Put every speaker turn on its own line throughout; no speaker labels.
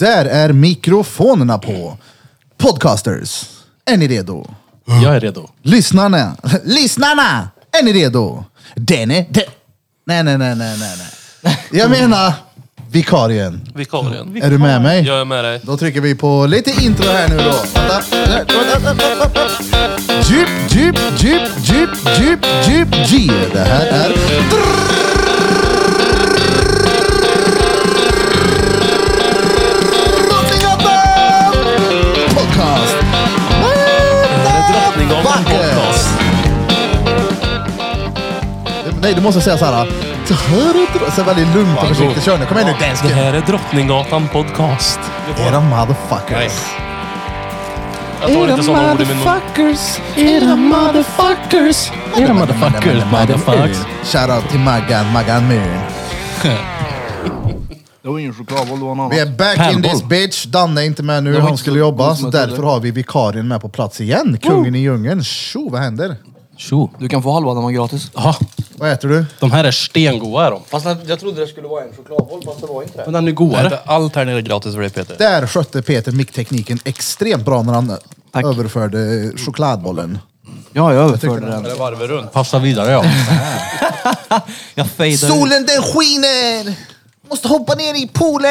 Där är mikrofonerna på. Podcasters, är ni redo?
Jag är redo.
Lyssnarna, lyssnarna, är ni redo? Den är... Den. Nej, nej, nej, nej, nej, nej. Jag menar vikarien.
Vikarien.
Är du med mig?
Jag är med dig.
Då trycker vi på lite intro här nu då. Djup, djup, djup, djup, djup, djup, G. Det här är... Drottninggatan Podcast.
Det här är Drottninggatan
Vackert.
Podcast.
Nej, du måste säga så här. Så här är det- Så väldigt lugnt och försiktigt. Kör nu. Kom igen nu,
Det
dansken.
här är Drottninggatan Podcast.
Era motherfuckers.
Jag tar inte sådana ord i min mun.
Era motherfuckers. Era motherfuckers. Motherfuckers.
Shoutout till Maggan, Maggan Myhren.
Det var ingen chokladboll, det var en annan.
Vi är back in
Pärlboll.
this bitch. Danne är inte med nu,
var
han
inte
skulle
så-
jobba.
inte
Så
så
därför
heller.
har vi vikarien med på plats igen. Kungen i djungeln. Tjo, vad händer?
Tjo.
Du kan få halva den var gratis.
Jaha,
Vad äter du?
de här är stengoda är de.
Fast jag, jag trodde det skulle vara en chokladboll, fast det var inte det.
Men den är godare.
Allt här nere är gratis för dig Peter.
Där skötte Peter micktekniken extremt bra när han överförde chokladbollen.
Ja, jag överförde den.
Eller varvet runt.
Passa vidare ja.
Jag fejdar
Solen den skiner! Måste hoppa ner i poolen!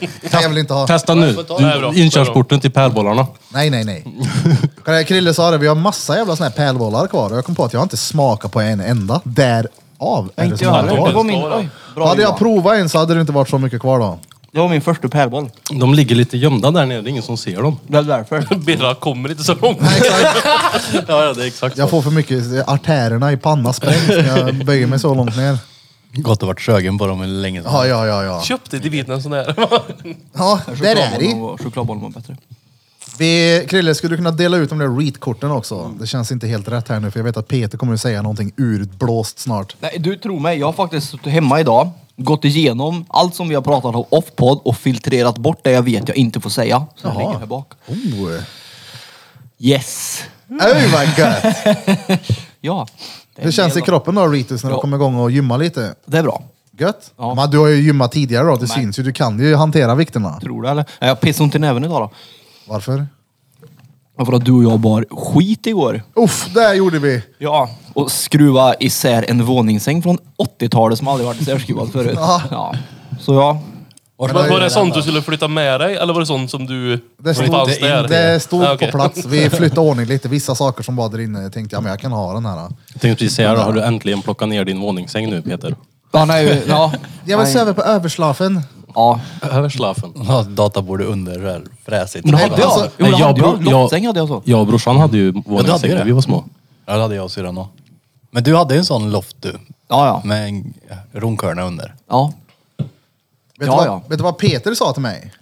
Nej, jag vill inte ha.
Testa nu.
Det är bra.
Du, inkörsporten till pärlbollarna.
Nej, nej, nej. Kolla, Krille sa det, vi har massa jävla såna här pärlbollar kvar och jag kom på att jag har inte smakat på en enda. Därav är det
Inte
så
jag
många
heller. Det
kvar.
var min... Oj, bra
Hade jag
Johan.
provat en så hade det inte varit så mycket kvar då.
Det var min första pärlboll.
De ligger lite gömda där nere. Det är ingen som ser dem.
Det är därför.
Birra kommer inte så långt. ja, ja, det är exakt
Jag
så.
får för mycket, artärerna i pannan sprängs när jag böjer mig så långt ner.
Gott att varit sögen på dem länge sedan.
Ja, ja, ja, ja.
Köpte till viten en sån där.
Ja, där är
Chokladbollen
det.
var- Chokladbollen var bättre.
Vi, Krille, skulle du kunna dela ut de där reat-korten också? Det känns inte helt rätt här nu, för jag vet att Peter kommer att säga någonting urblåst snart.
Nej, du tror mig. Jag har faktiskt suttit hemma idag, gått igenom allt som vi har pratat om off-podd och filtrerat bort det jag vet jag inte får säga. Så jag
Jaha.
ligger här bak.
Oh,
Yes!
oh my god!
Ja. Det är
Hur känns det i
en del av-
kroppen då, Ritus, när du
Ja.
kommer igång och gymmar lite?
Det är bra.
Gött?
Ja.
Men du har ju gymmat tidigare då, det syns ju. Du kan ju hantera vikterna.
Tror du eller? Nej, Jag pissade ont i näven idag då.
Varför?
Ja, För att du och jag bar skit igår.
Uff, där gjorde vi!
Ja, och skruva isär en våningssäng från 80-talet som aldrig varit isärskruvad förut.
Ja.
Ja. Så ja,
Var, var det sånt du skulle flytta med dig eller var det sånt som du...
Det
som
stod,
inte alls där?
det, stod
Ah, okej.
på plats. Vi flyttade ordning lite. Vissa saker som var där inne tänkte jag, men jag kan ha den här.
Jag tänkte precis säga det. Har du äntligen plockat ner din våningssäng nu Peter?
han är ju, ja.
Jag vill
Nej.
söva på överslafen.
Ja.
Över slafen.
Ja, databordet under så här fräsigt.
Men hade jag?
alltså,
jo, det
Nej,
hade
bro-
jag. Lottsäng hade jag så.
Jag och brorsan hade ju våningssäng
ju
när
det.
vi var små.
Ja, det hade jag och syrran också. Men du hade ju en sån loft du.
Ja, ja.
Med en ronkörna under.
Ja.
Vet,
Ja,
du vad,
ja.
vet du vad Peter sa till mig?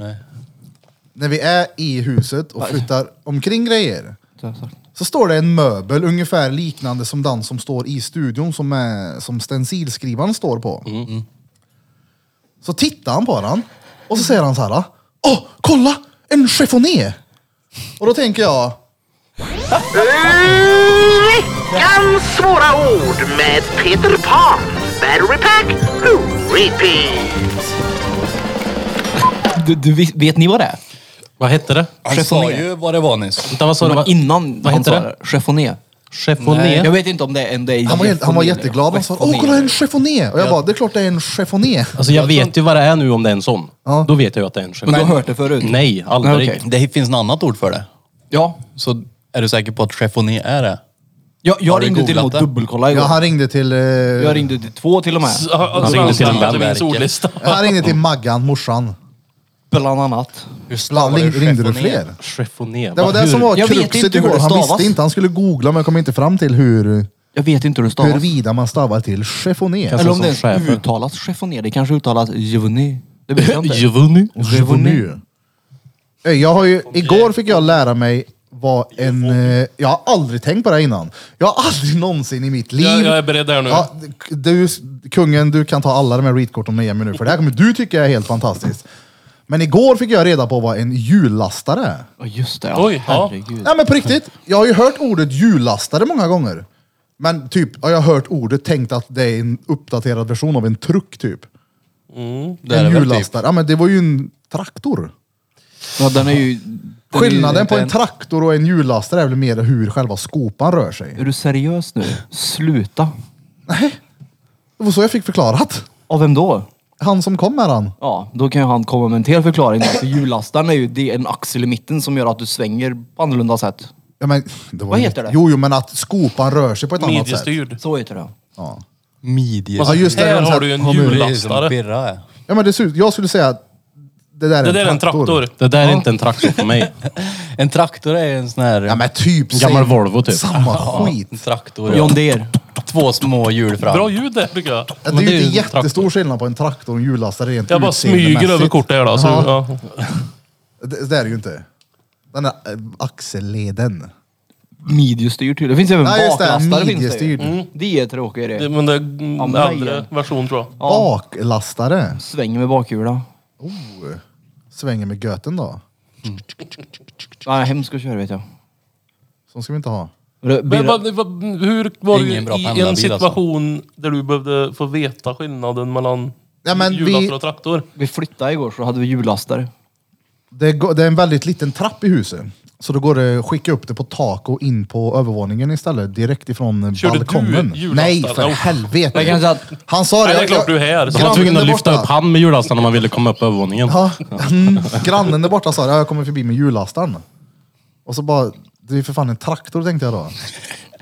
När vi är i huset och flyttar omkring grejer så står det en möbel ungefär liknande som den som står i studion som, är, som stencilskrivaren står på.
Mm,
Så tittar han på den och så säger han så här. Åh, kolla! En chiffoné! Och då tänker jag,
Veckans svåra ord med Peter Pan. Battery pack, repeat.
Du, du, vet- vet ni vad det är?
Vad hette det?
Han sa ju vad det var nyss.
Vänta, vad sa du?
Men
Vad-
innan
vad
han
hette
sa
det?
det. Chiffoné. Jag
Cheffoné?
vet inte om det är en det är
han var, helt, han var
chiffoné.
jätteglad. Han sa, åh
Chiffoné.
kolla en chiffoné! Och jag bara, det är klart det är en chiffoné.
Alltså jag vet ju vad det är nu om det är en sån.
Ja.
Då vet jag ju att det är en
Men du
cheffoné.
har hört det förut?
Nej, aldrig.
Nej, okej.
Det finns något annat ord för det.
Ja.
Så är du säker på att cheffoné är det?
Jag,
Har
jag
du
ringde till och med
googlat
och
det?
dubbelkollade
Ja,
igår.
han ringde till... eh,
Jag ringde till två till och med.
Så, har- har
Han ringde till
svenskan
en
inte minns
värnverke.
ordlista.
Han ringde till Maggan, morsan.
Bland annat.
Hur
Ring,
stavar du
ringde du
cheffoné?
fler?
Cheffoné.
Det var
Va,
det
hur?
som var
Jag vet
kruxet
inte hur
igår.
det
Han
stavas.
visste inte. Han skulle googla men kom inte fram till hur,
Jag vet inte hur det stavas.
huruvida man stavar till chiffoné.
Kan-
Alltså
Eller om
som
det ens
chefer.
uttalas chiffoné. Det kanske uttalas jevné. Det vet jag inte.
Jevuni.
Chiffoné. Ey, Eh, Jag har ju, igår fick jag lära mig vad en... eh, Jag har aldrig tänkt på det här innan. Jag har aldrig någonsin i mitt liv...
Jag, jag är beredd där nu.
Ja, du, kungen, du kan ta alla de här readkorten med mig nu, för det här kommer du tycka är helt fantastiskt. Men igår fick jag reda på vad en hjullastare är.
Ja just det. Ja.
Oj, ja.
Herregud.
Nej men på riktigt, jag har ju hört ordet hjullastare många gånger. Men typ, ja, jag har hört ordet tänkt att det är en uppdaterad version av en truck typ.
Det är
en
Mm,
väl typ.
hjullastare. Ja men det var ju en traktor.
Ja, den är ju... den är ju-
Skillnaden på en
den-
traktor och en hjullastare är väl mer hur själva skopan rör sig.
Är du seriös nu? Sluta.
Det var så jag fick förklarat.
Av vem då?
Han som kom med den.
Ja, då kan ju han komma med en till förklaring. där, För hjullastaren är ju det är en axel i mitten som gör att du svänger på annorlunda sätt.
Ja, men, det var
Vad
ju-
heter det?
Jo, jo, men att skopan rör sig på ett annat sätt.
Mediestyrd.
Så heter det.
Ja.
Midje.
Ja, just det.
Här
de
har
sa-
du ju en
Kommer det som
hjullastare.
Birra är.
Ja, men det ser ut, jag skulle säga att det där är,
Det där är en traktor.
Det där är inte en traktor för mig.
En traktor är en sån här...
Ja, men typ.
En gammal
same-
Volvo, typ.
Samma skit.
En traktor.
John Deere.
Två små hjul fram.
Bra ljud där tycker jag.
Ja,
men
det är ju
det är ju
inte
en
jättestor
traktor.
skillnad på en traktor och en hjullastare rent
Jag bara smyger
utseendemässigt.
över kortet här då. Så,
Jaha.
ja.
Det, det är det ju inte. Den där eh, axelleden.
Midjestyrd tydligen. Det finns även
Ja, just det.
baklastare. Finns det, ju.
Midjestyrd.
det är tråkigt det.
Mm. Det- Men det är en
men
äldre
nej.
version tror jag.
Baklastare.
Svänger med bakhjulen.
Oh. Svänger med göten då.
Nej, hemskt att köra vet jag.
Sån ska vi inte ha.
Rö-
Men,
Birra-
vad- vad- hur var du
Ingen bra
i
pendlarbil,
en
alltså.
situation där du behövde få veta skillnaden mellan
Ja, men vi-
hjullastare och traktor?
Vi flyttade igår så hade vi hjullastare.
Det, går, det är en väldigt liten trapp i huset. Så då går det att skicka upp det på tak och in på övervåningen istället. Direkt ifrån
Körde du
balkongen.
hjullastaren?
Nej, för
Oh.
helvete.
Men kanske att-
Han sa det.
Nej, det är
jag-
klart du är här.
jag-
Så
De var tvungna att
där
lyfta
borta-
upp han med hjullastaren om man ville komma upp på övervåningen.
Ja, mm. grannen där borta sa det, "Ja, jag kommer förbi med hjullastaren. Och så bara, det är för fan en traktor tänkte jag då.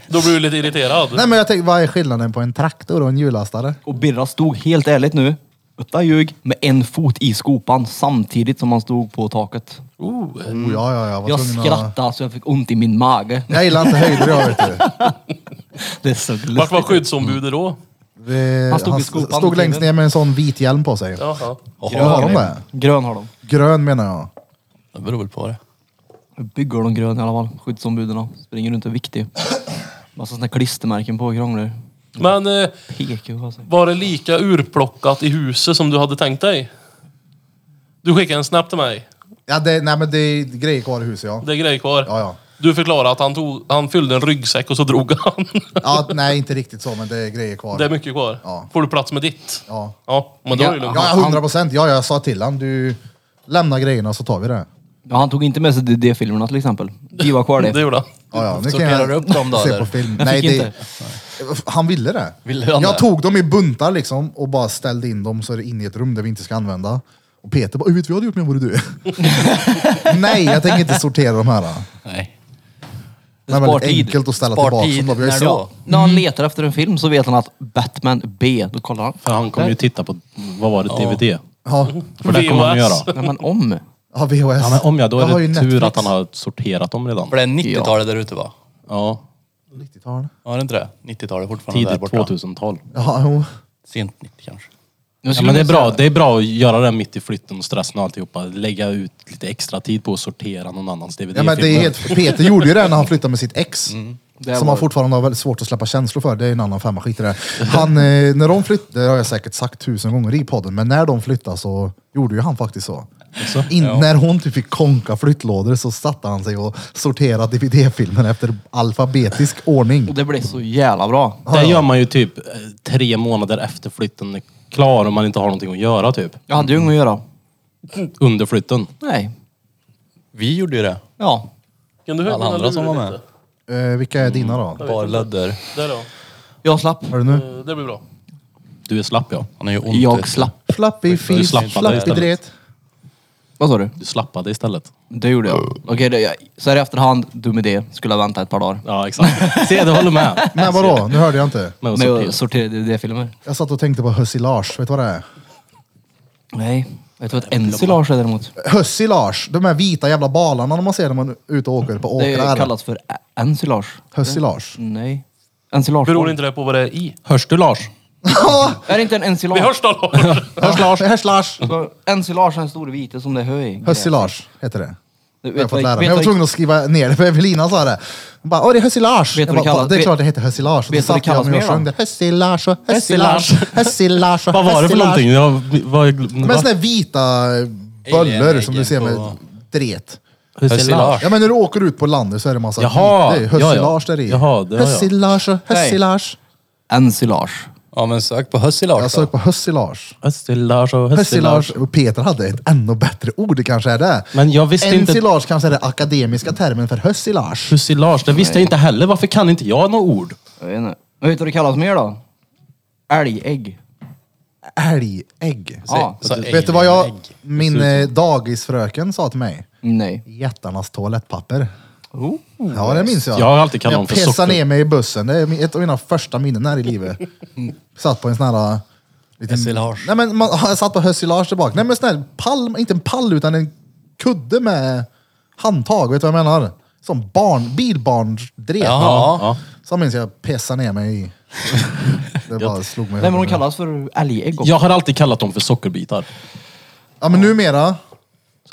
Då blir du lite irriterad.
Nej men jag tänkte, vad är skillnaden på en traktor och en hjullastare?
Och Birra stod helt ärligt nu, utan ljug, med en fot i skopan samtidigt som han stod på taket.
Mm.
Oh, ja, ja, jag var
Jag
tvungen att...
skrattade så jag fick ont i min mage.
Jag gillar inte höjder jag vet du.
Det är så
Vart var
lustigt.
skyddsombudet då?
Vi,
Han stod vid
han
skopan,
stod längst
killen.
ner med en sån vit hjälm på sig.
Jaha.
Vad har de det?
Grön har de.
Grön menar jag.
Det beror väl på det.
Bygger de grön i alla fall. Skyddsombuden springer runt och är viktig. Massa såna här klistermärken på och krånglar.
Men eh,
Pekar på sig.
var det lika urplockat i huset som du hade tänkt dig? Du skickade en snap till mig.
Ja, det, nej men det är grejer kvar i huset ja.
Det är grejer kvar.
Ja, ja.
Du förklarade att han, tog, han fyllde en ryggsäck och så drog han.
ja. Nej, inte riktigt så men det är grejer kvar.
Det är mycket kvar.
Ja.
Får du plats med ditt?
Ja.
Ja, men då är det lugnt.
Ja, hundra procent. Ja, jag sa till han, du lämnar grejerna så tar vi det.
Ja, han tog inte med sig DD-filmerna till exempel. De var kvar
Det
där.
gjorde han.
Ja, ja, nu kan
Sorterar
jag
du upp dem då,
se
eller?
på film.
Jag
Nej,
fick
det, han ville det.
Ville han
jag
det?
tog dem i buntar liksom och bara ställde in dem så är det inne i ett rum där vi inte ska använda. Och Peter bara, "Hur vet vi vad du hade gjort med vore du? Nej, jag tänker inte sortera de här.
Nej.
Det är
spar
väldigt
tid.
enkelt att ställa
Spar
tillbaka
tid.
dem. då. Vi har ju
När
så-
då?
När han letar efter en film så vet han att Batman B, då kollar han.
För han kommer ju titta på, vad var det, DVD?
Ja,
För det kommer han ju
VHS.
göra.
Nej men om.
ja, VHS.
Ja, men om jag, då
har
är
ju
det tur
Netflix.
att han har sorterat dem redan.
För det är 90-talet där ute va?
Ja,
90-tal.
Ja, det är inte det? 90-talet fortfarande där
tidigt
borta.
2000-tal.
Ja, jo.
Sent 90 kanske.
Jag
Ja,
skulle
men det, är
nog
bra,
säga-
det är bra att göra det mitt i flytten och stressen och alltihopa. Lägga ut lite extra tid på att sortera någon annans dvd
Ja, men det är helt, Peter gjorde ju det när han flyttade med sitt ex.
Mm. Det
Som
var-
han fortfarande har väldigt svårt att släppa känslor för. Det är en annan femma, skit i det. Han, eh, när de flyttade, det har jag säkert sagt tusen gånger i podden, men när de flyttade så gjorde ju han faktiskt så. In, När hon typ fick konka flyttlådor så satte han sig och sorterade DVD-filmen efter alfabetisk
Och
ordning.
det blev så jävla bra.
Det gör man ju typ eh, tre månader efter flytten är klar om man inte har någonting att göra typ.
Jag hade ju inget att göra.
Under flytten.
Nej.
Vi gjorde ju det.
Ja.
Kan du höra
Alla
mina
andra som
lurar
var
lite?
med.
Eh, vilka är dina då?
Bara lödder.
Där då.
Jag slapp.
Har du nu?
Eh, Det blir bra.
Du är slapp ja.
Han är ju ont. vet
Jag
du.
slapp.
Flappig fis,
slappade
flappig
istället.
dret.
Vad sa du?
Du slappade istället.
Det gjorde jag. Okej, det- jag- så här i efterhand, dum idé. Skulle ha väntat ett par dagar.
Ja exakt. Se, du håller med.
Men vadå? Nu hörde jag inte.
Med att
Med
sortera.
att sortera DVD-filmer.
Jag satt och tänkte på hössilage, vet du vad det är?
Nej. Vet du vad ett ensilage är däremot?
Hössilage, de här vita jävla balarna man ser när man är ute och åker på
Det
åkrar.
kallas för ä- ensilage.
Hössilage.
Nej. Ensilage.
Beror inte det på vad det är i?
Hörs du Lars?
Är det inte en ensilage?
Vi hörs då Lars!
Hössilage. Hössilage.
Så Ensilage är en stor vite som det är hö i.
Hössilage heter det.
Du vet
Jag, har fått
vad-
lära mig.
vet
jag var
vad-
tvungen att skriva ner det för Evelina sa det. Hon bara, åh det är hössilage.
Vet
Jag
vad det
bara,
kallas-
Det är
vet-
klart det heter hössilage. Och
vet
så
vad det
satt jag
kallas
med och
mer
sjöng
då?
det. Hössilage och hössilage. Hössilage och
Vad var det för
hössilage.
någonting? Jag, vad,
Men sådana här vita böller som du
Alien-äggen
ser med
på-
dret.
Hössilage.
Ja men när du åker ut på landet så är det massa
Jaha,
vit. Det är hössilage
ja, ja.
där i.
Jaha, det har jag.
hössilage och hössilage.
Ensilage.
Ja men sök på Hössilars
Jag
alltså,
sök på hössilage.
Hössilage och hössilage.
Hössilage. Och Peter hade ett ännu bättre ord, det kanske är det.
Men jag visste inte-
Ensilage kanske är den akademiska termen för hössilage.
Hössilage, det visste jag inte heller. Varför kan inte jag några ord?
Jag vet inte. Vad heter det kallas mer då? Älgägg.
Älgägg.
Ja.
Så,
Vet du vad jag, min eh, dagisfröken sa till mig?
Nej.
Jättarnas toalettpapper.
Oh.
ja, det minns jag.
Jag har alltid kallat dem
jag
för
pissade
socker.
ner mig i bussen. Det är min- ett av mina första minnen här i livet. Satt på en sån här... äh, Liten...
Hössilage.
Nej, men man, jag satt på hössilage där bak. Nej, men sån här palm, inte en pall utan en kudde med handtag. Vet du vad jag menar? Som barn, bilbarnsdrev.
Ja.
Ja.
Så minns jag pissade ner mig i. Det bara slog mig i
Nej men de
huvudet.
kallas för älgägg också.
Jag har alltid kallat dem för sockerbitar.
Ja, men numera,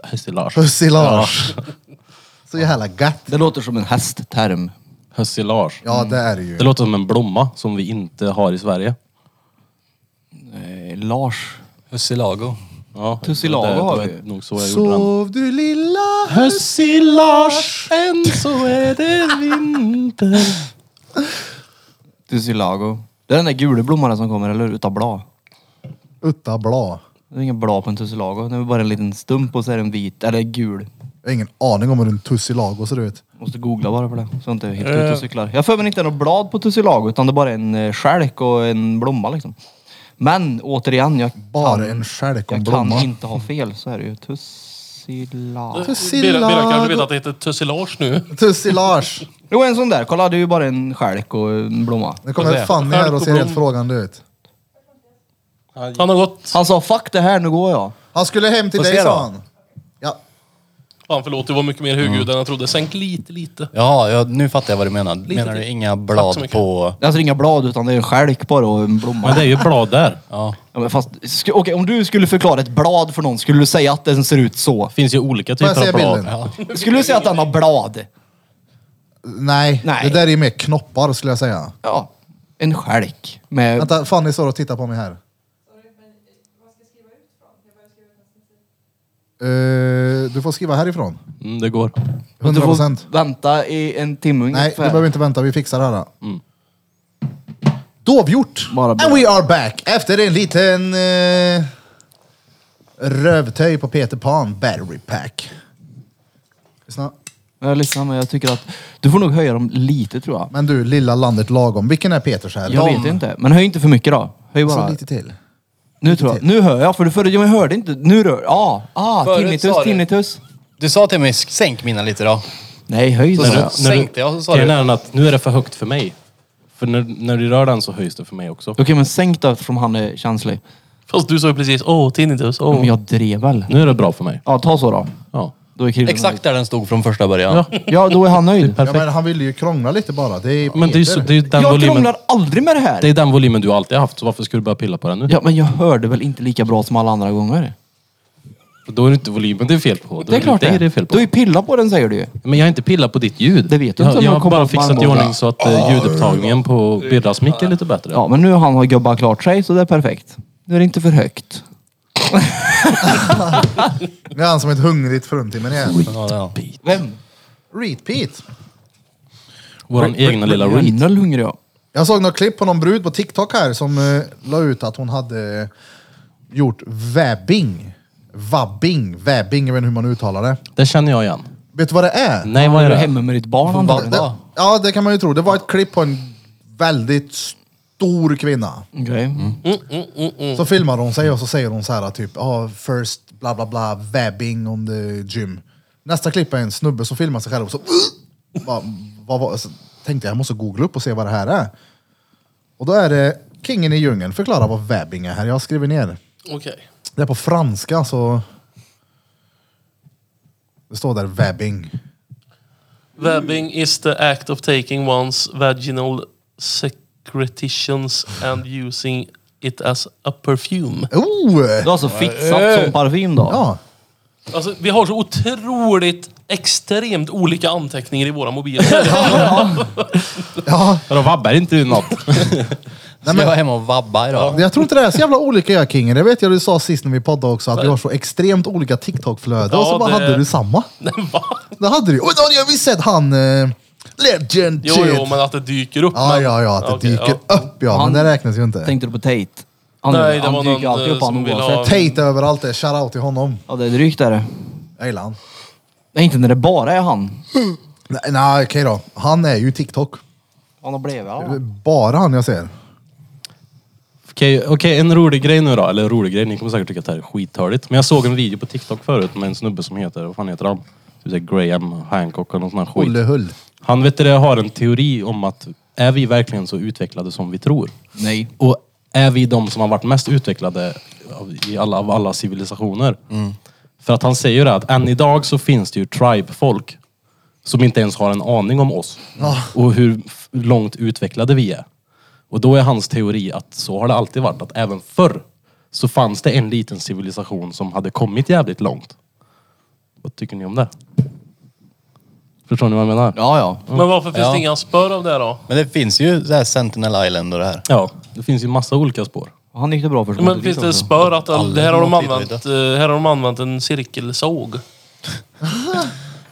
Hössilage.
hössilage. Så jävla gött.
Det låter som en hästterm.
Hössilage.
Ja, det är det ju.
Det låter som en blomma som vi inte har i Sverige.
Eh, Lars.
Hussilago.
Ja,
Tussilago
det- det
har
var
vi.
Nog så jag gjorde den.
Sov du lilla
Hössilage, än så är det vinter.
Tussilago. Det är den där gula blomman som kommer, eller hur? Utan blad.
utta blå.
Det är ingen blad på en tussilago. Det är bara en liten stump och så är den vit, eller gul.
Jag har ingen aning om hur en tussilago ser ut.
Måste googla bara på det, så jag inte är helt ute och cyklar. Jag för mig inte något blad på tussilago, utan det är bara en eh, stjälk och en blomma liksom. Men återigen, jag
Bara
kan,
en stjälk och en
jag kan
blomma.
inte ha fel. Så är det ju. Tussilago.
Tussilago.
Bera, Bera kanske vet att det heter tussilage nu.
Tussilage.
Jo, en sån där. Kolla, det är ju bara en stjälk och en blomma.
Nu kommer Fanny här och ser helt frågande ut.
Han har gått...
Han sa fuck det här, nu går jag.
Han skulle hem till
Får
dig
se då.
sa han. Ja.
Fan förlåt, du var mycket mer högljudd än jag trodde. Sänk lite, lite.
Ja, jag, nu fattar jag vad du menar. menar du
till.
inga
så
blad
mycket.
på...
Det är alltså inga blad, utan det är en stjälk bara och en blomma.
Men det är ju blad där.
Ja.
Ja, men fast, sku, okej, om du skulle förklara ett blad för någon, skulle du säga att den ser ut så?
Det finns ju olika
Får
Typ
jag
typer
se
av blad.
bilden?
Skulle du säga att den har blad?
Nej,
Nej.
det där är ju mer knoppar skulle jag säga.
Ja, en stjälk. Med...
Vänta, Fanny står och tittar på mig här. Eh, du får skriva härifrån.
Mm, det går.
100 procent.
Du får vänta i en timme
Nej, du
ungefär.
behöver inte vänta. Vi fixar det här. då. Dovhjort!
Bara bra.
And we are back! Efter en liten eh, rövtöj på Peter Pan battery pack. Lyssna.
Jag lyssnar men jag tycker att du får nog höja dem lite tror jag.
Men du, lilla landet lagom. Vilken är Peters här?
Jag vet inte. Men höj inte för mycket då. Höj
Så
bara.
Alltså, lite till.
Nu tror jag. Nu hör jag. För du förut, jag hörde inte. Nu rör Ja, ah,
Förut
tinnitus,
sa du.
tinnitus.
Du sa till mig, sänk mina lite då.
Nej, höj
Så
sa
sa
jag.
jag. Sänkte jag så sa
Grejen
du.
är den att nu är det för högt för mig. För när, när du rör den så höjs det för mig också.
Okej, men sänk då eftersom han är känslig.
Fast du sa ju precis åh, tinnitus, åh.
Men jag drev väl.
Nu är det bra för mig.
Ja, ta så då.
Ja.
Då är killen
Exakt där den stod från första början.
nöjd. Ja, då är han nöjd.
Ja, men han ville ju krångla lite bara. Det är Peter.
Men det är ju så- det är ju den,
Jag
volymen,
krånglar aldrig med det här.
det är den volymen du alltid har haft, så varför skulle du börja pilla på den nu?
Ja, men jag hörde väl inte lika bra som alla andra gånger.
Då är det inte volymen det är fel på. Då
Det är klart
det.
det.
är det fel på.
Du har ju pillat på den säger du ju.
Men jag har inte pillat på ditt ljud.
Det vet du inte
jag,
om
jag
jag
har
kommer
bara
att man
fixat i
mår bra.
ordning så att eh, ljudupptagningen på Birras mick är lite bättre.
Ja, men nu har han jobbat klart sig så det är perfekt. Nu är det inte för högt.
Det är han som ett hungrigt fruntimmer igen.
Ja, ja.
Vem?
Repeat.
Vår egna lilla read.
Reed. Noll hungrig jag.
Jag såg något klipp på någon brud på TikTok här som uh, la ut att hon hade eh, gjort vabbing. Vabbing, vabbing, jag vet inte hur man uttalar det.
Det känner jag igen.
Vet du vad det är?
Nej, vad är
Är du
det?
hemma med ditt barn antagligen?
det, ja, det kan man ju tro. Det var ett klipp på en väldigt stor kvinna.
Okej.
Så filmar hon sig och så säger hon så här typ, ja first bla bla bla, vabbing on the gym. Nästa klipp är en snubbe som filmar sig själv och så, va, va, va, så alltså, tänkte jag, jag måste googla upp och se vad det här är. Och då är det Kingen i djungeln, förklara vad vabbing är här. Jag har skrivit ner.
Okej.
Det är på franska så... Det står där vabbing.
Vabbing is the act of taking one's vaginal secretions and using it as a perfume.
Oh!
Du har alltså fixat som parfym då?
Ja,
Alltså, vi har så otroligt extremt olika anteckningar i våra mobiler.
ja.
Vadå, vabbar inte du något?
Ska jag vara hemma och vabba idag?
Jag tror inte det är så jävla olika jag Kingen. Det vet jag du sa sist när vi poddade också, att vi har så extremt olika TikTok-flöden och så
Ja,
bara
det-
hade du samma.
Nej, va?
Det hade du Och då har vi sett han... Eh, Legend
Jo,
shit!
jo, men att det dyker upp.
Ja,
men-
ja, ja, att det
Okej,
dyker upp ja,
Han-
men det räknas ju inte.
Tänkte du på Tate? Han,
Nej, det
han
var
dyker
någon,
alltid upp
eh,
han
som ville ha-
oavsett.
Tate överallt är, shoutout till honom.
Ja, det är drygt är det.
Jag gillar han.
Nej, inte när det bara är han.
Nej, nej okej då. Han är ju TikTok.
Han har blivit
Det är
alla.
Bara han jag ser.
Okej, okej, en rolig grej nu då. Eller en rolig grej, ni kommer säkert tycka att det här är skithörligt. Men jag såg en video på TikTok förut med en snubbe som heter, vad fan heter han? Typ såhär Graham Hancock eller någon sån här skit.
Olle Hull.
Han vet du, det, har en teori om att är vi verkligen så utvecklade som vi tror?
Nej.
Och är vi de som har varit mest utvecklade av, i alla, av alla civilisationer?
Mm.
För att han säger ju det att än idag så finns det ju tribe-folk som inte ens har en aning om oss. Och hur f- långt utvecklade vi är. Och då är hans teori att så har det alltid varit. Att även förr så fanns det en liten civilisation som hade kommit jävligt långt. Vad tycker ni om det? Förstår ni vad jag menar?
Ja, ja.
Men varför finns
Ja.
det inga spår av det då?
Men det finns ju så här Sentinel Island och det här.
Ja, det finns ju massa olika spår.
Han gick det bra för sig.
Men finns det spår att
Aldrig
det här, har de
någonting
använt,
att
eh, här har de använt en cirkelsåg?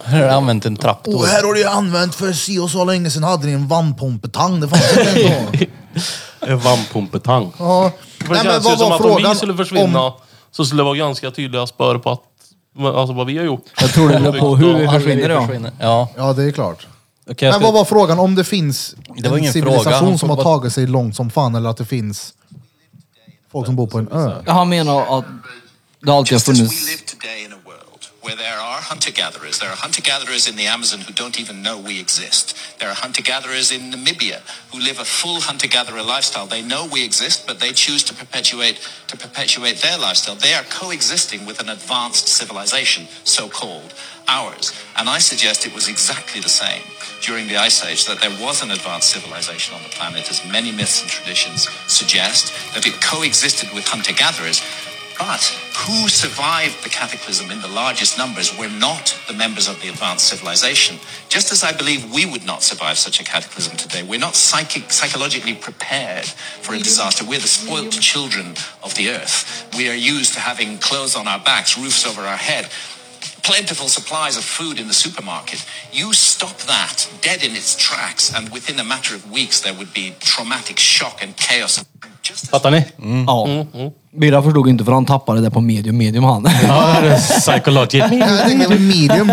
Här har jag använt en traktor.
Och här har du ju använt för si och så länge sedan hade ni en vannpumpetang. Det fanns inte ens då.
En vampumpetang.
Ja.
För det
Nej, men
känns ju
vad
som
var
att om vi
frågan?
skulle försvinna så skulle det vara ganska tydliga spår på att, alltså vad vi har gjort.
Jag tror det beror på hur vi försvinner ja.
Ja.
Ja, det är klart.
Okej,
Men
jag ska-
vad var frågan? Om det finns
Det var
en
ingen
civilisation
fråga, han
som
får
har
bara-
tagit sig långt som fan eller att det finns folk som bor på en ö?
Han menar att det alltid har
Just as we
funnits...
live today in a world where there are hunter gatherers, there are hunter gatherers in the Amazon who don't even know we exist. There are hunter gatherers in Namibia who live a full hunter gatherer lifestyle. They know we exist, but they choose to perpetuate to perpetuate their lifestyle. They are coexisting with an advanced civilization, so called ours. And I suggest it was exactly the same during the Ice Age that there was an advanced civilization on the planet, as many myths and traditions suggest, that it coexisted with hunter gatherers. But who survived the cataclysm in the largest numbers were not the members of the advanced civilization. Just as I believe we would not survive such a cataclysm today, we're not psychic, psychologically prepared for a disaster. We're the spoilt children of the earth. We are used to having clothes on our backs, roofs over our head plentiful supplies of food in the supermarket. You stop that dead in its tracks, and within a matter of weeks, there would be traumatic shock and chaos. Just as
Fattar ni?
Ja. Birra förstod inte för han tappade det på medium, medium han.
Ja, det är psychology.
Jag tänkte väl medium.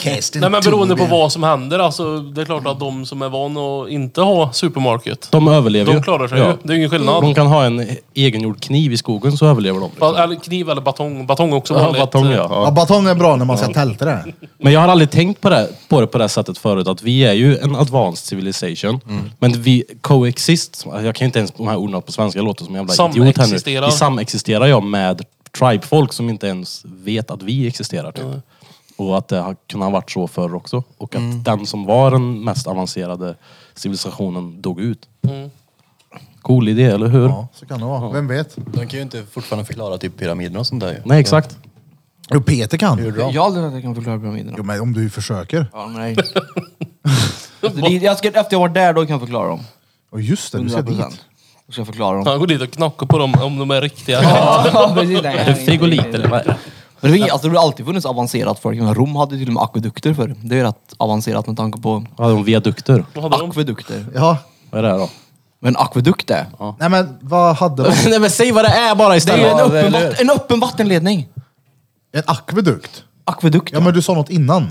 Cast in
Nej men beroende på
Torbjörn.
vad som händer. Alltså, det är klart att de som är van att inte ha supermarket,
De överlever ju. Mm.
de klarar sig ju. Det är ingen skillnad.
De kan ha en egengjord kniv i skogen så överlever de. liksom.
Ba- Eller kniv eller batong. Batong också
Ja,
vanligt.
batong, ja.
Ja,
ja.
batong är bra när man ska tälta det.
Men jag har aldrig tänkt på det, på det på det här sättet förut. Att vi är ju en advanced civilization. Men vi coexist. Jag kan ju inte ens de här orden på svenska. Jag låter som en jävla idiot här nu.
Samexisterar.
Vi samexisterar jag med tribe-folk som inte ens vet att vi existerar. Typ. Och att det har kunnat ha varit så förr också. Och att den som var den mest avancerade civilisationen dog ut. Cool idé, eller hur?
Ja, så kan det vara. Vem vet?
De kan ju inte fortfarande förklara typ pyramiderna och sånt där ju.
Nej, exakt.
Jo, Peter kan.
Hur
Jag
då?
har aldrig att jag kan förklara pyramiderna.
Jo, men om du försöker.
Ja, nej. jag ska, efter jag varit där då kan jag förklara dem.
Och just det, du ska
100
dit.
procent. Jag ska förklara dem.
Han går dit och knackar på dem om de är riktiga.
Ja, precis. Nej,
Är det
nej,
frigolit
nej.
eller vad är det?
Men det, var inget- alltså, det har alltid funnits avancerat folk. Jag menar, Rom hade ju till och med akvedukter förr. Det är ju rätt avancerat med tanke på
Ja, de viadukter.
Vad hade de?
akvedukter.
Ja.
Vad är det här då?
Men akvedukt är?
Nej men vad hade de?
Nej men säg vad det är bara
Det är ju
istället.
en
Ja, det är
öppen,
det.
vatt- en öppen vattenledning.
En akvedukt?
Akvedukt.
Ja men du sa något innan.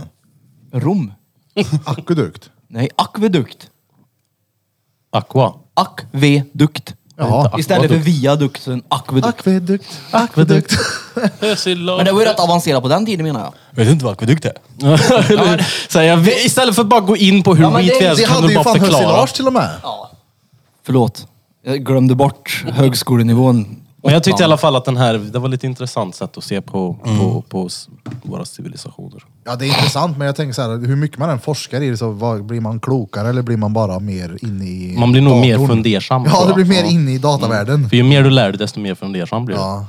Rom.
Akvedukt?
Nej, akvedukt.
Aqua.
Akvedukt.
Ja.
Istället för viadukt så en akvedukt.
Akvedukt, akvedukt.
Men
Men
det var ju rätt avancerat på den tiden menar jag.
Vet du inte vad akvedukt är?
så här, jag, vet- istället för att bara gå in på hur
Ja, men
skit
det-
vi är
Vi
så kan
hade
du
ju
bara
fan
förklara.
hösilage till och med.
Förlåt. Jag glömde bort högskolenivån.
Men jag tyckte i alla fall att den här, det var lite intressant sätt att se på,
Mm.
på, på s- våra civilisationer.
Ja det är intressant men jag tänker så här, hur mycket man än forskar i det så vad, blir man klokare eller blir man bara mer inne i
Man blir nog mer
datorn?
fundersam, tror
Ja det
jag.
blir mer
Ja. Mm.
inne i datavärlden.
För ju mer du lär dig desto mer fundersam blir du.
Ja.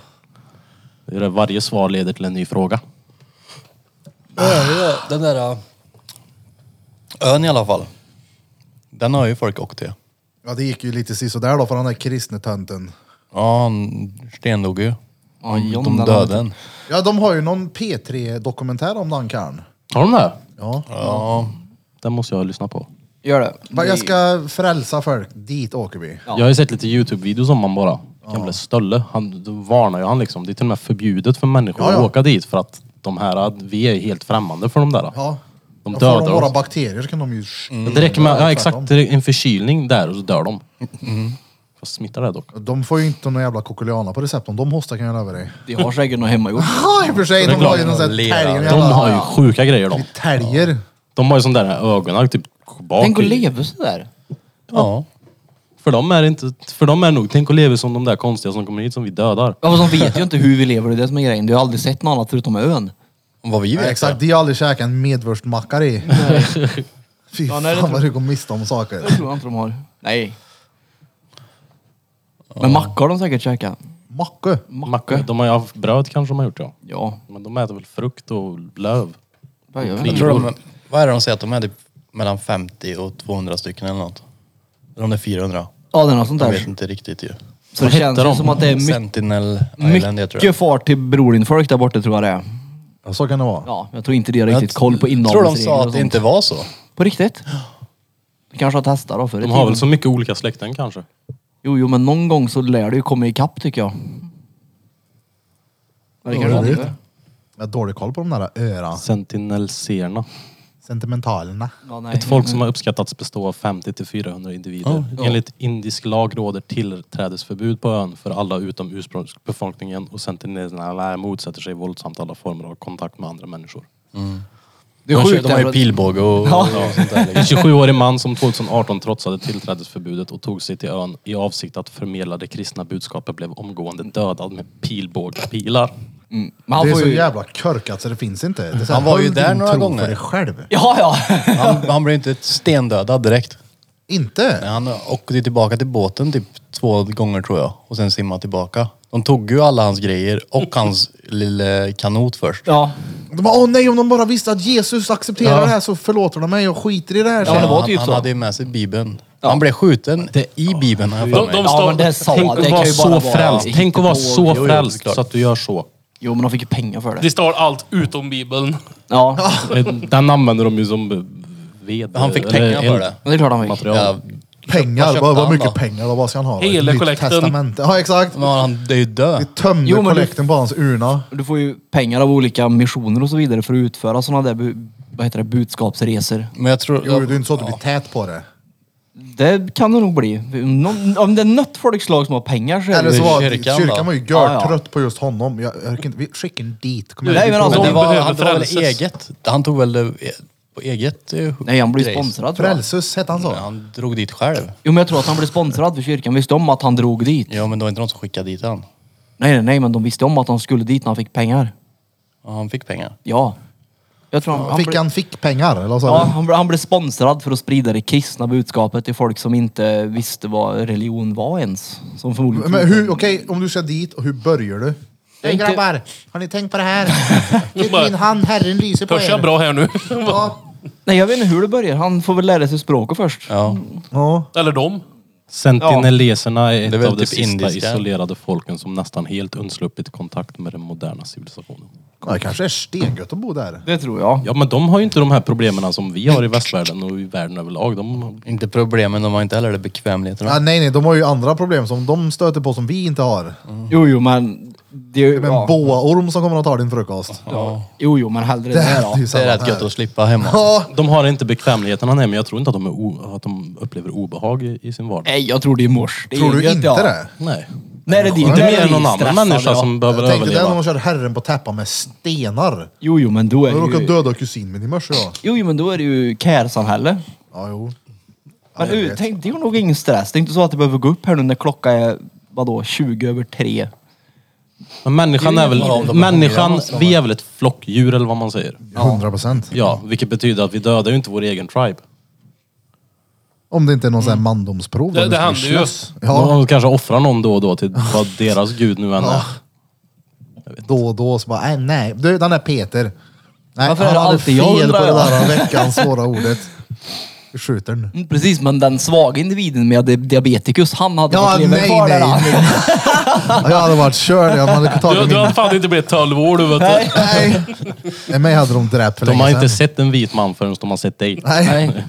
Det är det, Varje svar leder till en ny fråga.
Den där... äh, Ön i alla fall. Den har ju folk åkt till.
ja det gick ju lite sisådär då för den där kristne tönten.
Ja, han stendog ju.
Ja, John,
De
den
döda
andra.
en.
Ja de har ju någon P3 dokumentär om den karln.
Har de det?
Ja.
Ja.
Den måste jag lyssna på.
Gör det.
Bara, Jag ska frälsa folk. Dit åker vi.
Ja.
Jag har ju sett lite Youtube-videos om han bara. Gamle Stölle. Han då varnar ju han liksom. Det är till och med förbjudet för människor
Ja, ja.
att åka dit för att de här, vi är helt främmande för de där.
Ja.
De
Ja, får de
dödar
våra
oss. Mm.
bakterier så kan de ju...
Det räcker med, ja
Tvärtom.
exakt, det är en förkylning där och så dör de. Fast smittar det dock.
De får ju inte någon jävla kokuliana på recept. Om de hostar kan jag lova dig.
De har säkert något hemmagjort.
Ja, i och för sig. De har ju någon sån här
Lera.
täljer.
De har ju sjuka grejer de.
Täljer.
De har ju sån där ögonen typ bak.
Tänk att
i.
leva sådär.
Ja.
För de är inte, för de är nog, tänk att leva som de där konstiga som kommer hit som vi dödar.
Ja, fast de vet ju inte hur vi lever, det är det som är grejen. Du har aldrig sett något annat förutom ön.
Vad vi
Ja,
vet.
exakt. De har aldrig käkat en medvurstmacka i. Fy
Ja, nej, det
fan vad
tror-
du går miste om saker.
Det tror jag inte de har. Nej. Men mackor har de säkert käkat.
Macke.
Macka. De har ju haft bröd kanske de har gjort ja.
Ja.
Men de äter väl frukt och löv.
Vad gör
Jag
vi?
tror de, vad är det de säger att de är typ mellan 50 och 200 stycken eller något? Eller om det är 400.
Ja, det är något sånt
Jag vet
där.
inte riktigt ju.
Så det
Vad
känns
heter
ju
de?
som att det är mycket,
Sentinel Island heter det.
mycket fart till bror din folk där borta tror jag det är.
Ja, så kan det vara.
Ja, jag tror inte de har
Jag
riktigt koll på
tror de
inavelsregler
sa
och
att det
sånt.
inte var så.
På riktigt? Det kanske har testat då förr i
De har
tiden.
väl så mycket olika släkten kanske.
Jo, jo, men någon gång så lär du ju komma ikapp tycker jag. Men det kanske
Jag
inte
vet.
är.
Jag har dålig koll på de där öra.
Sentinelserna.
Sentimentalerna.
Ja, nej.
Ett folk som har uppskattats bestå av 50 till 400 individer. Enligt indisk lag råder tillträdesförbud på ön för alla utom ursprungsbefolkningen och sentinelerna motsätter sig våldsamt alla former av kontakt med andra människor.
Det är
de, kör-
sjukt.
de har
därför
ju
att-
pilbåge och,
Ja.
och sånt där.
En
liksom.
27-årig man som 2018 trotsade tillträdesförbudet och tog sig till ön i avsikt att förmedla det kristna budskapet blev omgående dödad med pilbågpilar.
Men han
det är
får
så
ju...
jävla körkat så det finns inte. Det är så här,
Han var ju
håll
där
din
några
tro
gånger.
för dig själv.
Ja, ja.
Han, han blev inte stendödad direkt.
Inte?
Nej, Han åkte tillbaka till båten typ två gånger tror jag och sen simmade tillbaka. De tog ju alla hans grejer och hans lilla kanot först.
Ja.
De bara, åh nej, om de bara visste att Jesus accepterar
Ja.
det här så förlåter de mig och skiter i det här.
Ja, men det var
han,
typ
han
så.
hade ju med sig Bibeln. Han blev skjuten i Bibeln har jag för
De,
mig.
de
Ja,
står-
men det sa-
Tänk
det
att
kan
vara
ju bara
så
vara
frälst. Tänk att vara
hittepå.
så
Jo, jo,
frälst
såklart.
så att du gör så.
Jo, men de fick ju pengar för det.
Det står allt utom Bibeln.
Ja.
Eh, Den använder de ju som ved.
Han fick
eller
pengar för
eld-
det.
Men det är klart han fick.
Material.
Ja,
Pengar,
köpte
vad, vad
han
mycket
då?
pengar då? Vad ska han ha? då?
Hela
Ett nytt
kollekten.
testamente. Ja, exakt.
men han, det är ju dö.
Tömde
Jo, men du-
kollekten på hans urna.
Du får ju pengar av olika missioner och så vidare för att utföra sådana där bu- vad heter det, budskapsresor.
Men jag tror...
Jo, det är inte så att du blir tät på det.
Det kan det nog bli. Någon, om det är något folkslag som har pengar så är
Eller
det
så
ju...
var
kyrkan
kyrkan,
då?
var ju
Ja, ja.
görtrött på just honom. Jag, jag orkar inte, vi skickar en dit. Kom
Du,
igen,
nej,
vi
men
provar.
alltså,
Men
De
det var,
behöver
han det var väl
frälses.
eget? Han tog väl det e- på eget eh,
Nej, han blir
grejs.
sponsrad alltså. tror jag.
Frälsus hette han
Nej,
så.
Han drog dit själv.
Jo, men jag tror att han blev sponsrad för kyrkan. Visste om att han drog dit?
Ja, men det var inte någon som skickade dit han.
Nej, nej, nej, men de visste om att han skulle dit när han fick pengar.
Ja, han fick pengar.
Ja. Jag tror han, han,
Fick
ble-
han fick pengar? Eller vad sa
Ja,
du?
han, ble- han blev sponsrad för att sprida det kristna budskapet till folk som inte visste vad religion var ens. Som förmodligen
Men hur, okej, om du ska dit, och hur börjar du? Hej grabbar, har ni tänkt på det här? Lyft
Bara-
min hand, Herren lyser på
Hörs jag
er.
bra här nu?
Ja.
Nej, jag vet inte hur det börjar. Han får väl lära sig språket först.
Ja.
Ja.
Eller dem.
Sentineleserna är ett
Det är väl
av de
typ
sista
indiska.
isolerade folken som nästan helt undsluppit kontakt med den moderna civilisationen.
Ja, det kanske är stengött att bo där.
Det tror jag.
Ja men de har ju inte de här problemen som vi har i västvärlden och i världen överlag. De,
Inte problemen, de har inte heller det bekvämligheten.
Ja, nej, nej, de har ju andra problem som de stöter på som vi inte har.
Jo, jo, men... Det är ju...
Med en
Ja.
boaorm som kommer och tar din frukost.
Ja. Jo, jo, men hellre det,
Det
här
är
då.
ju
Det
samma
är rätt
här.
gött att slippa hemma.
Ja,
de har inte bekvämligheterna nej, men jag tror inte att de, är o, att de upplever obehag i, i sin vardag.
Nej, jag tror det är mors. Det är
tror
ju
du
gött,
inte
ja.
det?
Nej.
Nej, det är
Inte
det
mer
är
än någon annan
stressade,
människa
ja.
som behöver
Jag tänkte det när
överleva.
de körde herren på täppan med stenar.
Jo, jo, men då är
Jag
det
råkade
ju...
döda kusin min i morse ja.
Jo, jo, men då är det ju care-samhälle.
Ja, jo.
Men
jag
ja,
vet.
tänk, det är nog ingen stress. Det är inte så att det behöver gå upp här nu när klockan är, vadå, 20 över tre.
Men människan är
Bara om
väl,
de är hungriga
människan,
måste de
vi är väl ett flockdjur eller vad man säger.
100 procent.
Ja, vilket betyder att vi dödar ju inte vår egen tribe.
Om det inte är någon sån här mandomsprov.
Det-
där du
det
ska
händer ju.
slåss. Ja,
De kanske offrar någon då och då till vad deras gud nu än är.
då och då så bara, nej, nej. Du, den där Peter. Nej,
Varför är
han
det
hade
alltid jag,
fel på
undrar
det där
jag?
veckans svåra ordet. Vi skjuter den.
Mm, precis, men den svaga individen med di- diabetikus, han hade
Ja,
fått
nej,
leva
nej.
kvar där. då.
Ja, Jag hade varit körd. Jag hade
Du,
tagit
du hade
min...
fan inte blivit 12 år du vet du.
Nej. Nej, mig hade de dräpt för
De
länge
har inte
sedan.
sett en vit man förrän de har sett dig.
Nej.
Nej.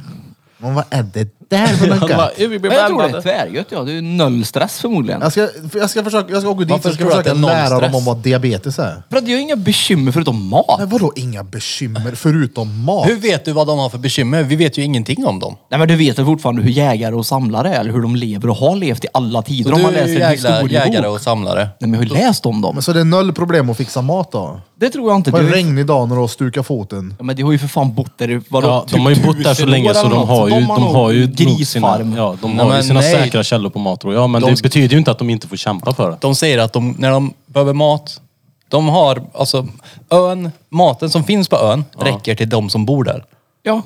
Men vad är det där för
Han bara,
något?
"Eh, vi blir
Men jag tror det är
blandade.
tvärgött ja. Det är ju noll stress förmodligen.
Jag ska, jag ska försöka, jag ska åka dit
Varför
och ska
tror du att
försöka
det är noll
lära dem
stress?
om vad diabetes är.
För att jag har inga bekymmer förutom mat.
Men vadå inga bekymmer förutom mat?
Hur vet du vad de har för bekymmer? Vi vet ju ingenting om dem.
Nej men du vet väl fortfarande hur jägare och samlare är, eller hur de lever och har levt i alla tider.
Du
Om man
är
läser
ju
en
jägla,
historiebok.
jägare och samlare.
Nej men jag har ju läst om dem.
Men så det är noll problem att fixa mat då?
Det tror jag inte.
På
Du...
en regnig dag när du har stukat foten.
Ja, men de har ju för fan bott där i vadå? Typ
Ja, de har ju bott där så
tusen år
länge så
eller
de
något.
har ju, de
nog
har ju nog sina,
grisfarm.
ja, de
Nej,
har ju
men
sina
nej.
säkra källor på matro. Ja, men
De
det
ska-
betyder ju inte att de inte får kämpa för det.
De säger att de, när de behöver mat, de har alltså ön, maten som finns på ön räcker till de som bor där.
Ja.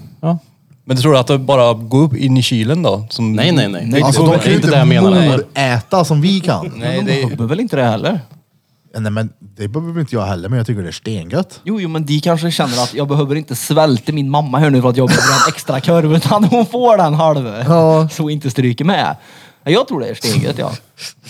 Men du tror att det bara går upp in i kylen då? Som,
Nej, nej, nej.
Det är
Alltså
inte-
de
det
kan
är
ju
inte det jag menar, nej.
inte äta som vi kan.
nej,
Men
det
de
är,
behöver väl inte det heller?
Ja, Nej men det behöver inte jag heller, men jag tycker det är stengött.
Jo, jo, men de kanske känner att jag behöver inte svälta min mamma här nu för att jag behöver en extra korv, utan hon får den halva.
Ja.
Så inte stryker med. Ja, Jag tror det är steget, ja.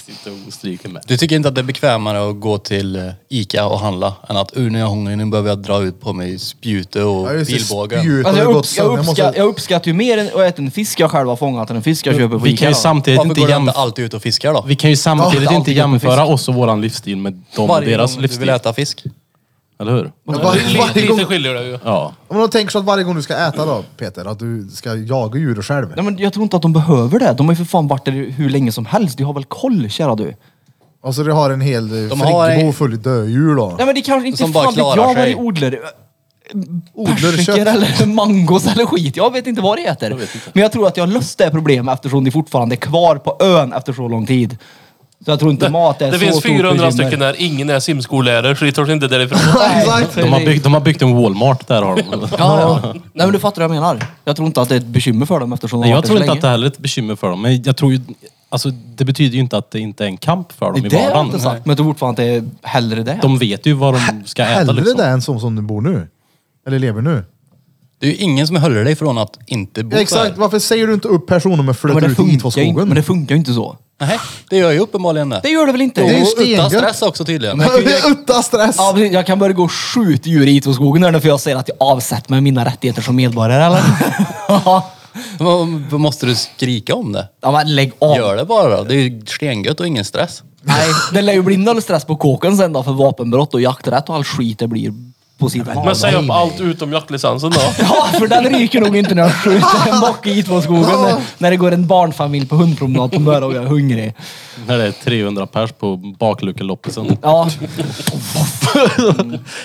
Sitter och stryker med.
du tycker inte att det är bekvämare att gå till eh, Ica och handla än att ur när jag är hungrig nu behöver jag dra ut på mig spjute och
Ja, just det,
pilbågen.
spjut har
Alltså,
ju
jag,
gått
upps jag,
sönder. Jag måste-
uppskatt, jag uppskattar ju mer en- att äta en fisk jag själv har fångat än en fisk jag köper på
Vi kan
Ica.
ju
då.
samtidigt
Varför
inte,
går du inte
jämf-
alltid ut och fiskar då?
vi kan ju samtidigt
Ja,
inte
alltid går på
jämföra oss och våran livsstil med dem och
Varje
deras
gång du
livsstil.
vill äta fisk.
Eller hur?
Men var, varje
Lite,
gång,
lite skiljer det ju.
Ja.
om du tänker så att varje gång du ska äta då Peter, att du ska jaga djuret själv.
Nej, men jag tror inte att de behöver det. De har ju för fan varit där hur länge som helst. De har väl koll, kära du.
Och så du har en hel eh,
De har
friggebo
en-
full dödjur då.
Nej, men det kanske inte
Som bara
fan vet
klarar
jag vad
sig.
de odlar.
Odlar
Persikor
kött.
eller mangos eller skit. Jag vet inte vad det heter. men jag tror att jag har löst det problemet eftersom de fortfarande är kvar på ön efter så lång tid. Så jag tror inte mat är
Det
så
finns
stort
400
bekymmer.
stycken där, ingen är simskollärare så de tar sig inte därifrån.
Ja, Exakt!
Nej,
De, har byggt, de har byggt en Walmart, där har de.
Ja, ja. Nej men du fattar vad jag menar. Jag tror inte att det är ett bekymmer för dem eftersom de
Nej,
har
jag
varit
tror
där
inte
så
att det
länge.
här är ett bekymmer för dem. Men jag tror ju, alltså, det betyder ju inte att det inte är en kamp för dem i
Det har jag
vardagen.
inte sagt. Men jag tror fortfarande att det är hellre det.
De vet ju vad de ska äta
Hellre
liksom.
det än som, som du bor nu. Eller lever nu.
Det är ju ingen som håller dig från att inte bo
Ja, exakt,
där.
varför säger du inte upp personer med
men,
flöt
det
ut i
funkar ju,
skogen?
men det funkar ju inte så.
Nej, det gör ju uppenbarligen det.
Det gör det väl inte?
Det är ju
Och utan
stengött.
stress också tydligen.
Det är utta stress!
Ja, precis. jag kan börja gå och skjuta djur i skogen här nu för jag säger att jag avsätter mig mina rättigheter som medborgare eller? ja
Vad- vad Måste du skrika om det?
men lägg av.
Gör det bara då. Det är ju stengött och ingen stress.
Nej, det lär ju bli noll stress på kåken sen då för vapenbrott och jakträtt och all skit det blir på sidan av.
Men säg upp allt utom jaktlicensen då.
Ja, för den ryker nog inte när jag skjuter en bock i Itvoskogen när, när det går en barnfamilj på hundpromenad på Möra och jag är hungrig.
När det är 300 pers på bakluckeloppisen.
Ja,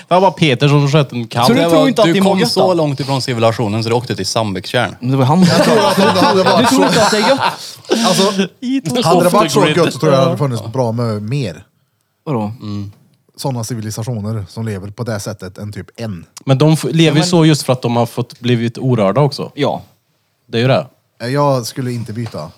Det var Peter som sköt en
Så
kalv.
du
Det
tror
var-
inte att
du
det är
kom
många
så
då?
långt ifrån civilisationen så du åkte till Sandbäckstjärn.
men det var han.
Jag tror att om det hade
Du
varit
tror
så,
inte att det är gött?
alltså, hade det varit så
Off the grid.
gött så tror jag det hade funnits bra med mer
Vadå?
sådana civilisationer som lever på det sättet än typ en.
Men de f- lever ju så just för att de har fått blivit orörda också.
Ja.
Det är ju det.
Eh, Jag skulle inte byta.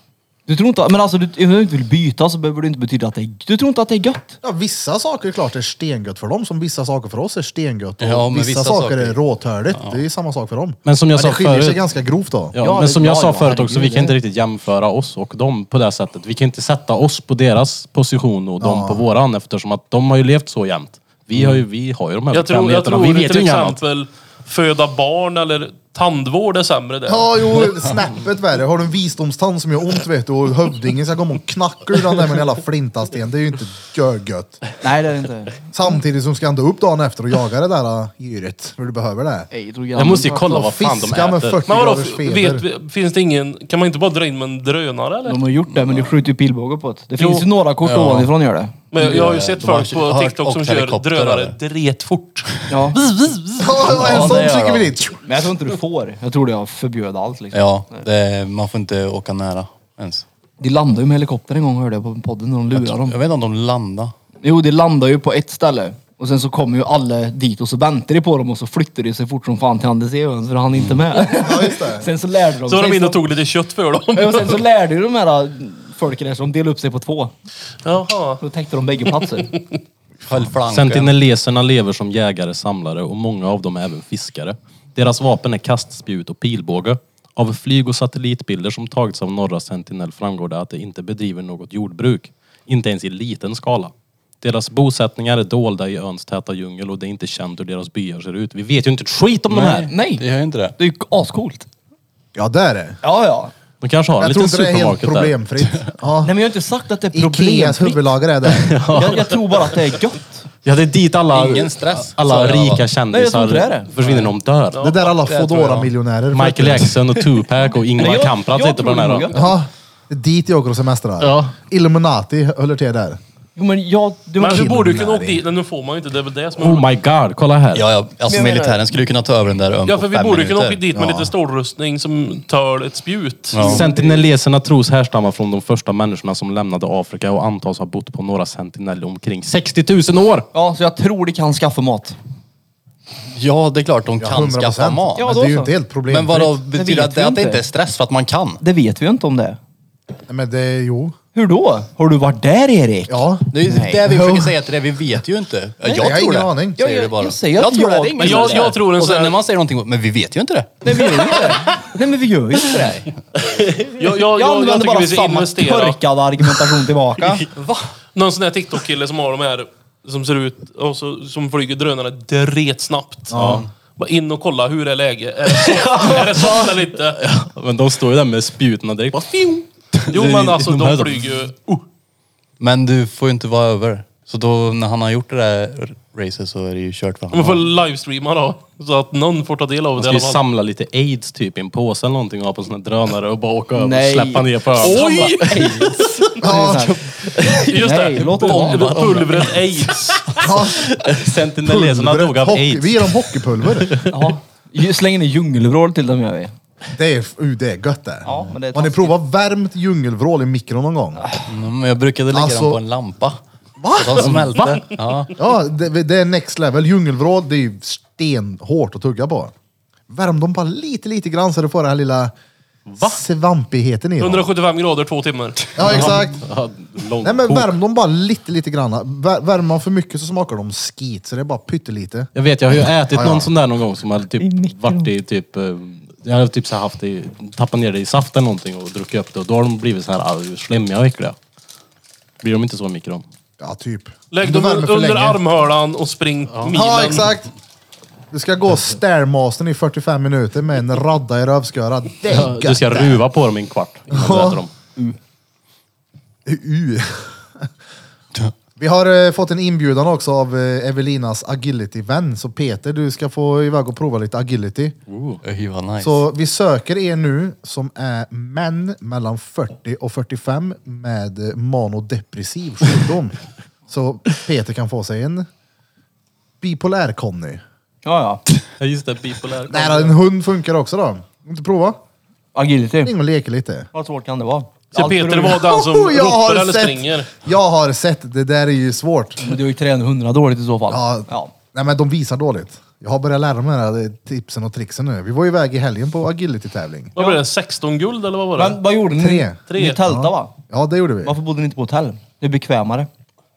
Du tror inte, men alltså du, om du inte vill byta så behöver det inte betyda att det är, du tror inte att det är gött.
Ja, vissa saker är klart är stengött för dem, som vissa saker för oss är stengött. Och
Ja, men
vissa,
vissa
saker,
saker-
är råtörligt. Det är samma sak för dem.
Men som jag sa
det skiljer sig
förut-
ganska grovt då.
Ja,
Ja,
men
det-
som jag
ja,
sa
ja,
förut också, vi
herregud,
kan inte
det-
riktigt jämföra oss och dem på det här sättet. Vi kan inte sätta oss på deras position och dem på våran eftersom att de har ju levt så jämt. Vi har ju, vi har ju de här
Jag tror, jag
bekvämligheterna.
tror
vi vet ju
till
inget annat.
exempel föda barn eller tandvård är sämre där.
Ja, jo, snäppet värre. Har du en visdomstand som gör ont vet du och hövdingen ska komma och knacka ur den där med en jävla flintasten, det är ju inte görgött.
Nej det är det inte.
Samtidigt som ska han upp dagen efter och jaga det där äh, djuret, för du behöver det.
Nej,
Jag måste ju kolla
Och
vad fan de
fiska med
äter.
40
Men vadå,
graders feber.
vet, vi- finns det ingen... Kan man inte bara dra in med en drönare eller?
De har gjort det men de skjuter ju pilbågar på det. Det
Jo.
finns ju några kort
Ja.
ovanifrån gör det.
Men jag har ju sett
De har
folk på
hört-
TikTok som
åkt
kör
helikopter,
drönare
eller?
dretfort.
Ja.
Ja, ja, en
Ja,
sån
det gör
skickar vi
de.
dit.
Men jag tror inte du får. Jag tror det har förbjöd allt liksom.
Ja, det, man får inte åka nära ens.
De landade ju med helikoptern en gång hörde jag på podden när de lurade dem.
Jag vet inte om de landade.
Jo, de landar ju på ett ställe. Och sen så kommer ju alla dit och så väntar de på dem och så flyttar de sig fort som fan till Anders Evans för han är inte med. sen så lärde de
Så var de
sig
inne och
som-
tog lite kött för
Ja,
dem.
och sen så lärde ju de här folken där så de delade upp sig på två.
Jaha.
Då täckte de bägge platser.
Höll flanken.
Sentineleserna lever som jägare, samlare och många av dem är även fiskare. Deras vapen är kastspjut och pilbåge. Av flyg och satellitbilder som tagits av norra Sentinel framgår det att de inte bedriver något jordbruk. Inte ens i liten skala. Deras bosättningar är dolda i öns täta djungel och det är inte känt hur deras byar ser ut. Vi vet ju inte ett skit om de här!
Nej,
Det gör ju inte det.
det är ju ascoolt.
Ja, det är det.
Ja, ja.
De kanske har en
Jag tror
liten
inte det är helt
supermarket där.
problemfritt. Ja.
Nej, men jag har inte sagt att det är
Ikeas
problemfritt.
huvudlager är det.
Jag, jag tror bara att det är gött.
Ja, det är dit alla,
Ingen stress,
alla
sa jag.
rika
Nej, jag tror
kändisar
inte det är det.
försvinner när de dör.
Det är där alla
tror jag.
Foodora-miljonärer
Michael Jackson och Tupac och
Nej,
Ingvar
jag-
Kamprad
jag
sitter på den här.
tror nog
då.
att-
Ja, det är dit jag åker och semestrar.
Ja.
Illuminati håller till där.
Jo, men jag... Du,
Men du
killen
borde ju kunna
där
åka
i.
dit, men nu får man ju inte. Det är väl det som är...
Oh my god, kolla här.
Ja, ja, alltså
Men jag
militären skulle kunna ta över den där ön
ja,
på
för vi
fem
borde ju kunna
minuter.
åka dit med lite stålrustning som tar ett spjut.
Sentinelleserna tros härstamma från de första människorna som lämnade Afrika och antas ha bott på några sentineller omkring 60 000 år.
ja, så jag tror det kan skaffa mat.
Ja, det är klart de kan
100%.
skaffa mat.
Ja,
Men
då
det är ju
så.
inte helt problemfritt.
Men vadå,
vet
betyder
vi
det att det
inte.
inte är stress för att man kan?
Det vet vi ju inte om det är.
Nej, Men det, jo.
Hur då? Har du varit där Erik?
Ja.
Det är ju
Nej.
det vi försöker säga till det, vi vet ju inte. Ja, Jag,
jag har
tror
ingen
det.
aning.
Säger
Ja,
du bara.
jag säger att
tror det,
jag-
det är ingen
Men jag-
stress.
jag tror en sån
Och sen
här-
när man säger någonting, men vi vet ju inte det.
Nej, men vi gör ju inte det. Nej, men vi gör ju inte det.
Jag, jag, jag,
Jag
jag,
använder
tycker vi
bara
ska
samma
investera.
korkade argumentation tillbaka.
Någon sån där TikTok-kille som har de här som ser ut och så, som flyger drönare dretsnabbt. Ja. Bara in och kolla, hur är läget? Är det soft, är det soft eller inte?
Men de står ju där med spjuten direkt. Bara, fju.
Jo
Det är
men alltså,
de här
de
som-
flyger ju...
Men du får ju inte vara över. Så då när han har gjort det där racet så är det ju kört för
Man
honom.
får livestreama då. Så att någon får ta del av
Man
det i
ska ju
alla fall.
samla lite aids typ i en påse eller någonting och ha på en sån här drönare och bara åka över och
Nej.
släppa ner på ön.
Oj!
ja.
Just
Nej,
det!
låt det
Bombar, Pulvret aids.
ja.
Sentinelleserna dog av
Hockey, vi
aids.
ger dem hockeypulver.
Ja. Släng in en djungelvrål till dem gör vi.
Det är, uh, det är gött det.
Ja, men det är
Har ni
taskigt.
provat värmt djungelvrål i mikron någon gång?
Mm, men Jag brukade lägga
Alltså-
den på en lampa. Va? Så de smälte. Ja.
Ja, det, det är next level. Djungelvrål, det är ju stenhårt att tugga på. Värm dem bara lite, lite grann så du får den här lilla svampigheten i dem.
175 grader, två timmar.
Ja, exakt.
Ja, långt
Nej men
kok.
värm dem bara lite, lite grann. Vär- Värmer man för mycket så smakar de skit, så det är bara pyttelite.
Jag vet, jag har ju ätit
Ja, ja.
någon sån där någon gång som hade
I
typ
mikron.
varit i typ... eh, Jag hade typ så här haft det, i- tappat ner det i saft eller någonting och druckit upp det och då har de blivit så här ah, slemmiga och äckliga. Blir de inte så i mikron?
Ja, typ.
Lägg
Om
dem
du värmer
under
för länge.
armhölan och spring milen.
Ja, exakt. Du ska gå stairmastern i 45 minuter med en radda i rövsköra. Det är
Du ska
gött.
ruva på dem i en kvart innan du
Ja.
äter dem.
U. Vi har eh, fått en inbjudan också av eh, Evelinas agility-vän. Så Peter, du ska få iväg och prova lite agility.
Oj, vad nice.
Så vi söker er nu som är män mellan 40 och 45 med eh, manodepressiv sjukdom. Så Peter kan få sig en bipolär Conny.
Ja, ja.
Ja just det, bipolär.
Nej, då, en hund funkar också då. Inte prova?
Agility.
Ring och leker lite.
Vad svårt kan det vara?
Så
Allt
Peter
beror-
var den som
Oh, jag har
ropar eller
sett.
springer.
Jag har sett, det där är ju svårt.
Men Du har ju tränat hundra dåligt i så fall.
Ja,
ja.
Nej men de visar dåligt. Jag har börjat lära mig de här tipsen och tricksen nu. Vi var ju iväg i helgen på agility-tävling.
Vad blev det? 16 guld eller vad var det?
Men vad gjorde ni?
Tre.
Tre.
Ni tältade va?
Ja, det gjorde vi.
Varför bodde ni inte på hotell? Det är bekvämare.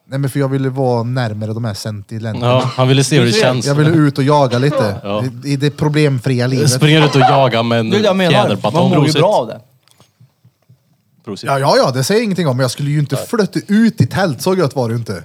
Nej men för jag ville vara närmare de här sentilenterna.
Ja, han ville se hur det känns.
Jag ville ut och jaga lite. I, I det problemfria livet.
Springer ut och jagar med en
Det är det jag menar. Man
fjäderbatong.
mår ju
Prosit.
bra av det.
Prosit.
Ja, ja, ja, det säger jag ingenting om. Men jag skulle ju inte flytta ut i tält. Så gött var det ju inte.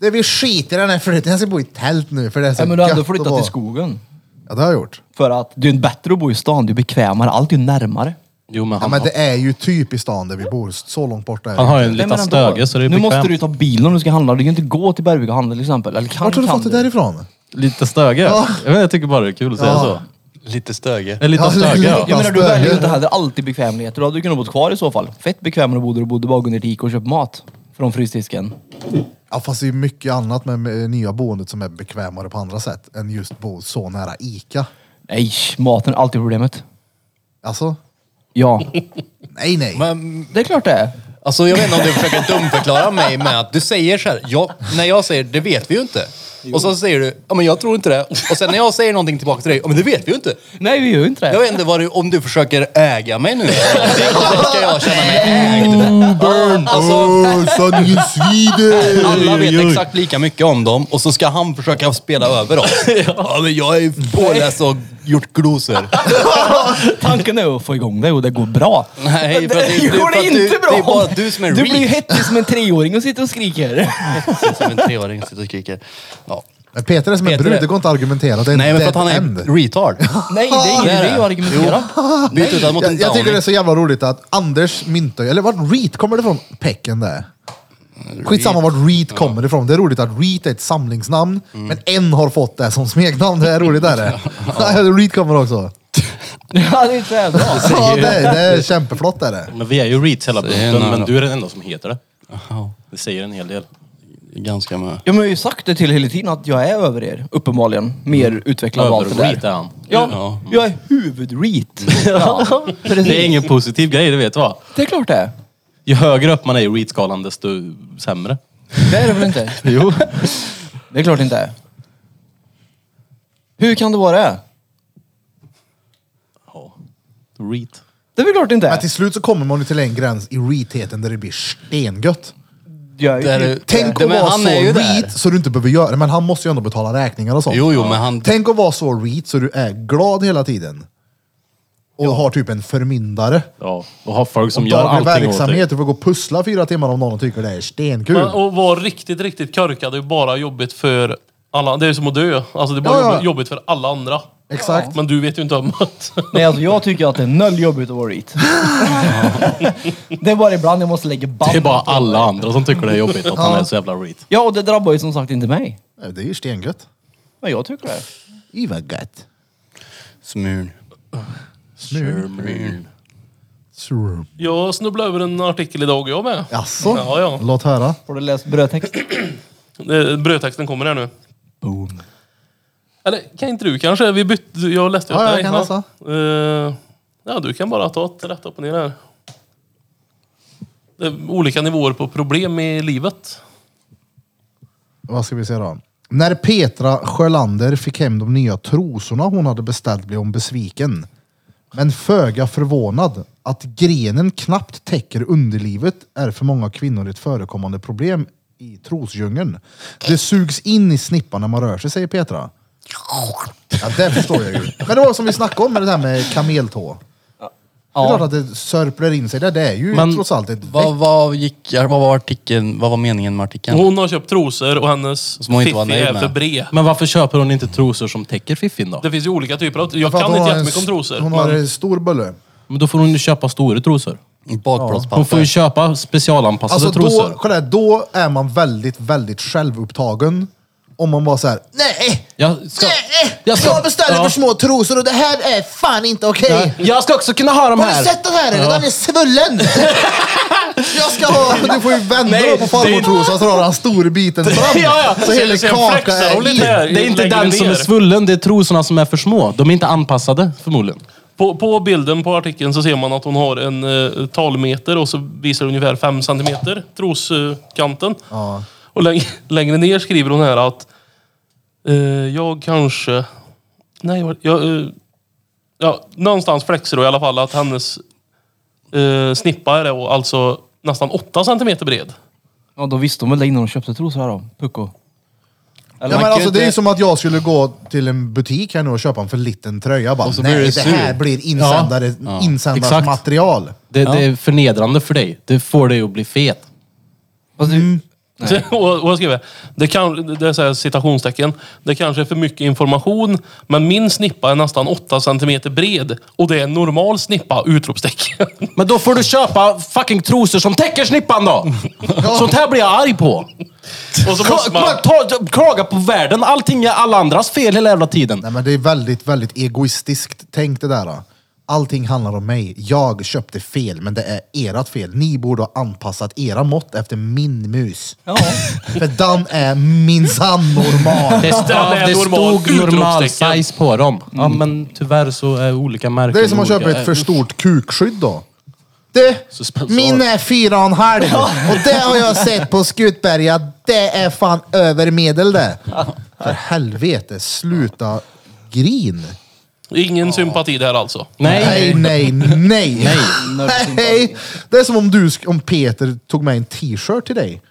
Det vi skiter i den här flytten. Jag ska bo i tält nu för det är så
Nej, men du hade
gött att
flyttat
vara-
till skogen.
Ja, det har jag gjort.
För att det är ju bättre att bo i stan. Det är bekvämare. Allt är ju närmare.
Jo men
Ja,
han,
men det är ju typ i stan där vi bor. Så långt borta är
han
det.
har ju en
Nej,
liten
men ändå.
stöge så det är
Nu måste
bekvämt.
du ju ta bilen om du ska handla. Du kan ju inte gå till Bergvik och handla till exempel. Eller kan,
Vart har du
kan
fått det därifrån?
Lite stöge? Jag, vet, inte, jag tycker bara det är kul att säga
Ja.
så.
Lite stöge.
En liten
Ja,
stöge
lite-
ja.
Jag menar du
Fast det-
väljer ju inte heller alltid bekvämligheter. Då hade du kunnat bo kvar i så fall. Fett bekvämare att bo där du bodde bara gå ner till Ica och köpa mat. Från frysdisken.
Ja, fast det är ju mycket annat med, med nya boendet som är bekvämare på andra sätt än just bo så nära Ica.
Nej, maten är alltid problemet.
Alltså,
Ja,
nej nej.
Men,
det är klart det är.
alltså jag vet inte om du försöker dumförklara mig med att du säger så här, jag, när jag säger det vet vi ju inte. Och så säger du, ja men jag tror inte det. Och sen när jag säger någonting tillbaka till dig, ja men det vet vi ju inte.
Nej, vi gör ju inte
Jag
det.
vet inte vad du, om du försöker äga mig nu. Och så ska jag känna mig ägd. Alltså,
Åh, sanningen svider!
alla vet exakt lika mycket om dem och så ska han försöka spela över oss. Ja, men jag är ju påläst och gjort glosor.
Tanken är att få igång det och det går bra.
Nej, för att det-
går
för
det
att
inte
du-
bra!
det är bara du som är
Du blir ju
rik.
hettig som en treåring och sitter och skriker.
Som en treåring sitter och skriker. Ja.
Men Peter är som en
Peter
brud,
är-
det går inte att argumentera. Det är
Nej,
en
men för att
dead
han är
end.
retard.
Nej, det är
Det är
ingen idé
det.
att argumentera.
Byt ut den mot
Jag,
en
jag tycker det är
downing.
så jävla roligt att Anders Myntöj, eller vart reet kommer det ifrån? Pecken där.
Mm,
Skitsamma vart reet kommer ifrån. Det är roligt att reet är ett samlingsnamn,
Mm.
men en har fått det som smeknamn. Det är roligt är det. reet kommer också.
Ja, det är inte jävla bra.
Ja, det, är- det är kämpeflott är det.
Men vi är ju Reeds hela
Säger
bunten,
någon
men
då.
du är den enda som heter det.
Jaha.
Det säger en hel del.
Ganska med.
Ja, men jag har ju sagt det till hela tiden att jag är över er, uppenbarligen.
Mm.
Mer utvecklad av allt det
Över-Reed är
där.
han.
Ja,
Ja.
jag är huvud-reet.
Mm.
Ja, precis.
Det är ingen positiv grej, det vet du va?
det är klart det är.
Ju högre upp man är i Reed-skalan, desto sämre.
Det är det väl inte?
Jo.
Det är klart det inte är. Hur kan det vara det?
Ja. Reed.
Det är väl klart det inte
Men
är.
till slut så kommer man ju till en gräns i reetheten där det blir stengött.
Jag är
Där
ju-
är-
Tänk
Ja,
att
Eh, men
vara
han
så
är ju där.
reet så du inte behöver göra Men han måste ju ändå betala räkningar och sånt.
Jo, jo, men han...
Tänk att vara så reet så du är glad hela tiden. Och har typ en förmyndare.
Ja. Och har folk som
Som
gör
daglig
allting åt dig.
verksamhet, du får gå och pussla fyra timmar om någon tycker det är stenkul.
Men att vara riktigt, riktigt korkad är ju bara jobbigt för alla. Det är ju som att dö. Alltså det är bara
Ja, ja.
jobbigt- jobbigt för alla andra.
Exakt.
Men du vet ju inte om att...
Nej, alltså jag tycker att det är noll jobbigt att vara reet. det är bara ibland jag måste lägga band.
Det är bara alla andra som tycker det är jobbigt att han är så jävla Reed.
Ja, och det drabbar ju som sagt inte mig.
Nej, Eh, Det är ju stengött.
Men jag tycker det.
I vad gött.
Smul.
Sure.
Jag snubblade över en artikel idag jag med.
Jaså?
Ja, ja.
Låt höra.
Får du läsa brödtext?
Eh, Brödtexten kommer här nu. Boom. Eller kan inte du kanske? Vi bytte... Jag läste ju
Ja,
åt
jag
dig.
kan läsa.
Eh, ja, du kan bara ta ett rätt upp och ner här. Det är olika nivåer på problem i livet.
Vad ska vi se då? När Petra Sjölander fick hem de nya trosorna hon hade beställt blev hon besviken. Men föga förvånad att grenen knappt täcker underlivet är för många kvinnor ett förekommande problem i trosdjungeln. Det sugs in i snippan när man rör sig, säger Petra. Ja, det förstår jag ju. Men det var som vi snackade om med det där med kameltå. Det är klart att det sörplar in sig där. Det är ju
Men
trots allt ett
Vad, vad, gick, vad var artikeln, vad var meningen med artikeln?
Mm.
Hon har köpt trosor och hennes
Som hon inte var
fiffi
nöjd
är
med.
för bred.
Men varför köper hon inte trosor som täcker fiffin då?
Det finns ju olika typer av... Jag
För att
kan
hon
inte
har en
jättemycket om
s-
trosor.
Hon
men-
har en stor bulle.
Men då får hon ju köpa stora trosor.
Bakplåtspapper.
Hon får ju köpa specialanpassade
Alltså då,
trosor.
kolla, här, då är man väldigt, väldigt självupptagen. Om man bara såhär, nej!
Jag ska,
nej!
jag ska- ja.
små trosor och det här är fan inte okej!
Jag ska också kunna ha de här!
den här eller? Den är svullen! jag ska ha... Du får ju vända dig på farmortrosan så har han stor biten fram.
Ja, ja.
Så hela
Sen
kakan
flexar hon
är
lite här.
i.
Det är inte
Lägger
den
ner.
som är svullen, det är trosorna som är för små. De är inte anpassade förmodligen.
På, på bilden på artikeln så ser man att hon har en eh, talmeter och så visar det ungefär 5 centimeter, troskanten.
Ja.
Och läng, längre ner skriver hon här att eh, jag kanske... Nej, vad- jag, eh, ja, någonstans flexar hon i alla fall att hennes eh, snippa är då alltså nästan 8 centimeter bred.
Ja, då visste de väl det innan de köpte trosor här då. Pucko. Eller
Ja,
man
men
kan ju
alltså, det är ju
inte-
som att jag skulle gå till en butik här nu och köpa en för liten tröja. Bara,
Och så blir
nej,
du
det här
sur."
blir insändare,
Exakt.
insändarmaterial.
Det, det är förnedrande för dig. Det får dig att bli fet.
Fast det-
Mm.
och, och jag skriver, det, kan, det är så här citationstecken. Det kanske är för mycket information, men min snippa är nästan 8 centimeter bred och det är en normal snippa! Utropstecken.
Men då får du köpa fucking trosor som täcker snippan då! Sånt här blir jag arg på!
och så måste
Kla-
man...
kla- ta, ta, klaga på världen, allting är alla andras fel hela jävla tiden.
Nej, men det är väldigt, väldigt egoistiskt tänkt det där. då. Allting handlar om mig. Jag köpte fel, men det är ert fel. Ni borde ha anpassat era mått efter min mus.
Ja.
För den är minsann normal.
Det, stod,
Ja, det är
det
normal-
stod normal
utropstecken. Mm.
size på dem. Ja, men tyvärr så är olika märken
Det är som att
olika.
köpa ett för
Eh,
stort kukskydd då. Du,
Suspensor.
min är fyra och en halv och det har jag sett på Skutberga. Det är fan övermedel det. För helvete, sluta grin.
Ingen sympati där alltså.
Nej,
Nej,
nej, nej. nej. Det är som om, du, sk- om Peter tog med en t-shirt till dig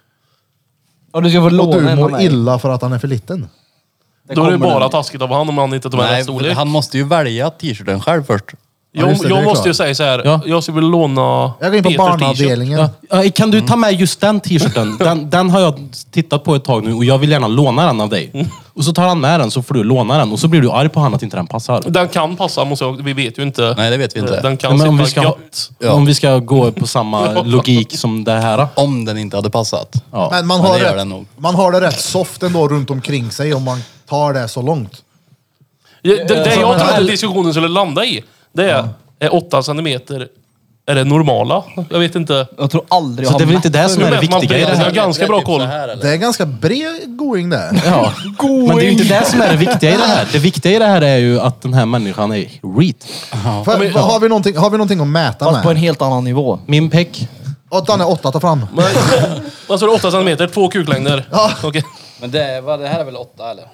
Ja, du ska få
och
låna
du
en
mår
av mig.
illa för att han är för liten.
Då är det
kommer
bara
den.
taskigt av han om han inte tar med rätt
Nej,
storlek.
han måste ju välja t-shirten själv först.
Ja,
Jag,
just det, det
jag
är
måste
klart.
ju säga så här.
Ja.
jag skulle vilja låna
Jag går in på
Peters
barnavdelningen.
Ja, eh, kan du ta med just den t-shirten? Den, den har jag tittat på ett tag nu och jag vill gärna låna den av dig. Och så tar han med den så får du låna den och så blir du arg på honom att inte den passar.
t-shirt. Den kan passa, måste jag, vi vet ju inte.
Nej, det vet vi inte.
Den kan
Nej, men om, vi
sitta
ska,
gött.
Ja.
om vi ska gå på samma logik som det här.
Om den inte hade passat.
Ja.
Men man
Ja,
har,
det gör
rätt,
den nog.
man har det rätt soft ändå runt omkring sig om man tar det så långt.
Ja, Det, det jag trodde diskussionen skulle landa i, det är, är 8 centimeter är det normala? Jag vet inte.
Jag tror aldrig jag
Så
har
det är väl
mätt
inte det som är det
Nu mäter man
viktiga i det
bredd.
här.
Jag har ganska bra koll.
Det är ganska bred going där.
Ja. Men det är ju inte det som är det viktiga i det här. Det viktiga i det här är ju att den här människan är reet.
För, har, vi någonting, har vi någonting att mäta
Fast på en
med?
helt annan nivå.
Min peck.
Åh, Danne, åtta, ta fram.
Men, vad sa du? 8 centimeter? Två kuklängder?
Ja.
Okej.
Men det, vad, det här är väl åtta eller?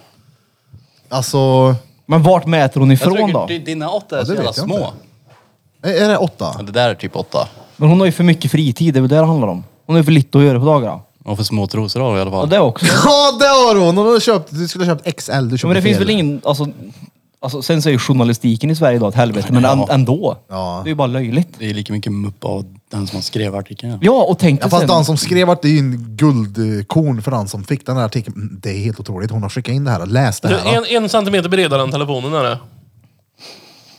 Alltså,
Men vart mäter hon
Jag
ifrån
tycker
då?
di- dina åtta är så
det
jävla
vet jag inte.
små.
är- är det åtta?
Men det där är typ åtta.
Men hon har ju för mycket fritid, det är väl det det handlar om. Hon har ju för lite att göra på dagarna.
Och för små trosor har du i alla
Ja,
fall.
det också.
Ja, det har hon! Hon har köpt, du skulle ha köpt XL. Du köpte
Men det finns
fel.
väl ingen... Alltså, alltså, sen så är ju journalistiken i Sverige idag ett helvete, men än- ändå.
Ja.
Det är ju bara löjligt.
Det är lika mycket mupp av den som skrev artikeln.
Ja, och tänk
Ja,
dig
fast
sen...
den som skrev att det är en guldkorn för den som fick den här artikeln. Mm, Det är helt otroligt. Hon har skickat in det här. Läs det
Du,
här. då.
En, en centimeter bredare än telefonen är det.
Får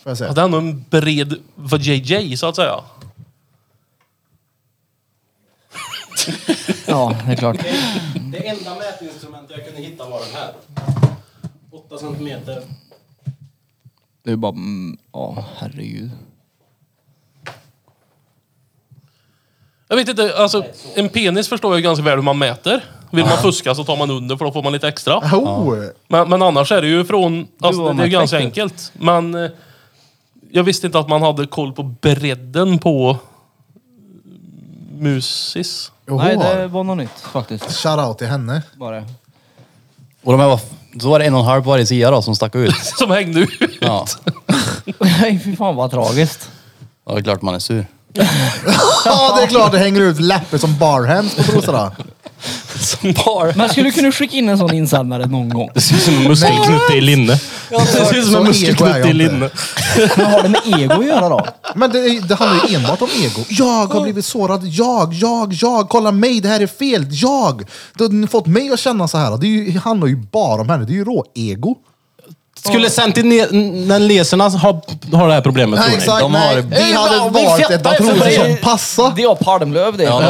jag
Ja,
se.
Det är ändå en bred vad JJ så att säga.
Ja, det är klart.
Det enda mätinstrument jag kunde hitta var den här. 8 centimeter.
Det är bara... mm, Ja, herregud.
Jag vet inte, alltså en penis förstår jag ju ganska väl hur man mäter. Vill man fuska så tar man under för då får man lite extra.
Oh,
Men, men annars är det ju från... Alltså,
var
det är
med
ganska
fläkten.
enkelt. Men eh, jag visste inte att man hade koll på bredden på musis.
jag
Nej,
har.
det var något nytt faktiskt.
Shoutout till henne.
Bara. det.
Och de här var... Så var det en och en halv på varje sida då som stack ut.
Som hängde ut.
Ja.
Nej, fy fan vad tragiskt.
ja, det är klart man är sur.
Ja, det är klart det hänger ut läppar som barhands på trosorna.
Som bar.
Man skulle kunna skicka in en sån insändare någon gång.
Det ser ut som en muskelknutte i linne. Det ser ut
Så ego
som en
är jag
muskelknutte i
inte.
linne.
Men har det med ego att göra då?
Men det, är- det handlar ju enbart om ego. Jag har blivit sårad. Jag, jag, jag. Kolla mig, det här är fel. Jag. Du har fått mig att känna så här. Det, är ju, det handlar ju bara om henne. Det är ju rå-ego.
Skulle sentinelerna ha, ha det här problemet tror
Nej,
ni?
exakt.
de
nej.
har-
Vi hade valt ett par trosor som passade.
Det är Palmlöv det.
Ja,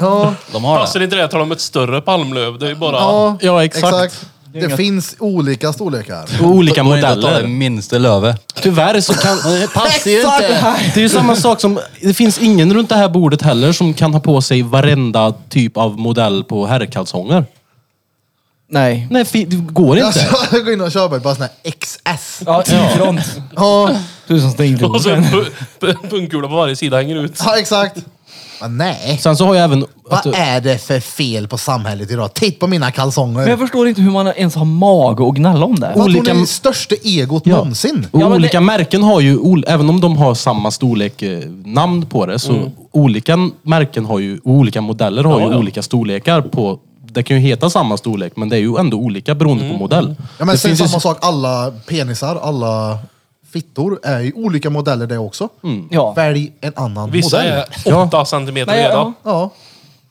de, de har
Passar
det.
inte det tar de ett större palmlöv. Det är ju bara...
Ja,
Ja, exakt.
Det finns olika storlekar.
Och olika
Går inte att ta det
modeller.
minsta löve.
Tyvärr så kan... Passar ju inte. Det är ju samma sak som... Det finns ingen runt det här bordet heller som kan ha på sig varenda typ av modell på herrkalsonger.
Nej.
Nej, fi- det går
Jag
inte.
ska gå in och köpa ett par sådana här XS.
Ja, ifrån.
Ja,
Tusen steg
Och så en pu- pu- pungkula på varje sida hänger ut.
ja exakt. Men nej.
Sen så har jag även... att-
Vad är det för fel på samhället idag? Titta på mina kalsonger.
Men jag förstår inte hur man ens har mage att gnälla om det.
För att
olika-
Hon är största egot
Ja.
någonsin.
Och
Ja, men
olika märken har ju, ol- även om de har samma storlek eh, namn på det, så olika märken har ju, och olika modeller har ju
ja.
olika storlekar på det kan ju heta samma storlek, men det är ju ändå olika beroende på modell.
Ja, men
det
sen
finns ju
samma sak, alla penisar, alla fittor är ju olika modeller det också.
Ja.
Välj en annan
Vissa
modell.
är 8 centimeter
Nej,
breda.
ja.
Ja.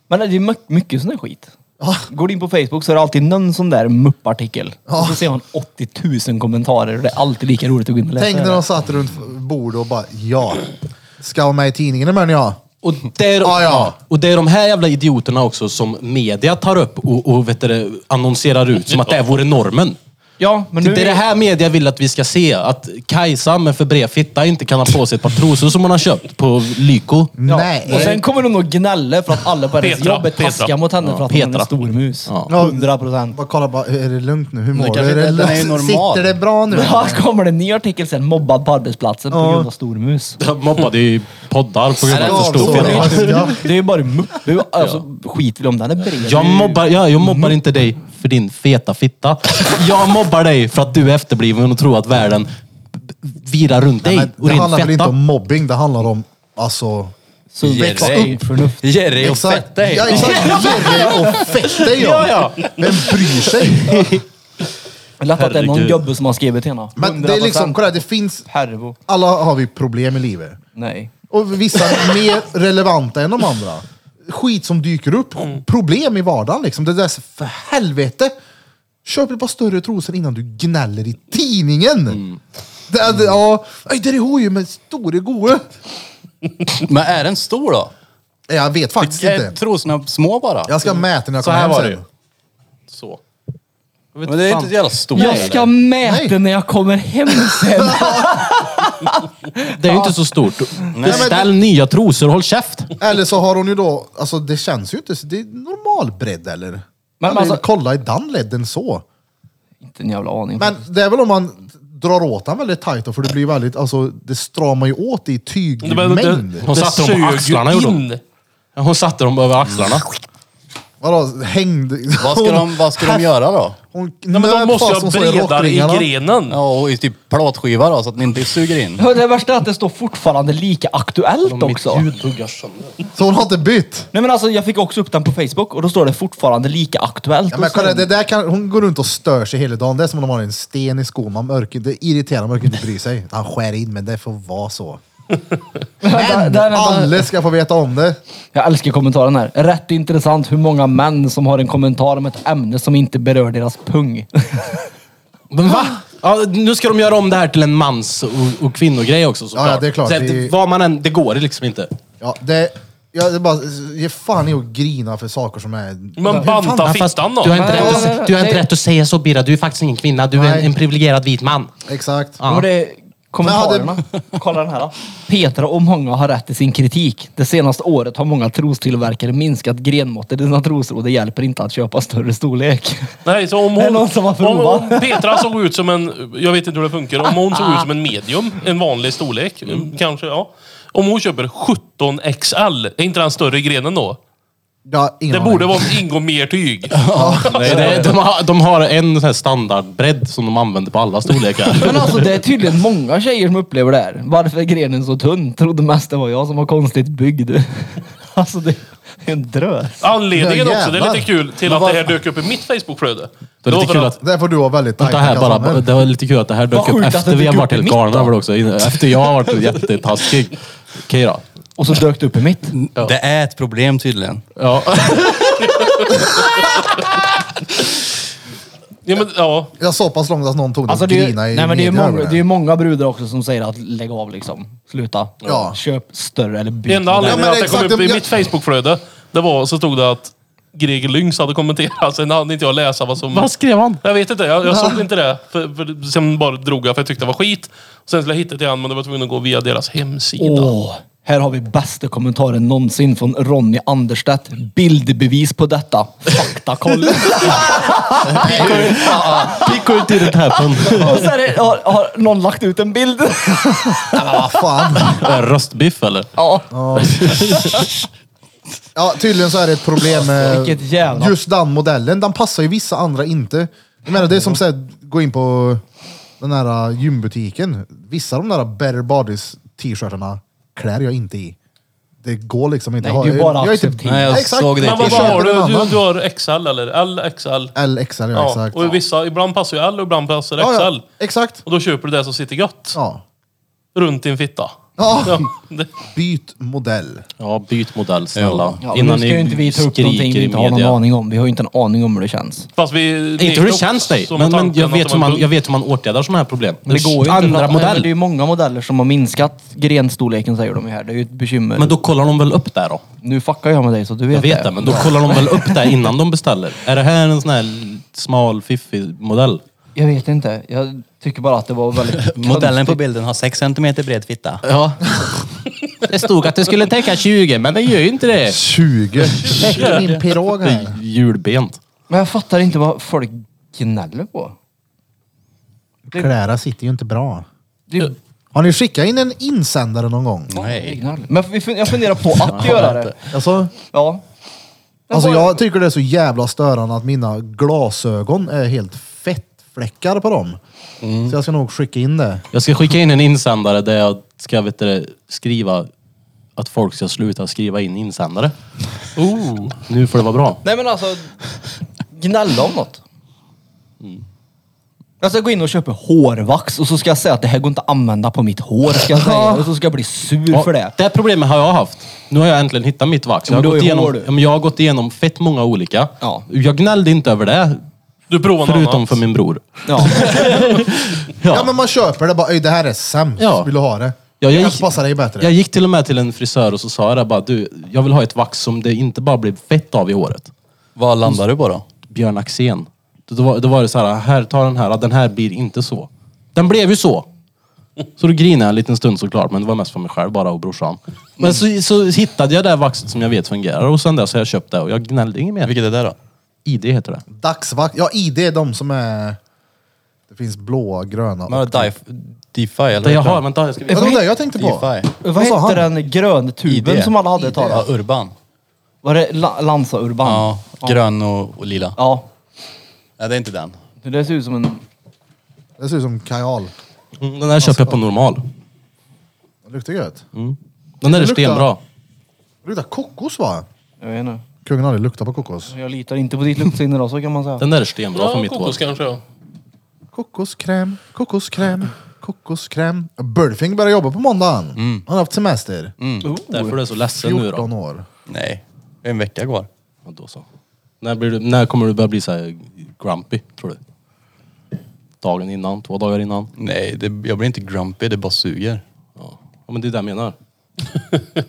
Men det är ju my- mycket sån här skit.
Ja.
Går du in på Facebook så är det alltid någon sån där muppartikel. Och så ser man 80 000 kommentarer och det är alltid lika roligt att gå in och läsa.
Tänk
det
när
där.
de satt runt bordet och bara ja, ska vara med i tidningen imorgon ja.
Och det, är,
Ja, Ah, ja.
och det är de här jävla idioterna också som media tar upp och, och vet du, det, annonserar ut som att det vore normen. Typ
Ja, men
Typ,
nu...
Det är det här media vill att vi ska se. Att Kajsa med för bred fitta inte kan ha på sig ett par trosor som hon har köpt på Lyko.
Nej.
Och sen kommer de nog gnälla för att alla på hennes
Petra,
jobb är taskiga
Petra.
mot henne för att hon är
Petra.
en stor mus.
Ja.
100 procent.
Bara kolla, bara, är det lugnt nu? Hur mår du?
kanske
Är det
inte- den är ju
lugnt?
normal.
Sitter det bra nu?
Ja, kommer det en ny artikel sen. Mobbad på arbetsplatsen på
Ja.
grund av stormus.
Jag mobbade i poddar på grund av
Ja,
att för
så
stor
är
fitta.
det. Ja.
Det är ju bara mupp. Det är ju- Alltså, skit väl om den är bred.
Jag mobbar, ja, jag mobbar inte dig för din feta fitta. Jag mobbar dig för att du är efterbliven och tror att världen virar runt dig
Men
och
det
din
handlar väl inte
feta.
om mobbing, det handlar om alltså...
Så väx
Jerry.
upp förnuft.
Jerry och
Exakt.
fett dig.
Ja, exakt. Jerry och fett dig ja. Vem bryr sig?
Lätt att det är någon
Herregud.
gubbe som har skrivit till henne.
Men det är liksom,
100%.
kolla det finns,
Pervo.
alla har vi problem i livet.
Nej.
Och vissa är mer relevanta än de andra. Skit som dyker upp,
Mm.
problem i vardagen liksom. Det där, för helvete! Köp ett par större trosor innan du gnäller i tidningen!
Mm.
Det, det, ja, Aj, där är hon ju med store goe.
Men är den stor då?
Jag vet faktiskt
Är
inte.
trosorna små bara?
Jag ska mäta när jag
Så
kommer
här
hem
var det ju.
sen.
Så.
Men det är inte så jävla stor.
Jag ska mäta
Nej.
när jag kommer hem sen.
Det är ju inte så stort. Beställ nya trosor, håll käft!
Eller så har hon ju då, alltså det känns ju inte, så- det är normal bredd eller?
men
Men,
alltså-
kolla i den ledden så.
inte en jävla aning.
Men det är väl om man drar åt den väldigt tajt då, för det blir väldigt, alltså det stramar ju åt i
Men det-
tygmängd.
Hon satte dem på
sög ju
axlarna, gjorde hon.
in.
Hon satte dem över axlarna.
Vadå, hängd?
Vad ska de, vad ska de göra då?
Hon
Nej, men de
knöt
måste ju
fast
ha
hon så i
bredare i
rockringarna.
grenen.
Ja, och i typ plåtskiva då, så att den inte suger in.
Hör det värsta är att det står fortfarande lika aktuellt också.
tuggar sönder.
Så hon har inte bytt?
Nej men alltså jag fick också upp den på Facebook och då står det fortfarande lika aktuellt.
Ja, men
Och så-
kolla, det där kan, hon går runt och stör sig hela dagen. Det är som om hon har en sten i skon. Man orkar, det irriterar, man orkar inte bry sig. Han skär in, men det får vara så.
Där- där- där-
Alla ska få veta om det.
Jag älskar kommentaren här. Rätt intressant hur många män som har en kommentar om ett ämne som inte berör deras pung.
Men va? Ja, nu ska de göra om det här till en mans och, och kvinnogrej också såklart.
Ja, ja, det är klart.
Så att
Vi-
Vad man än, det går liksom inte.
Ja, det, jag det bara, ge fan i att grina för saker som är...
Men banta fittan då.
du har inte,
Nej,
rätt,
nej, nej,
att, du har inte
nej.
rätt att säga så Birra, du är faktiskt ingen kvinna. Du är en,
Nej.
en privilegierad vit man.
Exakt.
Ja.
Och det är kommentarerna. Kolla den här då. Petra och många har rätt i sin kritik. Det senaste året har många trostillverkare minskat grenmåttet i sina trosor och det hjälper inte att köpa större storlek.
Nej, så om
Det är
hon...
någon som har
om,
provat.
om Petra såg ut som en... Jag vet inte hur det funkar. Om hon såg ut som en medium, en vanlig storlek, kanske, ja. Om hon köper 17 XL, är inte den större grenen då?
Ja, ingen
Det
aning.
borde vara ingå mer tyg.
Nej, det, de, har, de har en sån här standardbredd som de använder på alla storlekar.
Men alltså det är tydligen många tjejer som upplever det här. Varför är grenen så tunn? Trodde mest det var jag som var konstigt byggd. Alltså det är en drös.
Anledningen
Ja,
också, det är lite
jävlar.
kul, till att det här dök upp i mitt Facebookflöde.
Det är lite kul att...
Där får du vara väldigt tajt.
Vänta här bara, det var lite kul att det här
Vad
dök upp
sjukt att
efter
det
vi har
dök
varit
upp i
helt
mitt
galna
då.
över det också. Efter jag har varit jättetaskig. Okej då.
Och så dök det upp i mitt.
Det är ett problem tydligen.
Ja.
Ja, men, ja.
Jag så pass långt att någon tog
Alltså
den
det är, ju-
grina i
nej, men det, är ju
media
många,
över
det är ju många brudar också som säger att lägg av liksom. Sluta.
Ja.
Köp större eller byt.
Enda
Ja,
anledningen
men
att det kom
exakt,
upp i
jag-
mitt Facebookflöde, det var så stod det att Greger Lynx hade kommenterat. Sen hann inte jag läsa vad som...
Vad skrev han?
Jag vet inte, jag, jag såg inte det. För, för, sen bara drog jag för jag tyckte det var skit. Sen skulle jag hitta det igen, men då var jag tvungen att gå via deras hemsida.
Åh, här har vi bästa kommentaren någonsin från Ronny Anderstedt. Bildbevis på detta. Faktakoll.
Pico it didn't happen.
Och så är det, har, har någon lagt ut en bild?
Ah, fan.
Är det eh, Röstbiff eller?
Ja.
Ja, tydligen så är det ett problem med
Alltså, Vilket jävla-
just den modellen. Den passar ju vissa andra inte. Jag menar, det är som att gå in på den här eh, gymbutiken. Vissa av de där bare bodies t-shirtarna klär jag inte i. Det går liksom inte.
Nej,
Jag har-
du
jag-
bara
jag är inte-
accepterar.
Nej, jag
Exakt.
såg det
Men vad
t-shirt.
har du?
Köper en
du?
annan.
Du har XL eller LXL?
LXL, ja,
Ja,
exakt.
och vissa, ibland passar ju L och ibland passar XL.
Ja, ja, exakt.
Och då köper du det som sitter gött.
Ja.
Runt din fitta.
Ja.
det,
Byt modell.
Ja, byt modell snälla.
Ja, Innan nu ska ju inte vi ta upp någonting vi inte har någon aning om. Vi har ju inte en aning om hur det känns.
fast vi...
Inte hur det känns nej, men, men jag, vet hur man, jag vet hur man åtgärdar sådana här problem.
Det går ju inte.
Andra
Nej, men
modell.
Det är ju många modeller som har minskat grenstorleken säger de ju här. Det är ju ett bekymmer.
Men då kollar de väl upp där då?
Nu fuckar jag med dig så du vet,
Jag vet det, men då kollar de väl upp där innan de beställer? Är det här en sån här smal, fiffig modell?
Jag vet inte. Jag tycker bara att det var väldigt
Modellen på bilden har 6 cm bred fitta.
Ja. Det stod att det skulle täcka 20, men det gör ju inte det.
20. Täcker min pirog
Det
här.
är julbent.
Men jag fattar inte vad folk gnäller på.
Klära sitter ju inte bra.
Det är
Har ni skickat in en insändare någon gång?
Nej.
gnäll. Men vi fun- jag funderar på att göra det.
Alltså,
Ja. Men
alltså
bara-
jag tycker det är så jävla störande att mina glasögon är helt fettfläckar på dem.
Mm.
Så jag ska nog skicka in det.
Jag ska skicka in en insändare där jag ska vet du, det, skriva att folk ska sluta skriva in insändare. Oh. Nu får det vara bra.
Nej men alltså, gnälla om något. Jag ska gå in och köpa hårvax och så ska jag säga att det här går inte att använda på mitt hår. Ska jag säga. Och så ska jag bli sur
Ja,
för det.
Det problemet har jag haft. Nu har jag äntligen hittat mitt vax. Jag har,
Men då
gått
är hår
igenom,
du.
ja, men jag har gått igenom fett många olika.
Ja.
Jag gnällde inte över det.
Du provar något
Förutom
annat.
för min bror.
Ja.
Ja.
Ja men man köper det bara, "Oj, det här är sämst,
Ja.
vill du ha det?
Ja, jag
det
gick-
här passar dig bättre.
Jag gick till och med till en frisör och så sa jag det bara, du, jag vill ha ett vax som det inte bara blir fett av i håret.
Vad landar du på då?
Björn Axén. Då var, då var det så här, här ta den här, den här blir inte så. Den blev ju så. Så då grinade jag en liten stund såklart, men det var mest för mig själv bara och brorsan. Men så, så hittade jag det här vaxet som jag vet fungerar och sen dess har jag köpt det och jag gnällde inget mer.
Vilket är det då?
ID heter det.
Dagsvakt, ja ID är de som är... Det finns blåa, gröna.
Man har
och-
DeFi, DeFi eller?
Det
vad
jag
heter
har,
det?
vänta, jag ska...
Ja, de där jag tänkte på.
DeFi.
Vad
sa
hette
han?
den gröna tuben
ID.
som alla hade ett tag?
Ja, Urban.
Var det La- Lanza Urban?
Ja, grön och, och lila.
Ja.
Nej, det är inte den.
Det ser ut som en...
Det ser ut som kajal.
Den här köper jag på normal.
Det luktar gött.
Den där är
Det luktar-
stenbra.
Det luktar kokos va?
Jag vet inte.
Kungen aldrig luktar på kokos.
Jag litar inte på ditt luktsinne då, så kan man säga.
Den där är stenbra för
Ja,
mitt hår.
kokos kanske ja.
Kokoskräm, kokoskräm, kokoskräm. Burfing börjar jobba på måndagen. Han har haft semester.
Därför är du Mm. så ledsen nu då.
14 år.
Nej, det är en vecka kvar.
Ja, då så. När, blir du, när kommer du börja bli så här grumpy, tror du? Dagen innan? Två dagar innan?
Nej, det, jag blir inte grumpy, det bara suger.
Ja, ja men det är det jag menar.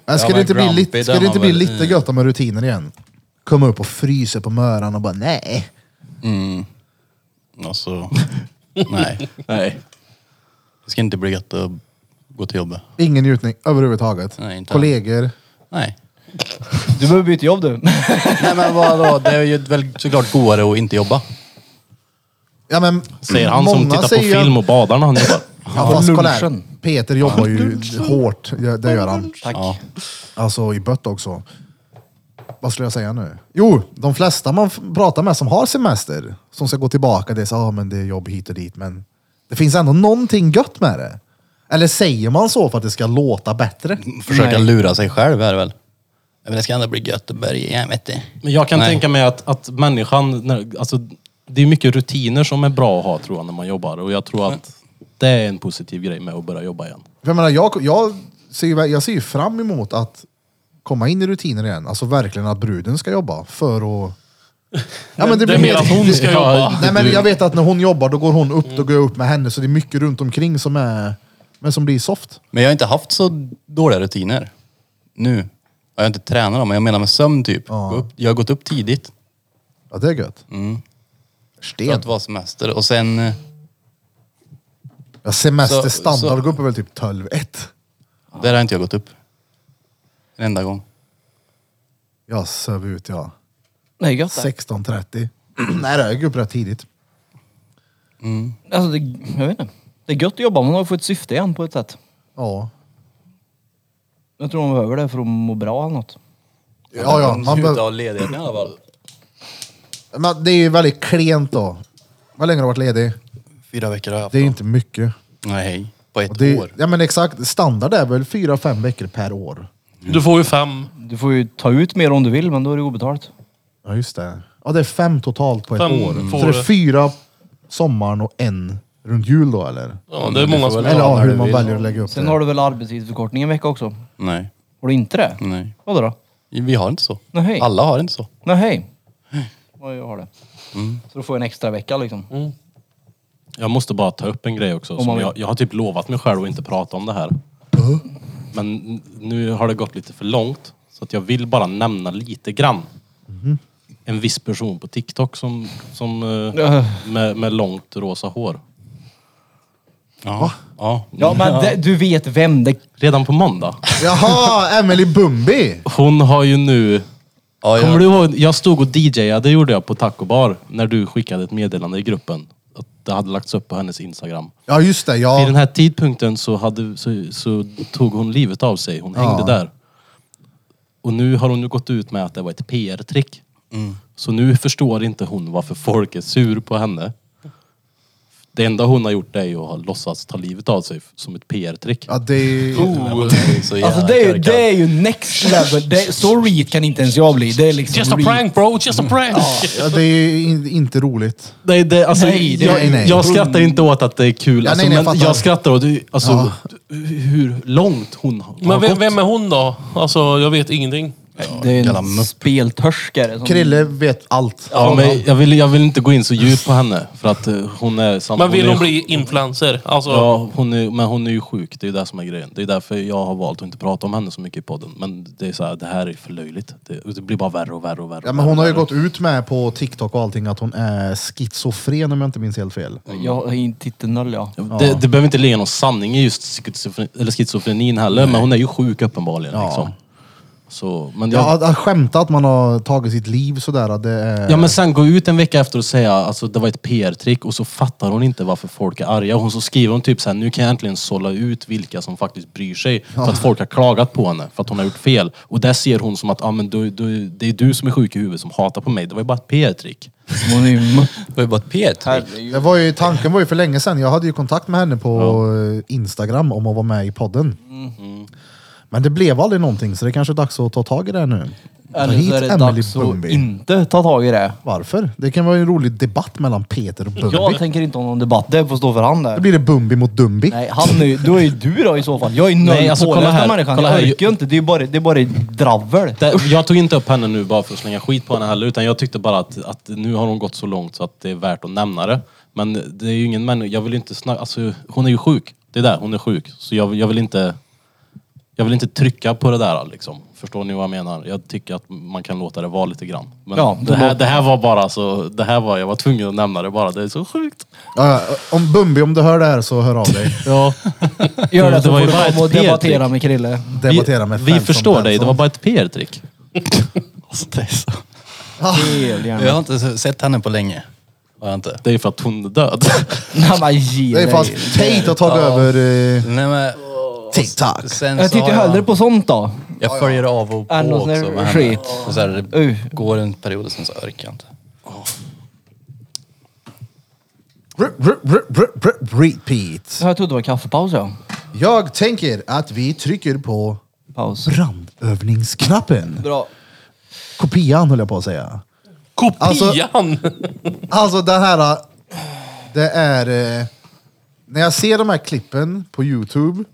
Men ska det
Ja, men
inte bli,
grumpy,
lite, ska
den
det inte
har
bli
väl-
lite gött med rutiner igen? Komma upp och frysa på möran och bara nej.
Alltså, nej.
Nej.
Det ska inte bli gött att gå till jobbet.
Ingen njutning överhuvudtaget.
Nej, inte
Kollegor.
Nej.
Du behöver byta jobb du.
Nej men vadå, det är ju väl såklart godare att inte jobba.
Ja, men,
Säger han som
många
tittar
säger ju
på film och badar när han jobbar.
Ja, fast kolla här.
lunchen.
Peter jobbar ju hårt, Ja, det gör han.
Tack.
Ja.
Alltså i bött också. Vad skulle jag säga nu? Jo, de flesta man f- pratar med som har semester, som ska gå tillbaka, det är så, ah, men det är jobb hit och dit, men det finns ändå någonting gött med det. Eller säger man så för att det ska låta bättre?
Försöka
Nej.
lura sig själv är det väl? Ja, Men det ska ändå bli gött att börja igen vet du.
Men jag kan
Nej.
tänka mig att, att människan, när, alltså, det är mycket rutiner som är bra att ha tror jag när man jobbar. Och jag tror att det är en positiv grej med att börja jobba igen.
För jag menar, jag, jag, ser, ju- jag ser ju fram emot att komma in i rutiner igen. Alltså verkligen att bruden ska jobba för att... Ja, men
Det är mer att hon ska jobba.
Nej men jag vet att när hon jobbar då går hon upp, då går jag upp med henne. Så det är mycket runt omkring som är... Men som blir soft.
Men jag har inte haft så dåliga rutiner. Nu. Jag har inte tränat dem, men jag menar med sömn typ. Gå upp, jag har gått upp tidigt
Ja det är gött.
för
Sten.
Mm. att vara semester och sen... eh,
Ja,
Så- så-
semesterstandard går upp väl typ 12-1.
Där har inte jag gått upp. En enda gång.
Jag söv ut jag.
Nej, gött det.
16.30. Nej då, jag gick upp rätt tidigt.
Alltså, det, jag vet inte. Det är gött att jobba, man har ju fått ett syfte igen på ett sätt.
Ja.
Jag tror man behöver det för att må bra eller något.
Ja, ja. Man
Njuta
be-
av ledigheten i alla fall.
men det är ju väldigt klent då. Vad länge har du varit ledig?
Fyra veckor har jag haft.
Det är ju
då.
inte mycket.
Nej, på ett
Och det,
år.
Ja men exakt, standard är väl fyra, fem veckor per år.
Du får ju fem.
Du får ju ta ut mer om du vill, men då är det obetalt.
Ja just det. Ja det är fem totalt på ett
Fem
år.
får
Så det
du.
är fyra sommaren och en runt jul då eller?
Ja, det är många som...
Eller ja,
när
hur
du
man
vill.
väljer att lägga upp
Sen
det.
har du väl arbetstidsförkortning en vecka också?
Nej,
Har du inte det?
nej.
Vadå då?
Vi har inte så.
Nej, hej.
Alla har inte så.
Nej, hej. Ja, jag har det. Så du får en extra vecka liksom.
Mm.
Jag måste bara ta upp en grej också.
Om man
Som
vill.
jag, jag har typ lovat mig själv att inte prata om det här. Men n- nu har det gått lite för långt. Så att jag vill bara nämna lite grann.
Mm-hmm.
En viss person på TikTok som, som, eh, med, med långt rosa hår.
Ja. ja.
Ja, men det, du vet vem det...
Redan på måndag.
Jaha, Emily Bumbi!
Hon har ju nu...
ja,
Kommer du ihåg? Jag stod och DJade, det gjorde jag på Taco Bar. När du skickade ett meddelande i gruppen. Att det hade lagts upp på hennes Instagram.
Ja just det,
Vid den
ja.
här tidpunkten så, hade, så, så tog hon livet av sig. Hon hängde där. Och nu har hon ju gått ut med att det var ett PR-trick.
Mm.
Så nu förstår inte hon varför folk är sur på henne. Det enda hon har gjort är ju att ha låtsats ta livet av sig f- som ett PR-trick.
Ja, det är...
Oh. Så
Alltså
jävla
det är, ju,
korkat.
det är ju next level. Det, så reed kan inte ens jag bli. Det är liksom
Just a
reed.
prank bro, just a prank!
Mm. Ja, det är in, inte roligt.
Nej, det, alltså,
Nej, det-
jag,
nej, nej.
jag skrattar inte åt att det är kul.
Ja,
alltså,
nej, nej, jag
men
fattar.
jag skrattar åt alltså, hur långt hon har
Men vem,
gått.
vem är hon då? Alltså, jag vet ingenting.
Det är
Jävla
en
mupp.
speltörskare. Som,
Krille vet allt.
Ja, men jag, vill, jag vill inte gå in så djupt på henne. För att eh, hon är... Samt,
Men vill
är,
hon bli influencer? Alltså,
Ja, hon är, men hon är ju sjuk. Det är ju det som är grejen. Det är därför jag har valt att inte prata om henne så mycket i podden. Men det är så här, det här är för löjligt. Det, det blir bara värre och värre och värre.
Ja,
och
men hon
värre
har ju
och värre.
gått ut med på TikTok och allting att hon är schizofren om jag inte minns helt fel.
Jag har inte tittat noll ja.
Det, det behöver inte ligga någon sanning i just schizofren, eller schizofrenin heller, men hon är ju sjuk uppenbarligen. Liksom. Så, men jag,
Ja,
ja,
att, att skämta att man har tagit sitt liv sådär. att Det är...
men sen gå ut en vecka efter och säga att alltså, det var ett PR-trick och så fattar hon inte varför folk är arga. Hon så skriver hon typ så här, nu kan jag äntligen sålla ut vilka som faktiskt bryr sig. För att folk har klagat på henne, för att hon har gjort fel. Och där ser hon som att, ah, men du, du, det är du som är sjuk i huvudet som hatar på mig. Det var ju bara ett PR-trick.
Hon är ju mupp.
Det var ju bara ett p
det var ju, tanken var ju för länge sedan. Jag hade ju kontakt med henne på eh, Instagram om att vara med i podden.
Mhm.
Men det blev aldrig någonting så det kanske är dags att ta tag i det här nu. Ta
Eller
hit
så är det
Emily
dags att
Bumby.
inte ta tag i det.
Varför? Det kan vara en rolig debatt mellan Peter och Bumby.
Jag tänker inte ha någon debatt. Det får stå för han där.
Då blir det Bumby mot Dumby.
Nej, han är ju, då är ju du då i så fall. Jag är
Nej,
noll
alltså, kolla
påläst
här,
av människan.
kolla
Jag
här.
orkar ju inte. Det är ju bara, det är bara dravel.
Det, jag tog inte upp henne nu bara för att slänga skit på henne heller, utan jag tyckte bara att, att nu har hon gått så långt så att det är värt att nämna det. Men det är ju ingen människa, jag vill inte snacka, alltså hon är ju sjuk. Det är där, hon är sjuk. Så jag, jag vill inte, jag vill inte trycka på det där liksom. Förstår ni vad jag menar? Jag tycker att man kan låta det vara lite grann. Men
Ja,
det, här, det här var bara så, det här var, jag var tvungen att nämna det bara. Det är så sjukt.
Ja, om Bumby, om du hör det här så hör av dig.
Ja.
Gör det
Det
så
var
får
ju
du
bara
komma och
ett pet,
debattera
Rick.
med Krille.
Debattera med
vi
Svensson
förstår dig, det
Svensson.
var bara ett PR-trick. alltså, det, är så.
Jag har inte sett henne på länge. Har jag inte.
det är för att hon är död.
Nej, men ge
Det är
dig.
fast Tate har tagit över eh,
Nej, men,
TikTok.
sen
Jag
så
tittar ju
har
hellre på sånt då.
Jag följer av och på
Äh, någon
också
sån här
med henne.
skit.
Och så här, det
Uh.
går en period och sen så orkar jag inte.
R- r- r- r- r- Repeat.
Jag trodde det var kaffepaus ja.
Jag tänker att vi trycker på
Paus.
brandövningsknappen.
Bra.
Kopian höll jag på att säga.
kopian!
alltså- Alltså den här, eh, det är... eh, När jag ser de här klippen på Youtube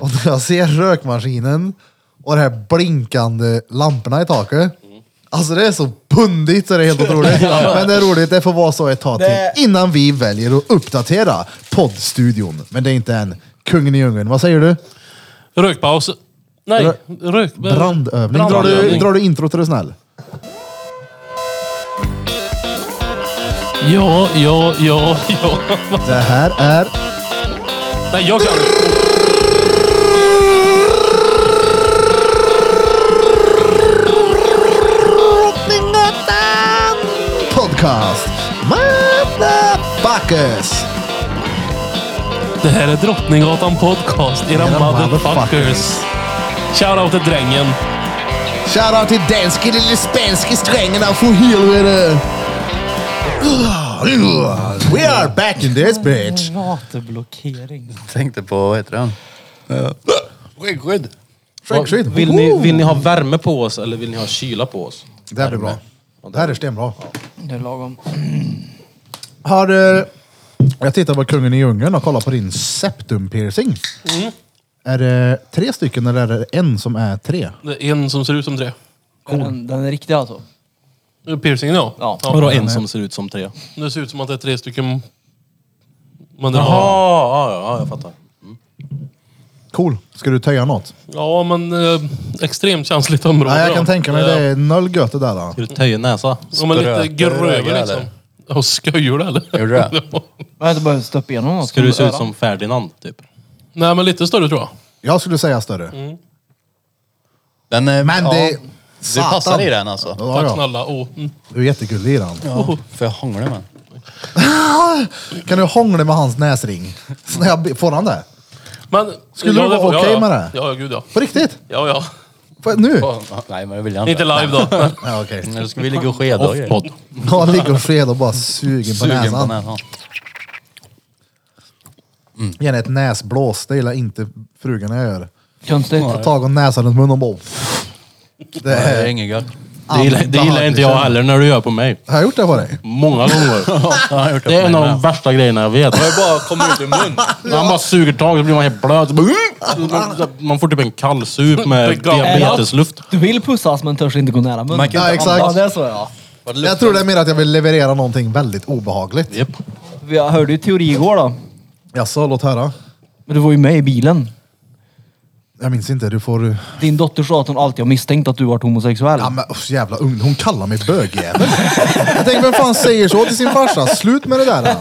och när jag ser rökmaskinen och de här blinkande lamporna i taket. Alltså det är så pundigt så det är helt otroligt. Men det är roligt, det får vara så ett tag
Det-
till innan vi väljer att uppdatera poddstudion. Men det är inte än. Kungen i djungeln, vad säger du?
Rökpaus. Nej, rök...
Brandövning. Drar du,
Brandövning.
drar du introt är du snäll?
Ja, ja, ja, ja.
Det här är...
Nej, jag kan
Drottninggatan Podcast med Backes.
Det här är Drottninggatan Podcast. Era
Era
motherfuckers.
motherfuckers.
Shoutout till drängen.
Shoutout till danske lille spanske strängen av for helvete. uh, We are back in this bitch.
Rateblockering.
Tänkte på, vad heter han? Skäggskydd.
Skäggskydd.
Vill ni, vill ni ha värme på oss eller vill ni ha kyla på oss?
Det här blir bra. Det här är stenbra.
Det är lagom.
Har eh, Jag tittar på Kungen i djungeln och kollar på din septum piercing. Är det tre stycken eller är det en som är tre?
Det är en som ser ut som tre.
Är Den, den är riktig alltså.
Piercingen ja.
Ja.
Vadå en som ser ut som tre?
Det ser ut som att det är tre stycken... Men det var...
Jaha, ja, ja, jag fattar.
Cool. Ska du töja något?
Ja, men eh, extremt känsligt område.
Ja, jag kan
då.
tänka mig
Eh,
det är noll gött det där. Då.
Ska du töja näsa?
De är lite
Spröt, röga,
gröva
eller?
liksom. Och skojar du eller?
Gjorde det?
Jag hade behövt stoppa igenom något.
Ska du se ut som Ferdinand, typ?
Nej, men lite större tror jag.
Jag skulle säga större.
Den,
Men
ja,
det...
det
Satan.
passar i den alltså.
Ja,
Tack
ja.
snälla. Åh, mm.
Du är jättegullig i den.
För jag hånglar med den.
Kan du hångla med hans näsring? Så när jag be- får han det?
Men,
Skulle du vara
får-
okej
ja.
med det?
Ja, ja, gud ja.
På riktigt?
Ja, ja.
På, nu?
Ja, Nej, men det vill jag inte.
Inte live då. men-
Ja, okej.
Nu ska vi ligga och skeda och grejer.
Off-podd.
Han ligger och fred och bara sugen på
Sugen på
näsan.
näsan.
Gärna ett näsblås, det gillar inte frugan jag gör.
Konstigt.
Ta tag om näsan runt munnen och bara... Det
Det är
är
inget gött.
Det gillar, det gillar inte jag heller när du gör på mig.
Har jag gjort det på dig?
Många gånger. Det är en av de värsta grejerna jag vet.
Det bara kommer ut ur mun.
När han bara suger tag så blir man helt blöt. Så bara, "Mm!" Man- Man får typ en kallsup med diabetesluft.
Du vill pussas men törs inte gå nära munnen.
Man kan
Ja,
inte
exakt.
Ja, det är så ja.
Jag tror det är mer att jag vill leverera någonting väldigt obehagligt.
Japp.
Jag hörde ju teori igår då.
Jaså, låt höra.
Men du var ju med i bilen.
Jag minns inte, du får...
Din dotter sa att hon alltid har misstänkt att du varit homosexuell.
Ja men usch, jävla ung. Hon kallar mig bögjävel. jag tänker, vem fan säger så till sin farsa? Slut med det där.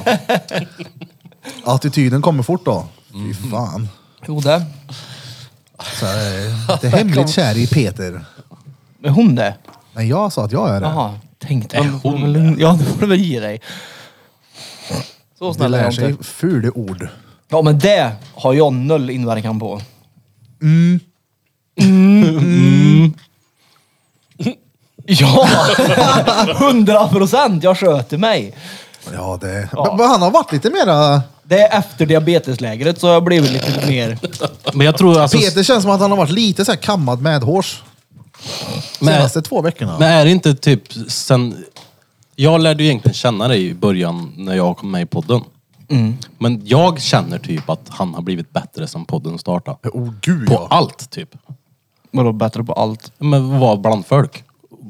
då. Attityden kommer fort då. Fy
Mm.
fan.
Jo det.
Så jag är lite hemligt kär i Peter.
Är hon det?
Men jag sa att jag är det.
Jaha. Tänkte jag. Ja det får du väl ge dig. Så
Det
snäll är
lär
jag
sig
inte.
fula ord.
Ja men det har jag noll inverkan på.
Mm.
Mm. Ja! Hundra procent! Jag sköter mig.
Ja, det... Men han har varit lite mera...
Det är efter diabeteslägret så har jag blivit lite mer...
Men jag tror alltså...
Peter känns som att han har varit lite så här kammad med hårs. Senaste två veckorna.
Men är det inte typ sen... Jag lärde ju egentligen känna dig i början när jag kom med i podden. Men jag känner typ att han har blivit bättre sen podden startade.
Åh gud
På
ja.
allt typ.
Vadå bättre på allt?
Men vara bland folk.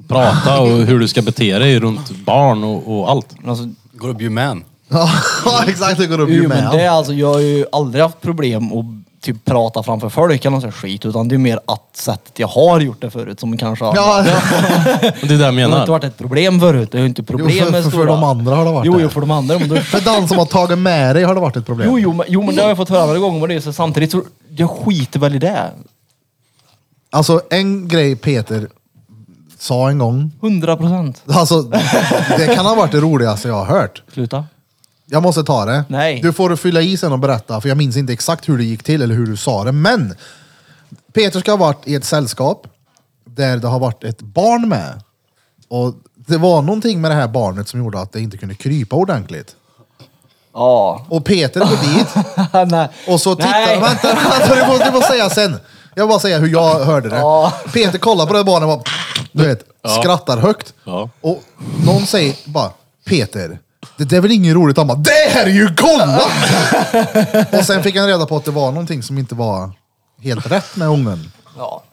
Prata och hur du ska bete dig runt barn och, och allt.
Alltså,
Går upp ju man.
Ja, exakt. Det går upp ju
jo, men det är
med.
alltså, jag har ju aldrig haft problem att typ prata framför folk eller något sånt skit. Utan det är mer att sättet jag har gjort det förut som kanske har...
Ja,
Det är det jag
Det har inte
menar.
varit ett problem förut. Det är ju inte problem
Jo, för-
med
för- för
stora...
de andra har det varit
Jo,
det.
jo, för de andra. Men då...
För den som har tagit med dig har det varit ett problem.
jo, jo, men, jo, men det har jag fått höra andra gånger. Men det är så samtidigt så... Jag skiter väl i det.
Alltså en grej Peter sa en gång,
Hundra procent.
alltså det kan ha varit det roligaste jag har hört.
Sluta.
Jag måste ta det.
Nej.
Du får fylla i sen och berätta, för jag minns inte exakt hur det gick till eller hur du sa det. Men Peter ska ha varit i ett sällskap där det har varit ett barn med. Och det var någonting med det här barnet som gjorde att det inte kunde krypa ordentligt.
Ja.
Och Peter går dit
Nej.
Och så tittar
Nej.
vänta, vänta, du får, du får säga sen. Jag vill bara säga hur jag hörde det.
Ja.
Peter kollar på det här barnet och bara, du vet, skrattar högt.
Ja.
Och någon säger bara, Peter, det där är väl inget roligt? Han bara, det här är ju kolla! och sen fick han reda på att det var någonting som inte var helt rätt med ungen.
Ja.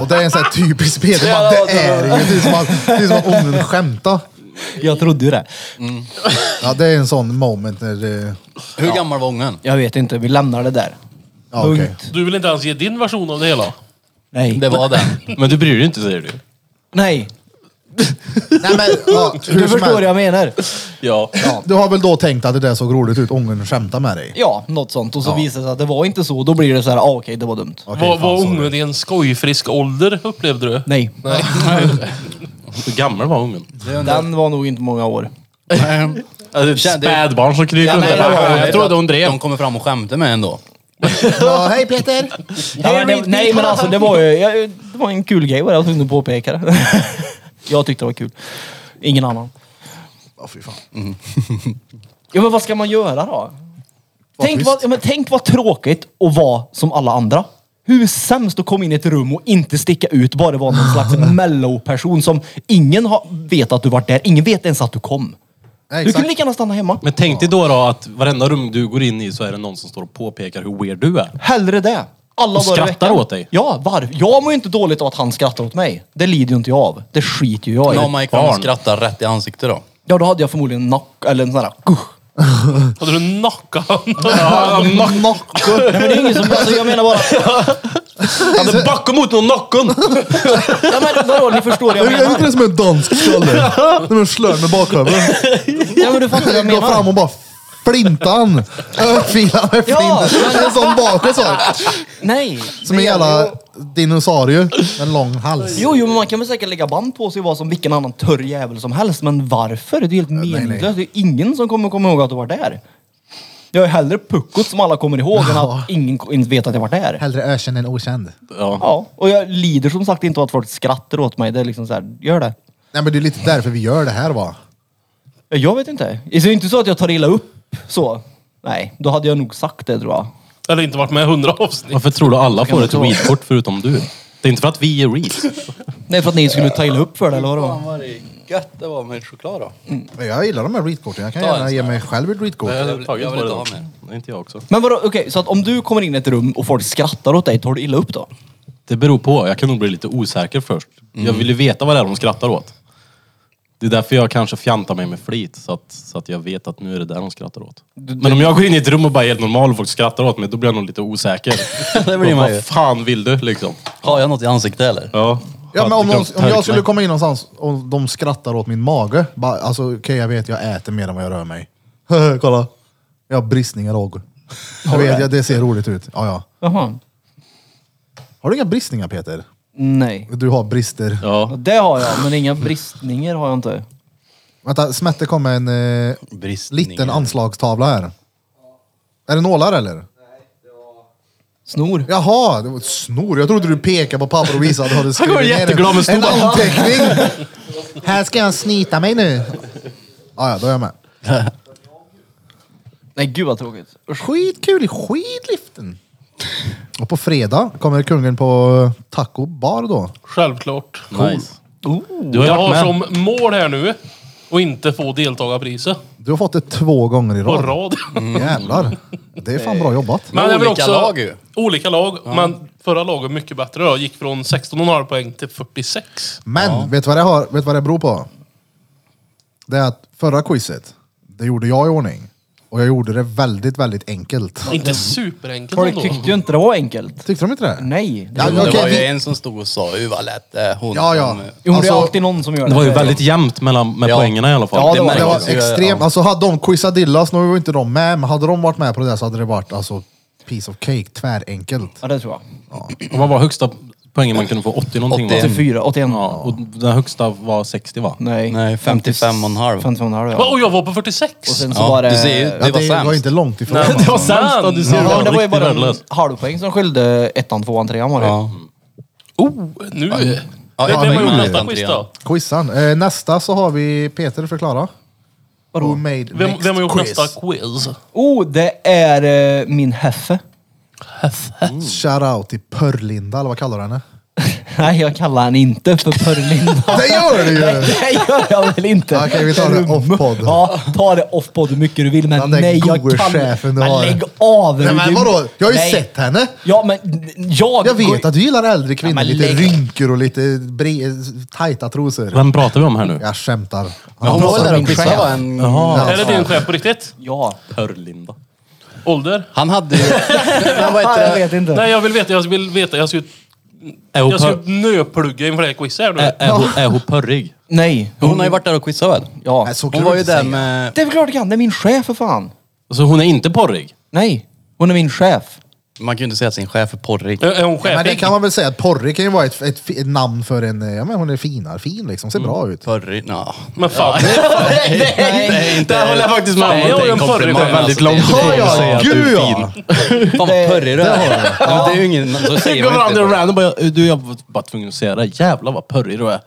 Och det är en sån här typisk Peter, bara, det är ju, det är som att, det är som att ungen skämtar.
Jag trodde ju det.
Ja, det är en sån moment när det...
Hur gammal var ungen?
Jag vet inte, vi lämnar det där.
Ja, okej.
Punkt.
Du vill inte ens ge din version av det hela?
Nej.
Det var den.
Men du bryr dig inte säger du.
Nej.
Nej, men, ja, hur
Du
som
förstår vad
helst.
jag menar.
Ja.
Du har väl då tänkt att det där såg roligt ut, ungen skämtar med dig?
Ja, något sånt. Och så visar det sig att det var inte så. Då blir det så här, ah, okej, det var dumt.
Okej,
var
fan,
var
sorry.
ungen i en skojfrisk ålder upplevde du?
Nej,
Hur gammal var ungen?
den var nog inte många år.
Ja, det är ett
Kände-
Spädbarn som kryper
nej,
under.
det var-
Jag, trodde hon drev.
De kommer fram och skämtar med en då.
Ja, hej Peter!
Ja, men det, nej, men alltså det var ju jag, det var en kul grej var det, jag var tvungen att påpeka det. Jag tyckte det var kul. Ingen annan. Mm.
Ja, fy fan.
Ja, men vad ska man göra då? Tänk
trist.
vad, ja, men tänk vad tråkigt att vara som alla andra. Hur sämst att komma in i ett rum och inte sticka ut, bara vara någon slags mellow-person som ingen har, vet att du varit där. Ingen vet ens att du kom.
Nej,
Du kunde
exakt.
lika gärna stanna hemma.
Men tänk dig då, då att varenda rum du går in i så är det någon som står och påpekar hur weird du är.
Hellre det. Alla
Och
dagar i
skrattar
veckan.
åt dig.
Ja, varför? Jag mår ju inte dåligt av att han skrattar åt mig. Det lider ju inte jag av. Det skiter ju jag i.
När man gick fram och
barn.
skrattade rätt i ansiktet då.
Ja, då hade jag förmodligen nack, eller en sån här... Gush.
Hade du nackat honom?
Nej, men det är ingen som... Alltså, jag menar bara...
Hade backat mot någon nacken!
Ja, men vadå, ni förstår vad jag
Är det
menar.
inte det som en dansk skalle? När man slår med bakhuvudet.
Ja, men du fattar vad jag
Jag går fram
menar.
och bara flintar han. Örfilar med
Ja.
flinten. En sån bakåt så.
Nej.
Som en
det gäller
jävla
ju-
dinosaurie med lång hals.
Jo, jo, men man kan väl säkert lägga band på sig och vara som vilken annan törr jävel som helst. Men varför? Det är ju helt meningslöst. Det är ingen som kommer komma ihåg att du var där. Jag är hellre puckot som alla kommer ihåg än
Ja.
att ingen ko- inte vet att jag var där.
Hellre ökänd än okänd.
Ja.
Ja, och jag lider som sagt inte av att folk skrattar åt mig. Det är liksom så här, gör det.
Nej men det är lite därför vi gör det här va?
Jag vet inte. Det är ju inte så att jag tar illa upp så. Nej, då hade jag nog sagt det tror jag.
Eller inte varit med i hundra avsnitt.
Varför tror du alla får ett readkort förutom du? Det är inte för att vi är read.
Nej, för att ni skulle ta illa upp för det eller vad det var.
Fan vad det gött det var med choklad då.
Men Jag gillar de här readkorten. Jag kan
Ta
gärna
en
ge
sån
mig själv ett readkort.
Jag
vill- jag vill inte ha mer.
Nej, inte jag också.
Men vadå, okej, så att om du kommer in i ett rum och folk skrattar åt dig, tar du illa upp då?
Det beror på. Jag kan nog bli lite osäker först.
Mm.
Jag vill ju veta vad det är de skrattar åt. Det är därför jag kanske fjantar mig med flit. Så att, så att jag vet att nu är det där de skrattar åt. Men om jag går in i ett rum och bara är helt normal och folk skrattar åt mig, då blir jag nog lite osäker.
Det blir man ju.
Vad fan vill du liksom?
Har jag något i ansiktet eller?
Ja.
Ja, men om,
Hade
någon,
glömt
om jag skulle
tärkna.
komma in någonstans och de skrattar åt min mage. Bara, alltså okej, jag vet jag äter mer än vad jag rör mig. Kolla. Jag har bristningar och. Jag vet, jag, det ser roligt ut. Ja, ja.
Jaha.
Har du inga bristningar Peter?
Nej.
Du har brister.
Ja.
Det har jag, men inga bristningar har jag inte.
Vänta, Smette kom med en eh,
Bristningar.
liten anslagstavla här. Är det nålar eller?
Snor.
Jaha, det var ett snor. Jag trodde du pekade på papper och visade hur du skrivit
går
ner
jätteglad med
en, en
snoran.
anteckning. här ska jag snita mig nu. Ja, ja, då är jag med.
Nej, gud vad tråkigt.
Skitkul i skidliften. Och på fredag kommer kungen på taco bar då.
Självklart.
Nice. Du har ju
Jag
varit
har
med.
som mål här nu att inte få deltagarpriset
Du har fått det två gånger i
på
rad.
rad.
Mm. Jävlar. Det är fan bra jobbat.
Men jag vill
olika lag ju.
Olika lag, men förra laget mycket bättre då. Gick från 16,5 poäng till 46.
Men vet du vad det, har, vet du vad det beror på? Det är att förra quizet, det gjorde jag i ordning. Och jag gjorde det väldigt, väldigt enkelt.
Inte superenkelt
Folk
ändå.
tyckte ju inte det var enkelt.
Tyckte de inte det?
Nej. Det
Ja,
var...
Det
Okej,
var ju
vi-
en som stod och sa ju vad lätt det är, hon.
Ja, ja.
som, eh,
Jo, det
Alltså,
är alltid någon som gör det.
Det var ju väldigt jämnt mellan, med
Ja.
poängerna i alla fall.
Ja, det var
Det var
märktes ju,
extremt.
ja.
Alltså hade de quizadillas, nu var ju inte de med, men hade de varit med på det där så hade det varit alltså piece of cake, tvärenkelt.
Ja, det tror jag.
Och Vad var högsta poängen man kunde få? 80 någonting va?
81.
84, 81.
Ja, och den högsta var 60 va?
Nej.
Nej, 55 och en halv.
55 och en halv,
Va,
ja.
Och jag var på 46!
Och sen så
Ja,
var det...
du ser ju, det
Ja,
var
det
sämst.
var inte långt ifrån.
Nej,
alltså.
sämst då, du ser.
Ja, men det var ju
Riktigt
bara en
värdelös.
halvpoäng som skilde ettan, tvåan, trean var det.
Ja.
Oh, nu! Det
Ja, jag
blir
var
ju
med
nästa
utan
quiz
trean.
då.
Quizan. Eh, nästa så har vi Peter, förklara.
Vadå?
Who made
Vem,
next
vem har gjort
quiz?
nästa quiz?
Oh, det är eh, min heffe.
Mm. Shout out till Pörlinda, eller vad kallar du henne?
Nej, jag kallar han inte för Pörlinda.
Det gör du ju!
Nej, gör jag väl inte.
Okej, vi tar det off-podd.
Ja, ta det off-podd hur mycket du vill, men
Den där
nej, jag
gode
kan
chefen du
Men
har.
lägg av!
Nej, men
du-
vadå? Jag har ju
Nej.
sett henne.
Ja, men jag...
Jag vet att du gillar äldre kvinnor,
men
lite
lägg-
rynkor och lite bre- tajta trosor.
Vem pratar vi om här nu?
Jag skämtar.
Hon var väl där och
min
quizade
chef.
va? En...
Är det din chef på riktigt?
Ja.
Pörlinda.
Ålder?
Han hade ju... Men vad
jag
heter det?
vet inte.
Nej, jag vill veta. Jag vill veta. Jag ska ju
Är hon,
jag ska
pör...
ju nöplugga inför det här quizet här nu.
är, är, hon, är hon pörrig?
Nej.
Hon har ju varit där och quizat väl?
Ja.
Nej, så kan
Hon
du
var ju
inte
där
säga.
med...
Det är väl klart jag kan. Det är min chef för fan.
Alltså hon är inte porrig?
Nej. Hon är min chef.
Man kan ju inte säga att sin chef är porrig.
Är- Är hon
Men det
chefig?
kan man väl säga, att porrig kan ju vara ett, ett, fi- ett namn för en, eh, ja men hon är finar, fin liksom,
Mm.
ser bra ut.
Porrig? Nja.
Men fan,
Nej, inte...
Där håller jag faktiskt med om.
Nej, inte
Jag är en porrig
komplimang,
chef.
Väldigt
alltså.
långt
Det-
ifrån
Ja,
att
ja,
säga att du
gud,
är
ja.
fin.
Fan vad pörrig du är. Ja, Det är ju ingen... Så säger
Går
man
fram till en
inte.
random och bara, du jag var bara tvungen att säga det. Jävlar vad pörrig du är.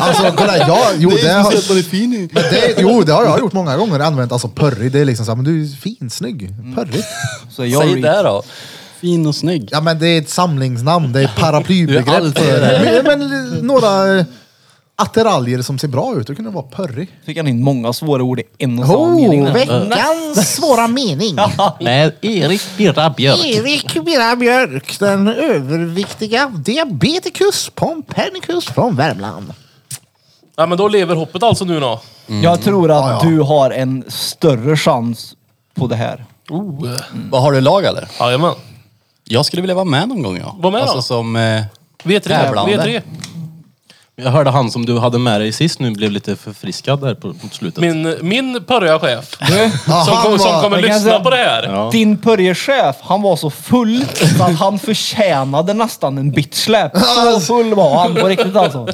Alltså kolla, jag, jo, det har,
man är fin i.
men det, jo det har jag gjort många gånger, använt alltså pörrig, det är liksom såhär, men du är fin, snygg,
Mm.
pörrig.
Så jag
Säg det då. Fin och snygg.
Ja men det är ett samlingsnamn, det är ett paraplybegrepp.
Du är alltid
för- men, men, eh, några eh, attiraljer som ser bra ut, då kan det vara pörrig.
fick han in många svåra ord i en och samma mening.
Oh,
där.
veckans svåra mening.
Med Erik Birra Björk.
Erik Mira Björk, den överviktiga diabeticus pompernicus från Värmland.
ja, men då lever hoppet alltså nu då.
Jag tror att
Ja, ja.
du har en större chans på det här.
Oh.
Vad Har du lag eller?
Jajamän.
Jag skulle vilja vara med någon gång ja.
Var med då.
Alltså som... eh,
V3.
Tävlande.
V3.
Jag hörde han som du hade med dig sist nu blev lite förfriskad där på, på slutet.
Min, min pörriga chef.
Ja,
Som,
han
kom, som
var-
kommer
Jag kan
lyssna
säga-
på det här.
Ja.
Din Börje-chef, han var så full så att han förtjänade nästan en bitchsläp. Så full var han på riktigt alltså.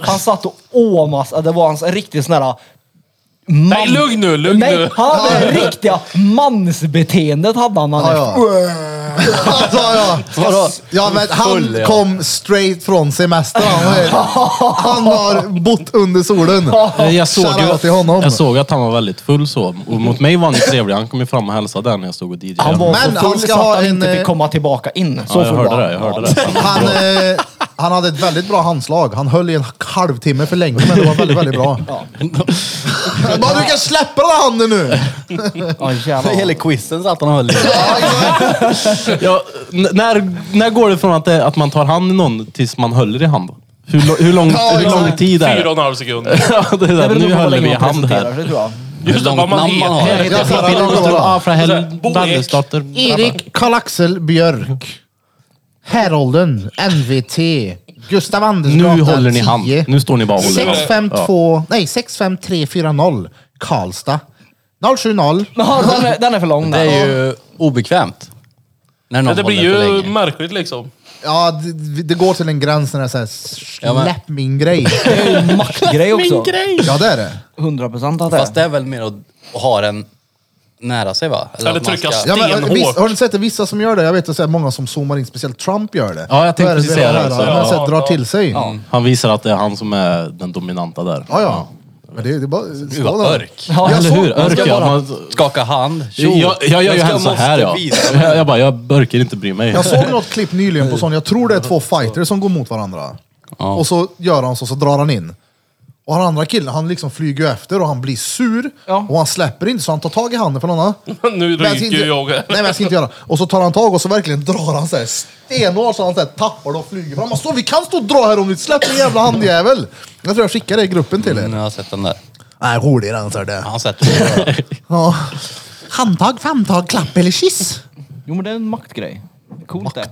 Han satt och åmas, det var hans riktigt sån här... äh, Man...
Nej, lugn nu, lugn
Nej,
nu.
han hade det riktiga mansbeteendet hade han. han
Ja, ja. Alltså, ja.
Vadå?
ja men
Full,
han
ja.
kom straight från semestern. Han, var- han har bott under solen.
Eh, Jag såg,
Shoutout till
ju,
honom.
jag såg att han var väldigt full så. Och mot mig var han ju trevlig. Han kom ju fram och hälsade där när jag stod och DJade.
Han var
Men
så full
han ska
så
ha
att han
en,
inte
eh,
fick komma tillbaka in. Så
ja, jag
full
hörde
var
det. Jag hörde det. Han var
Han,
bra.
eh, han hade ett väldigt bra handslag. Han höll i en halvtimme för länge, men det var väldigt, väldigt bra. Jag Bara, du kan släppa den här handen nu!
Ja, jävlar.
Hela quizen satt han och höll i.
Ja, n- när, när går det från att, det, att man tar hand i någon tills man håller i hand? Hur, lo- hur, lång,
Ja,
hur lång
exakt.
tid är
Fyra och
det?
en halv sekund.
Ja, det är
Det
där,
beror nog
nu
på hur
håller vi
länge
i
man
hand
presenterar
här.
sig tror jag.
Just det,
långt
vad man
namn man
heter.
har.
Jag sa det, långt bra.
Ja, från
Så här,
Hell,
Bo Ek.
Wallesdotter.
Erik Karl-Axel Björk. Herolden. NVT. Gustav Andersgatan
Nu håller ni hand.
10.
Nu står ni bara och håller hand.
652, nej 65340 Karlstad. 070.
Ja, den, är, den är för lång.
Det
den.
är ju obekvämt. När någon
Men det blir
håller för
ju
länge.
märkligt liksom.
Ja, det, det går till en gräns när det är såhär,
Ja, men-
släpp min grej.
Det är ju en maktgrej också.
Ja det är det.
100 procent att det
Fast
är.
det är väl mer att att ha den nära sig va?
Eller
att man
trycka
ska-
Ja, men,
Stenhårt.
visst, har ni sett det? Vissa som gör det? Jag vet att så här, många som zoomar in, speciellt Trump gör det.
Ja, jag tänkte
Då är
precis
det. det
säga det
här,
också.
ja, men så här,
Ja,
drar
ja.
till sig. Ja,
Han visar att det är han som är den dominanta där.
ja. Men det, det är bara...
Gud vad örk.
Ja,
Jag
Eller
såg-
hur? Örk ja. Man,
Skaka hand. tjo.
jag, jag gör ju
ska-
henne så
måste
här ja.
visa.
Jag, jag bara, jag börkar inte bry mig.
Jag såg något klipp nyligen på sån, jag tror det är två fighters som går mot varandra. Och så gör han så, så drar han in. Och han andra killen, han liksom flyger ju efter och han blir sur.
Ja.
Och han släpper inte så han tar tag i handen för någon annan.
Nu
Men jag ska
ryker ju
inte-
jag.
Nej men jag ska inte göra. Och så tar han tag och så verkligen drar han såhär stenhårt så han såhär tappar det och flyger fram. Och Så, vi kan stå och dra här om ni släpper din jävla handjävel. Jag tror jag skickar det i gruppen till
Nu
er.
har jag sett den där.
Mm. Nej, rolig den så är det.
Han har sett den.
Ja. Handtag, famtag, klapp eller kyss.
Jo men det är en maktgrej. Det är Coolt det.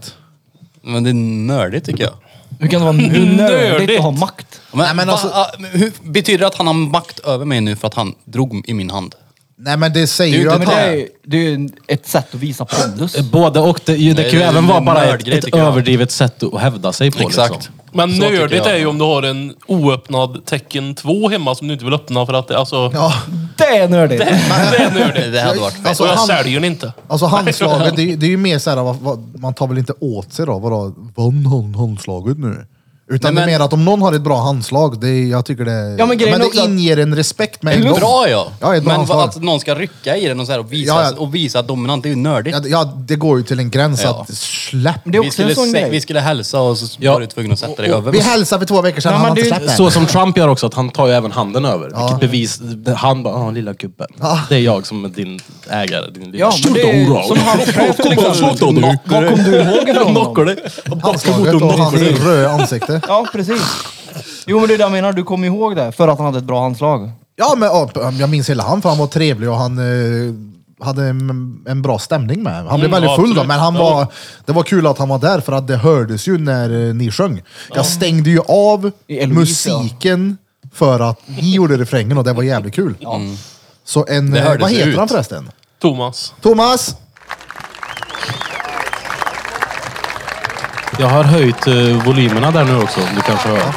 Men det är nördigt tycker jag.
Hur kan det vara nördigt,
Nördigt.
att ha makt?
Men,
Nej, men
va-
alltså-
ah, men hur, betyder det att han har makt över mig nu för att han drog i min hand?
Nej men det säger
Det är
ju
ju
att
inte
Men det
han...
är ju det är ju ett sätt att visa pondus.
Både och. Det, ju- det
Nej,
kan ju
det är
även
en
vara bara ett,
nördgrej,
ett
tycker jag.
överdrivet sätt att hävda sig på. Liksom.
Men
Så tycker
nördigt
jag.
är ju om du har en oöppnad tecken 2 hemma som du inte vill öppna för att det, alltså,
Ja.
Det är nördigt!
det är nördigt.
Det hade varit fett.
Alltså,
Och jag
han-
säljer den inte.
Alltså handslaget, det, är ju- det är ju mer såhär, vad, vad, man tar väl inte åt sig då? Vadå, vann han handslaget nu? Utan
Nej,
det är
men-
mer att om någon har ett bra handslag, det är, jag tycker det,
Ja, men grejen är
det
också att-
inger en respekt med en
Plus-
gång.
Bra ja!
Ja, ett bra
men
handslag.
alltså,
vad- att någon ska rycka i den och, så här och, visa,
Ja, ja.
och visa att dominant, det är ju nördigt.
Ja, det- ja, det går ju till en gräns
Ja.
att släpp.
Det är
vi,
också en
skulle
sån
se,
grej.
vi skulle hälsa och så var du tvungen att sätta dig över.
Vi hälsade för två veckor sedan,
Nej,
han
men
har inte
det är
släppt
Så
än.
som Trump gör också, att han tar ju även handen över. Vilket bevis. Han bara, "Ah, lilla gubben. Det är jag som är din ägare. Din lilla
Ja, men det är som han själv till exempel. Vad kom du ihåg ifrån honom?
Knockar dig.
Handslaget och hans röda ansikte.
Ja, precis. Jo men det är det jag menar, du kommer ihåg det för att han hade ett bra handslag.
Ja, men ja, jag minns hela han för han var trevlig och han eh, hade en, en bra stämning med. Han blev
Mm,
väldigt
ja,
full då,
absolut.
men han
Ja.
var, det var kul att han var där för att det hördes ju när eh, ni sjöng. Jag stängde ju av
I Eloise,
musiken för att ni gjorde refrängen och det var jävligt kul. Så en,
Det
eh,
hördes
vad heter
ut.
han förresten?
Thomas.
Thomas!
Jag har höjt eh, volymerna där nu också, om du kanske hör.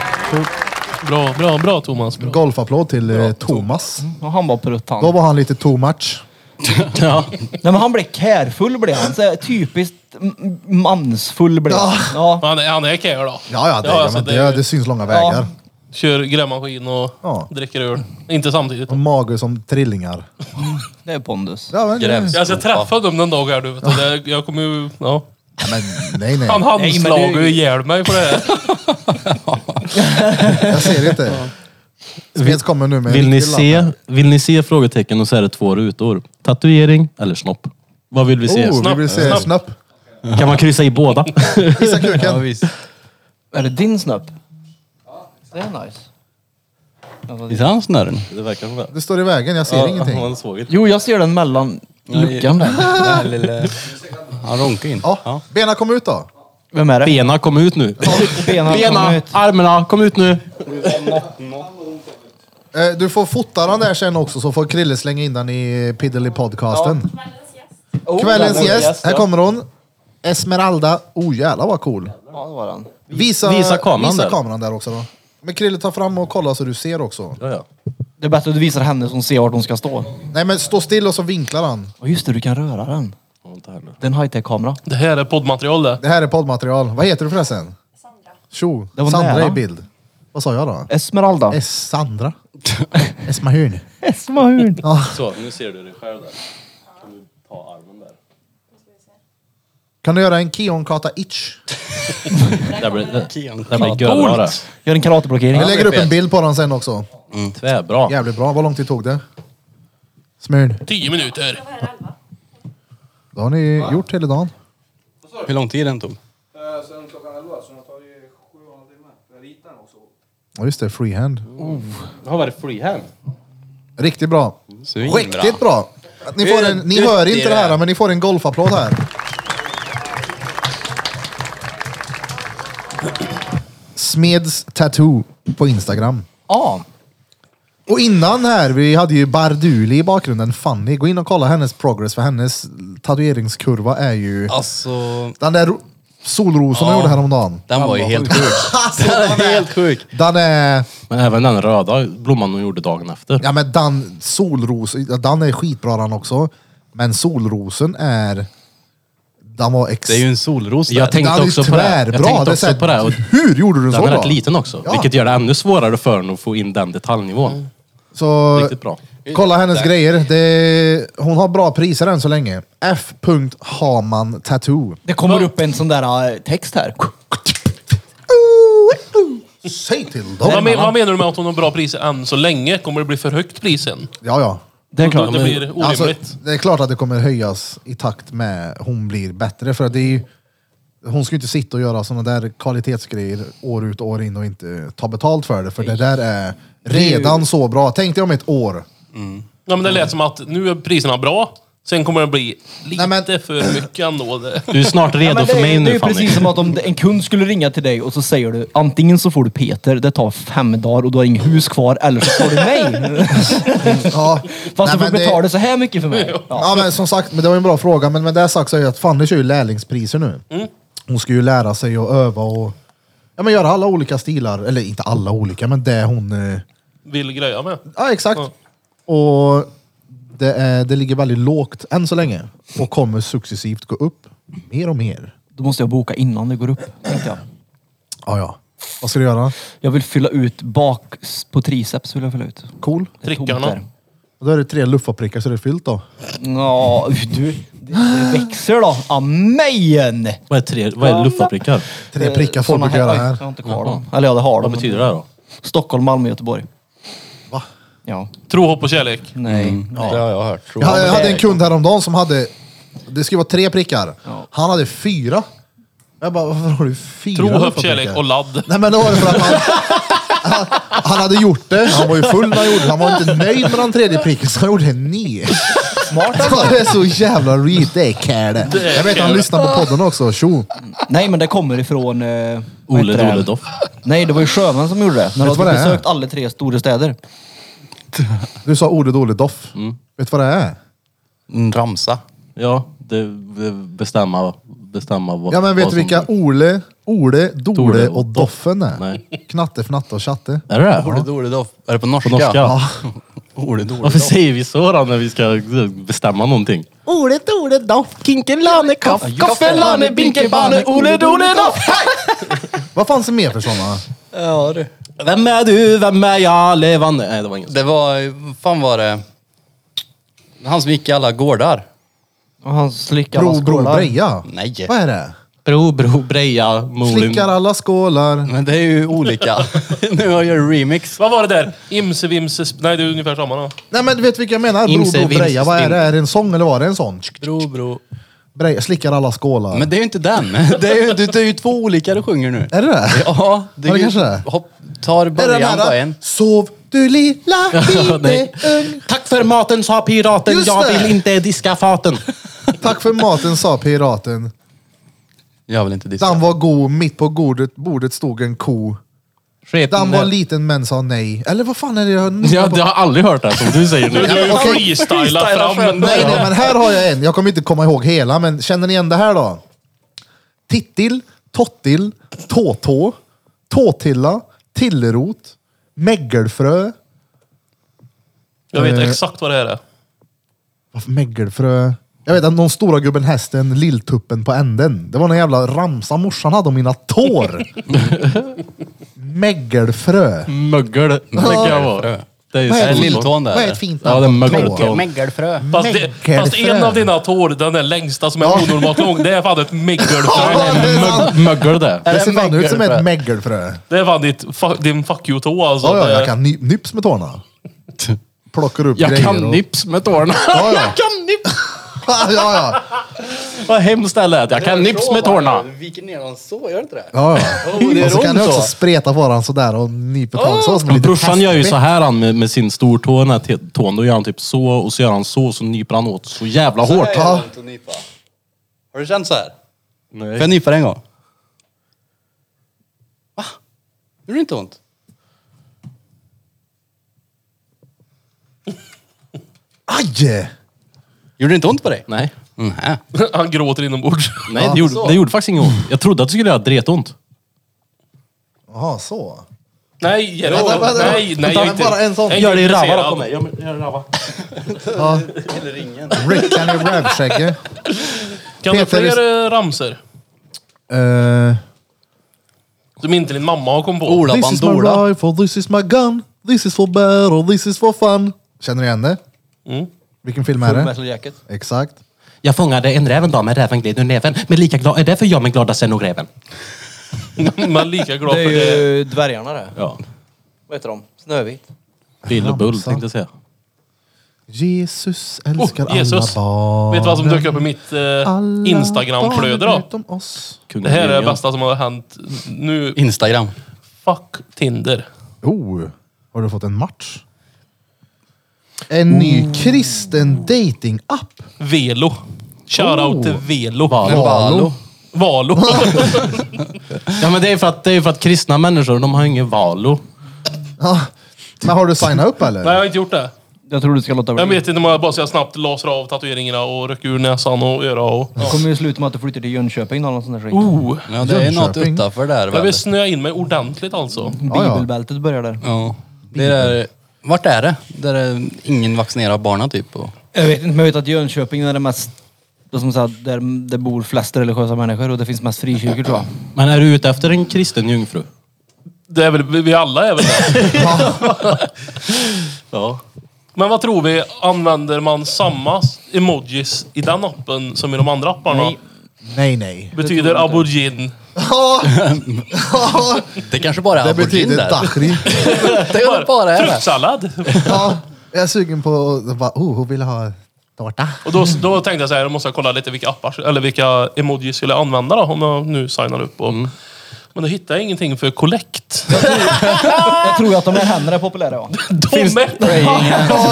Bra, bra, bra Thomas. Bra.
Golfapplåd till eh, Thomas.
Och han var prutt han.
Då var han lite too much.
Ja.
Nej men han blev kärfull blev han. Så här, typiskt m- mansfull blev han. Ja.
Han är, han är care då.
Ja, ja, det, ja,
alltså,
men
är
det,
ju-
det syns långa vägar.
Kör grävmaskin och
Ja.
dricker öl. Inte samtidigt.
Och mager som trillingar.
Det är pondus.
Ja, men,
Grävs.
Ja,
Jag ska träffa dem den dag här du vet. Och Det, jag kommer ju... Ja.
men, nej, nej.
Han handslag
det är ju-
ihjäl mig på det här.
Jag ser inte. Spets kommer nu med
Vill,
en
ni
riktig
se, vill ni se frågetecken och så är det två rutor. Tatuering eller snopp? Vad vill vi se?
lapp. Oh, vi vill se
Snapp.
snapp.
Kan man kryssa i båda?
Visa kuken.
visst.
Är det din snöpp? Det är nice.
Visst är han snören?
det verkar som det.
Du står i vägen, jag ser ingenting.
Man såg inte.
Jo jag ser den mellan luckan där.
Han ronkar in.
Ja. Bena kom ut då.
Vem är det?
Bena kom ut nu.
Bena.
Bena, armarna, kom ut nu.
Eh, Du får fota den där sen också så får Krille slänga in den i Piddly podcasten.
Oh,
Kvällens
den var
gäst, här
ja.
kommer hon. Esmeralda. Oh jävlar vad cool.
Ja, det var den.
Visa,
Visa kameran
visa
där.
kameran där också då. Men Krille ta fram och kolla så du ser också.
Ja, ja.
Det är bättre att du visar henne så hon ser vart hon ska stå.
Nej men stå still och så vinklar han.
Och just det, du kan röra den.
inte heller.
Det är en high-tech-kamera.
Det här är poddmaterial det.
Det här är poddmaterial. Vad heter du förresten?
Sandra.
Tjo,
Det var
Sandra
nära.
i bild. Vad sa jag då?
Esmeralda.
Es Sandra. Es Mahun.
Esmeralda.
Så, nu ser du dig själv där. Kan du ta armen där?
Kan du göra en Kion Kata Itch?
Det blir, det, det blir gött det.
Gör en karateblockering.
Jag lägger upp en bild på den sen också.
Tvärbra.
Jävligt Mm. bra. Vad lång tid tog det? Smörn.
Tio minuter.
Det har ni gjort hela dagen.
Hur lång tid den tog?
Sen klockan 11, så den tar ju sju och en halv timme. Jag ritar den också.
Ja, just det. Freehand.
Har varit freehand?
Riktigt bra.
Svinbra.
Riktigt bra. Ni, får en, ni hör inte det här, men ni får en golfapplåd här. Smeds Tattoo på Instagram.
Ja.
Och innan här, vi hade ju Barduli i bakgrunden, Fanny. Gå in och kolla hennes progress för hennes tatueringskurva är ju...
Alltså,
Den där ro- solrosen hon
Ja.
gjorde häromdagen.
den var ju helt sjuk. Den är helt sjuk.
Den är...
Men även den röda blomman hon gjorde dagen efter.
Ja men den, solros, ja, den är skitbra den också. Men solrosen är... Den var ex...
Det är ju en solros där.
Jag tänkte
den är
också på det. Jag
tvärbra.
tänkte
Det är
också
så här,
på det. Och
Hur gjorde du
Den
så
är
bra?
rätt liten också,
Ja. Mm.
vilket gör det ännu svårare för henne att få in den detaljnivån.
Så
Riktigt bra.
kolla hennes grejer. Det, hon har bra priser än så länge. F. Haman Tattoo.
Det kommer upp en sån där eh, text här.
Säg till
Vad,
dem!
men, vad menar du med att hon har bra priser än så länge? Kommer det bli för högt pris sen?
Ja, ja.
Det är
Det
klart.
blir orimligt.
Alltså, det är klart att det kommer höjas i takt med hon blir bättre. För att det är ju, hon ska ju inte sitta och göra sådana där kvalitetsgrejer år ut och år in och inte ta betalt för det. För det där är redan så bra. Tänk dig om ett år.
Ja, men det lät som att nu är priserna bra. Sen kommer det bli lite
Nej, men-
för mycket ändå. Det.
Du är snart
Ja,
redo
men det,
för mig
är, det är
nu
ju
Fanny.
precis som att om en kund skulle ringa till dig och så säger du antingen så får du Peter, det tar fem dagar och du har inget hus kvar, eller så får du mig.
Ja. Nej,
Fast du
men
får
det-
betala så här mycket för mig. Ja.
Ja men som sagt, men det var ju en bra fråga. Men med det sagt så är ju att Fanny kör ju lärlingspriser nu. Hon ska ju lära sig och öva och ja, men göra alla olika stilar. Eller inte alla olika, men det hon... eh,
Vill greja med.
Ja, exakt. Och det, är, det ligger väldigt lågt än så länge och kommer successivt gå upp mer och mer.
Då måste jag boka innan det går upp, tänkte jag.
Ja, ja. Vad ska du göra?
Jag vill fylla ut bak på triceps. Vill jag fylla ut.
Cool.
Det är tomt
Prickarna.
där.
Då är det tre luffarprickar så det är fyllt då.
Ja, du. Det det växer då. Amen!
Vad är, tre, vad är luffaprickar?
Tre prickar får
Såna
man göra
oj,
här.
Jag har inte kvar dem. Eller ja, det har
Vad
de.
betyder det då?
Stockholm, Malmö, Göteborg.
Va?
Mm.
Ja.
Tro, hopp och kärlek.
Nej.
Det har jag hört. tror
Jag, jag hade en kund häromdagen som hade, det skulle vara tre prickar. Han hade fyra. Jag bara, varför har du fyra
Tro, hopp,
luffarprickar?
kärlek och ladd.
Nej men då var det för att han, han- han hade gjort det. Han var ju full när han gjorde det. Han var inte nöjd med den tredje pricken så han gjorde en ny. Smart alltså. Det är så jävla reet. Det är kärle.
Det är
Jag vet han
kärle.
lyssnar på podden också. Tjo.
Nej, men det kommer ifrån... Eh, vad
Ole
heter det?
Dole Doff.
Nej, det var ju sjömän som gjorde det. När
Vet du
de
vad
hade
det är?
besökt alla tre stora städer.
Du sa ordet Ole Doff. Vet du vad det är?
En ramsa.
Ja, det, det- bestämma, bestämma vad
Ja men vet
vad
du
som-
vilka Ole, Ole, Dole
Dole och
och Doffen är?
Nej.
Knatte, Fnatte och Tjatte.
Är det det?
Orde dore doff. Är det på norska?
På norska?
Orde dore
Varför
doff.
säger vi så då när vi ska bestämma någonting?
Ole dole doff, kinken lane koff, koffen lane binken bane, ole dole doff.
Vad fanns det mer för sådana?
Ja, du.
Vem är du? Vem är jag? Levande? Nej, det var inget.
Det var, vad fan var det? Han som gick i alla gårdar.
Och han slickar
Bro,
alla
bro,
skålar.
breja?
Nej.
Vad är det?
Bro, bro, Breja, Molin.
Slickar alla skålar.
Men det är ju olika. nu har jag en remix.
Vad var det där? Imse vimse... sp- Nej, det är ungefär samma då.
Nej men du vet vilka jag menar? Bro,
Imse,
bro, breja.
vimse,
Vad är det?
stim.
Är det en sång eller var det en sån?
Bro, bro.
Breja, slickar alla skålar.
Men det är ju inte den. Det är ju, det är ju två olika du sjunger nu.
Är det det?
Ja, det är
Ja, det
ju...
kanske är.
Hopp, tar
Är det den
början på
här?
en.
Sov du lilla lite
Nej.
ung.
Tack för maten sa piraten,
Just
jag
det.
vill inte diska faten.
Tack för maten sa piraten.
Jag vill inte dissa.
Den var god, mitt på bordet, bordet stod en ko. Den var liten men sa nej. Eller vad fan är det jag
Ja, det har jag aldrig hört det här som du säger
Du,
nu.
du
okej.
freestylar
Freestylar
fram.
fram.
Nej,
Nej,
nej, men här har jag en. Jag kommer inte komma ihåg hela, men känner ni igen det här då? Tittil, Tottil, Tåtå, Tåtilla, Tillerot, Mäggelfrö.
Jag vet
Eh.
exakt vad det här är.
Varför Mäggelfrö? Jag vet att någon stora gubben hästen, lilltuppen på änden. Det var någon jävla ramsa morsan hade om mina tår. Mägelfrö.
Mögel, tänker jag vara. Det är ju
Vad är
så-
det?
Lilltån
Vad är
där.
ett fint
Ja, det är
namn?
mögeltår.
Mägelfrö.
Fast, det, fast en av dina tår, den där längsta som är onormalt lång, det är fan ett
Ja,
megelfrö.
det är sant.
Mögel det.
Det ser fan ut som
mägelfrö?
ett mägelfrö.
Det är fan ditt, fa- din fuck you-tå alltså.
Ja, ja,
Det-
jag kan ny- nyps med tårna. Plockar upp
Jag
grejer.
kan
och-
nips med tårna.
ja.
Jag kan nips.
ja, ja.
Vad hemskt det lät. Jag kan nips med tårna.
Du viker ner dem så, gör du inte det?
ja,
Oh, det
ja.
är
Och så kan
runt
jag också
då.
spreta på den sådär och nypa tag så som en
Men
liten
brorsan gör ju
hästbett.
så här han med, med sin stortå, den här te- tån. Då gör han typ så och så gör han så och så nyper han åt så jävla hårt.
Det är lugnt att nypa. Har du känt så här? Får jag
Nej.
nypa dig en gång? Va? Gjorde det inte ont?
Aj!
Gjorde det inte ont på dig?
Nej.
Mm, Nej.
Han gråter inombords.
Nej, det gjorde, det gjorde faktiskt inget ont. Jag trodde att det skulle göra dretont.
Jaha, så.
Nej, Jerry.
Vänta, vänta, vänta.
Nej,
Vänta,
nej, jag är inte...
bara en sån.
jag är
Gör det i
inte
ravarna
intresserad.
på mig. Gör gör det i ravarna.
Ja. Rick, kan du rävskägge?
Kan du
Peter,
fler eh, ramsor?
Eh,
Som inte din mamma har kommit på.
Ola
This is my
Bandora.
rifle, this is my gun, this is for battle, this is for fun. Känner du igen det? Vilken film är det?
Metal Jacket.
Exakt.
Jag fångade en räv en dag, men räven gled ur näven. Men lika glad är därför jag mig gladast är nog räven.
Men lika glad
Det
för
är
det.
ju dvärgarna det.
Ja.
Vad heter de? Snövit.
Bill och Bull
Ramsan.
tänkte jag säga.
Jesus älskar
Oh, Jesus.
alla barn.
Vet du vad som dök upp i mitt eh,
Alla
Instagram-flöde
barn
då?
utom oss.
Kung
Det här är det
Lejon.
bästa som har hänt nu.
Instagram.
Fuck Tinder.
Oh, har du fått en match? En ny kristen dating-app.
Velo. Shoutout till Velo.
Valo.
Valo.
Ja men det är för att, det är för att kristna människor, de har ju ingen valo.
Ja. Men har du signat upp eller?
Nej, jag har inte gjort det.
Jag tror du ska låta
Jag vet inte om jag bara så jag snabbt lasrar av tatueringarna och rycker ur näsan och öra och...
Det kommer ju sluta med att du flyttar till Jönköping eller något sånt där skit.
Oh.
Ja, det är något
Jönköping.
utanför där
Jag
väl?
vill snöa in mig ordentligt alltså.
Ja, ja.
Bibelbältet börjar där.
Ja. Det är där, vart är det? Där är ingen vaccinerar barnen typ. Och...
Jag vet inte, men jag vet att Jönköping är det mest, det som sagt, där det bor flest religiösa människor och det finns mest frikyrkor tror jag.
Men är du ute efter en kristen jungfru?
Det är väl, vi vi alla är väl det.
Ja.
Men vad tror vi, använder man samma emojis i den appen som i de andra apparna?
Nej, nej.
Betyder abogin.
Ja, ja,
Det kanske bara är
det
aborigen
betyder
där.
dachri.
Det är bara är det.
Fruktsallad.
Ja, jag är sugen på att bara, oh, hon vill ha tårta.
Och då, då tänkte jag så här, då måste jag kolla lite vilka appar, eller vilka emojis skulle jag använda då, om jag nu signar upp. Och,
Mm.
Men då hittade jag ingenting för collect.
Jag tror ju att de där händerna är populära ja.
De är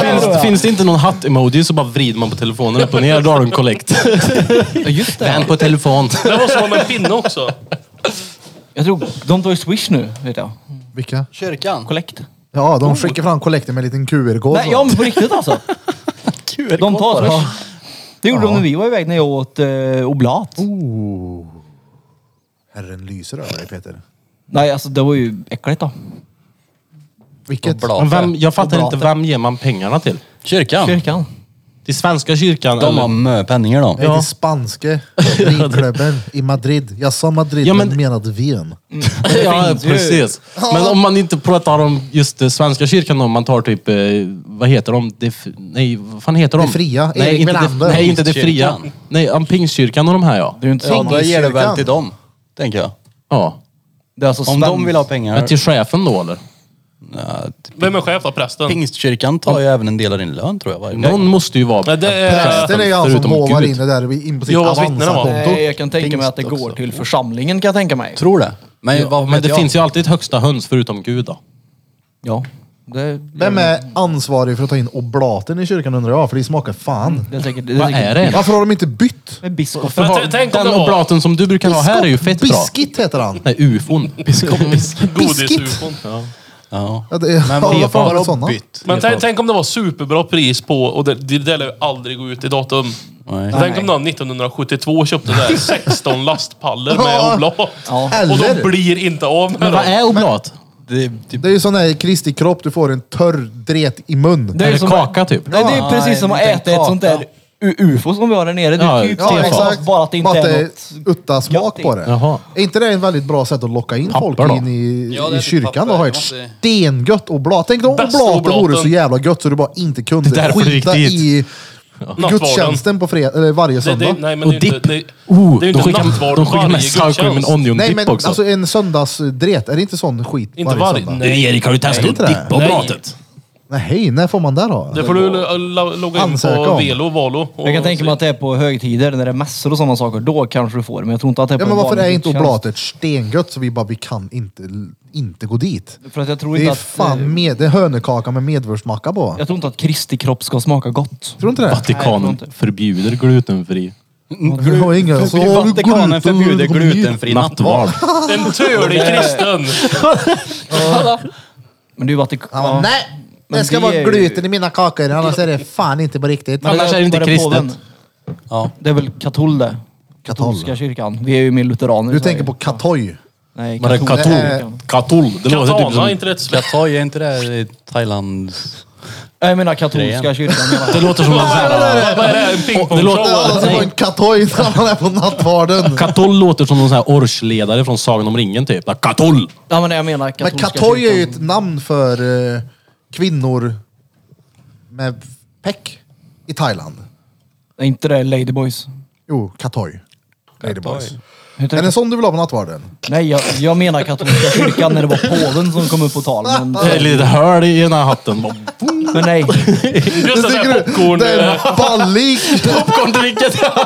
Finns, finns det inte någon hatt-emoji så bara vrider man på telefonen upp och ner. Då har du en collect. Just det. Vän på telefon.
Det var som en pinne också.
Jag tror, de tar ju swish nu vet jag.
Vilka?
Kyrkan.
Collect.
Ja, de skickar fram kollekten med en liten QR-kod.
Nej, ja men på riktigt alltså. De tar swish. Det gjorde de när vi var iväg när jag åt eh, oblat.
Herren lyser över dig Peter.
Nej alltså det var ju äckligt då.
Vilket?
Men
Blate.
vem, jag fattar inte, vem ger man pengarna till?
Kyrkan.
Kyrkan.
Till svenska kyrkan?
De
eller-
har mö penningar de.
Nej, till spanske ridklubben i Madrid. Jag sa Madrid
Ja, men-
men... menade Wien.
ja, precis. Men om man inte pratar om just eh, svenska kyrkan, om man tar typ, eh, vad heter de? Def, nej, vad fan heter de?
Det fria.
Nej,
Erik
inte det,
Melander.
nej, inte det fria.
Pingstkyrkan.
Nej, om pingstkyrkan och de här ja.
Det är ju inte
Ja,
sant.
då ger det väl
kyrkan.
till dem, tänker jag.
ja.
Det är alltså
Om de
svensk-
vill ha
Men
pengar.
till chefen då eller?
Ja,
Vem är chef då? Prästen?
Pingstkyrkan tar ju även en del av din lön tror jag varje gång.
Någon måste ju
Nej,
vara...
det är...
Prästen är ju han som
förutom
håvar
Gud.
in det där in på sitt
Jehovas vittnen, va?
Avanza-konto.
Nej, jag kan tänka mig att det
Pingst
går
också.
till församlingen kan jag tänka mig.
Tror det. Men, vad
Men
vet
det
jag?
finns ju alltid ett högsta höns förutom Gud då.
Ja. Det,
Vem är ansvarig för att ta in oblaten i kyrkan undrar jag, för det smakar fan.
det är säkert... Det
Vad är det?
Varför har de inte bytt?
Med biskop.
För vad-
t- tänk om
den
det var-
oblaten som du brukar ha här är ju fett bra.
Biskit heter han.
Nej, ufon. Biskop.
Godisufon.
Ja.
Ja, det är,
Men
alla
varför
fall
har de
sådana.
bytt?
Men tänk, tänk om det var superbra pris på, och det, det där lär ju aldrig gå ut i datum.
Nej.
Tänk om någon 1972 köpte där 16 lastpallar med
Ja.
oblat. Och
Eller-
de blir inte av med
Men vad
dem.
är oblat?
Det, typ,
Det är ju sån där Kristi kropp, du får en törr dret i mun.
Eller kaka typ?
Nej, det är precis som att
Nej,
äta ett sånt där u- ufo som vi har där nere. Det är
Ja,
typ
ja,
samma
exakt.
sak, bara att det inte
Bara att
är
det
något.
utta-smak
gött i.
på det.
Jaha.
Är inte det en väldigt bra sätt att locka in
Papper
folk
då?
in i,
Ja, det
i
är typ
kyrkan och
papper.
ha
Det
ett
måste-
stengött oblat? Tänk dig om
Bästa
oblaten vore
oblaten.
så jävla gött så du bara inte
Det är
kunde
därför det gick
skita
dit.
i gudstjänsten på fred, eller varje
Det,
söndag.
det, nej, men
Och
det är ju inte,
dipp.
det,
Oh,
det är
de
ju inte
skickar,
nattvard
de skickar med
varje
sour cream and
gudstjänst.
onion
Nej
dip
men
också.
alltså en söndagsdret, är det inte sån skit
Inte
varje
varje...
söndag?
Nej,
Erik, har du testat
inte det?
på
Nej.
Nej, hej, när får man det då?
det får du lo- lo- logga in
Ansöka
på
om.
Velo, Valo. och-
Jag kan tänka mig att det är på högtider, när det är mässor och sådana saker. Då kanske du får det, men jag tror inte att det är på
Ja men
en
varför
vanlig
är inte
gudstjänst.
oblatet stengött så vi bara, vi kan inte, inte gå dit?
För att jag tror
Det
inte
är
att... eh,
fan med, det är hönökaka med medvurstmacka på.
Jag tror inte att Kristi kropp ska smaka gott.
Tror du inte det?
Vatikanen
inte.
förbjuder glutenfri
Du har inga... så har du
Vatikanen
gluten-
förbjuder glutenfri nattvard.
nattvard.
En tölig kristen!
Men det är ju Vatik-
Han bara,
ja.
nej!
Men
Det ska
det
vara
är ju-
gluten i mina kakor, annars är det fan inte på riktigt.
Men
Annars är det inte
var
kristet.
påven?
Ja.
Det är väl katoll det. Katolska kyrkan. Vi är ju mer lutheraner.
Du
i Sverige.
tänker på katoj.
Nej,
Men det är
katolska
katol.
kyrkan.
Katol. Det låter typ
Katana, är
som...
inte rätt slätt.
Katoj, är inte det i Thailand?
Nej, Jag menar katolska kyrkan. menar jag.
Det låter som en sån här...
Vad är det? En
Det
pingpongshow?
Det är alla som har en katoj när man är på nattvarden.
Katol låter som någon sån här orchledare från Sagan om ringen typ. Bara, Katol!
Ja, men jag menar
Men
katolska
katoj är ju
kyrkan.
ett namn för eh, kvinnor med peck i Thailand.
Är inte det ladyboys?
Jo, katoj. Ladyboys.
Hur
Är
tänker
det en
du?
sån du vill ha på nattvarden?
Nej, jag, jag menar katolska kyrkan när det var påven som kom upp på tal. Men,
Det är lite hål i den här hatten. Bara,
men nej,
Just det,
tycker
där
du-
popcorn...
Det
eh,
är ballig!
Popcorndricket!
Han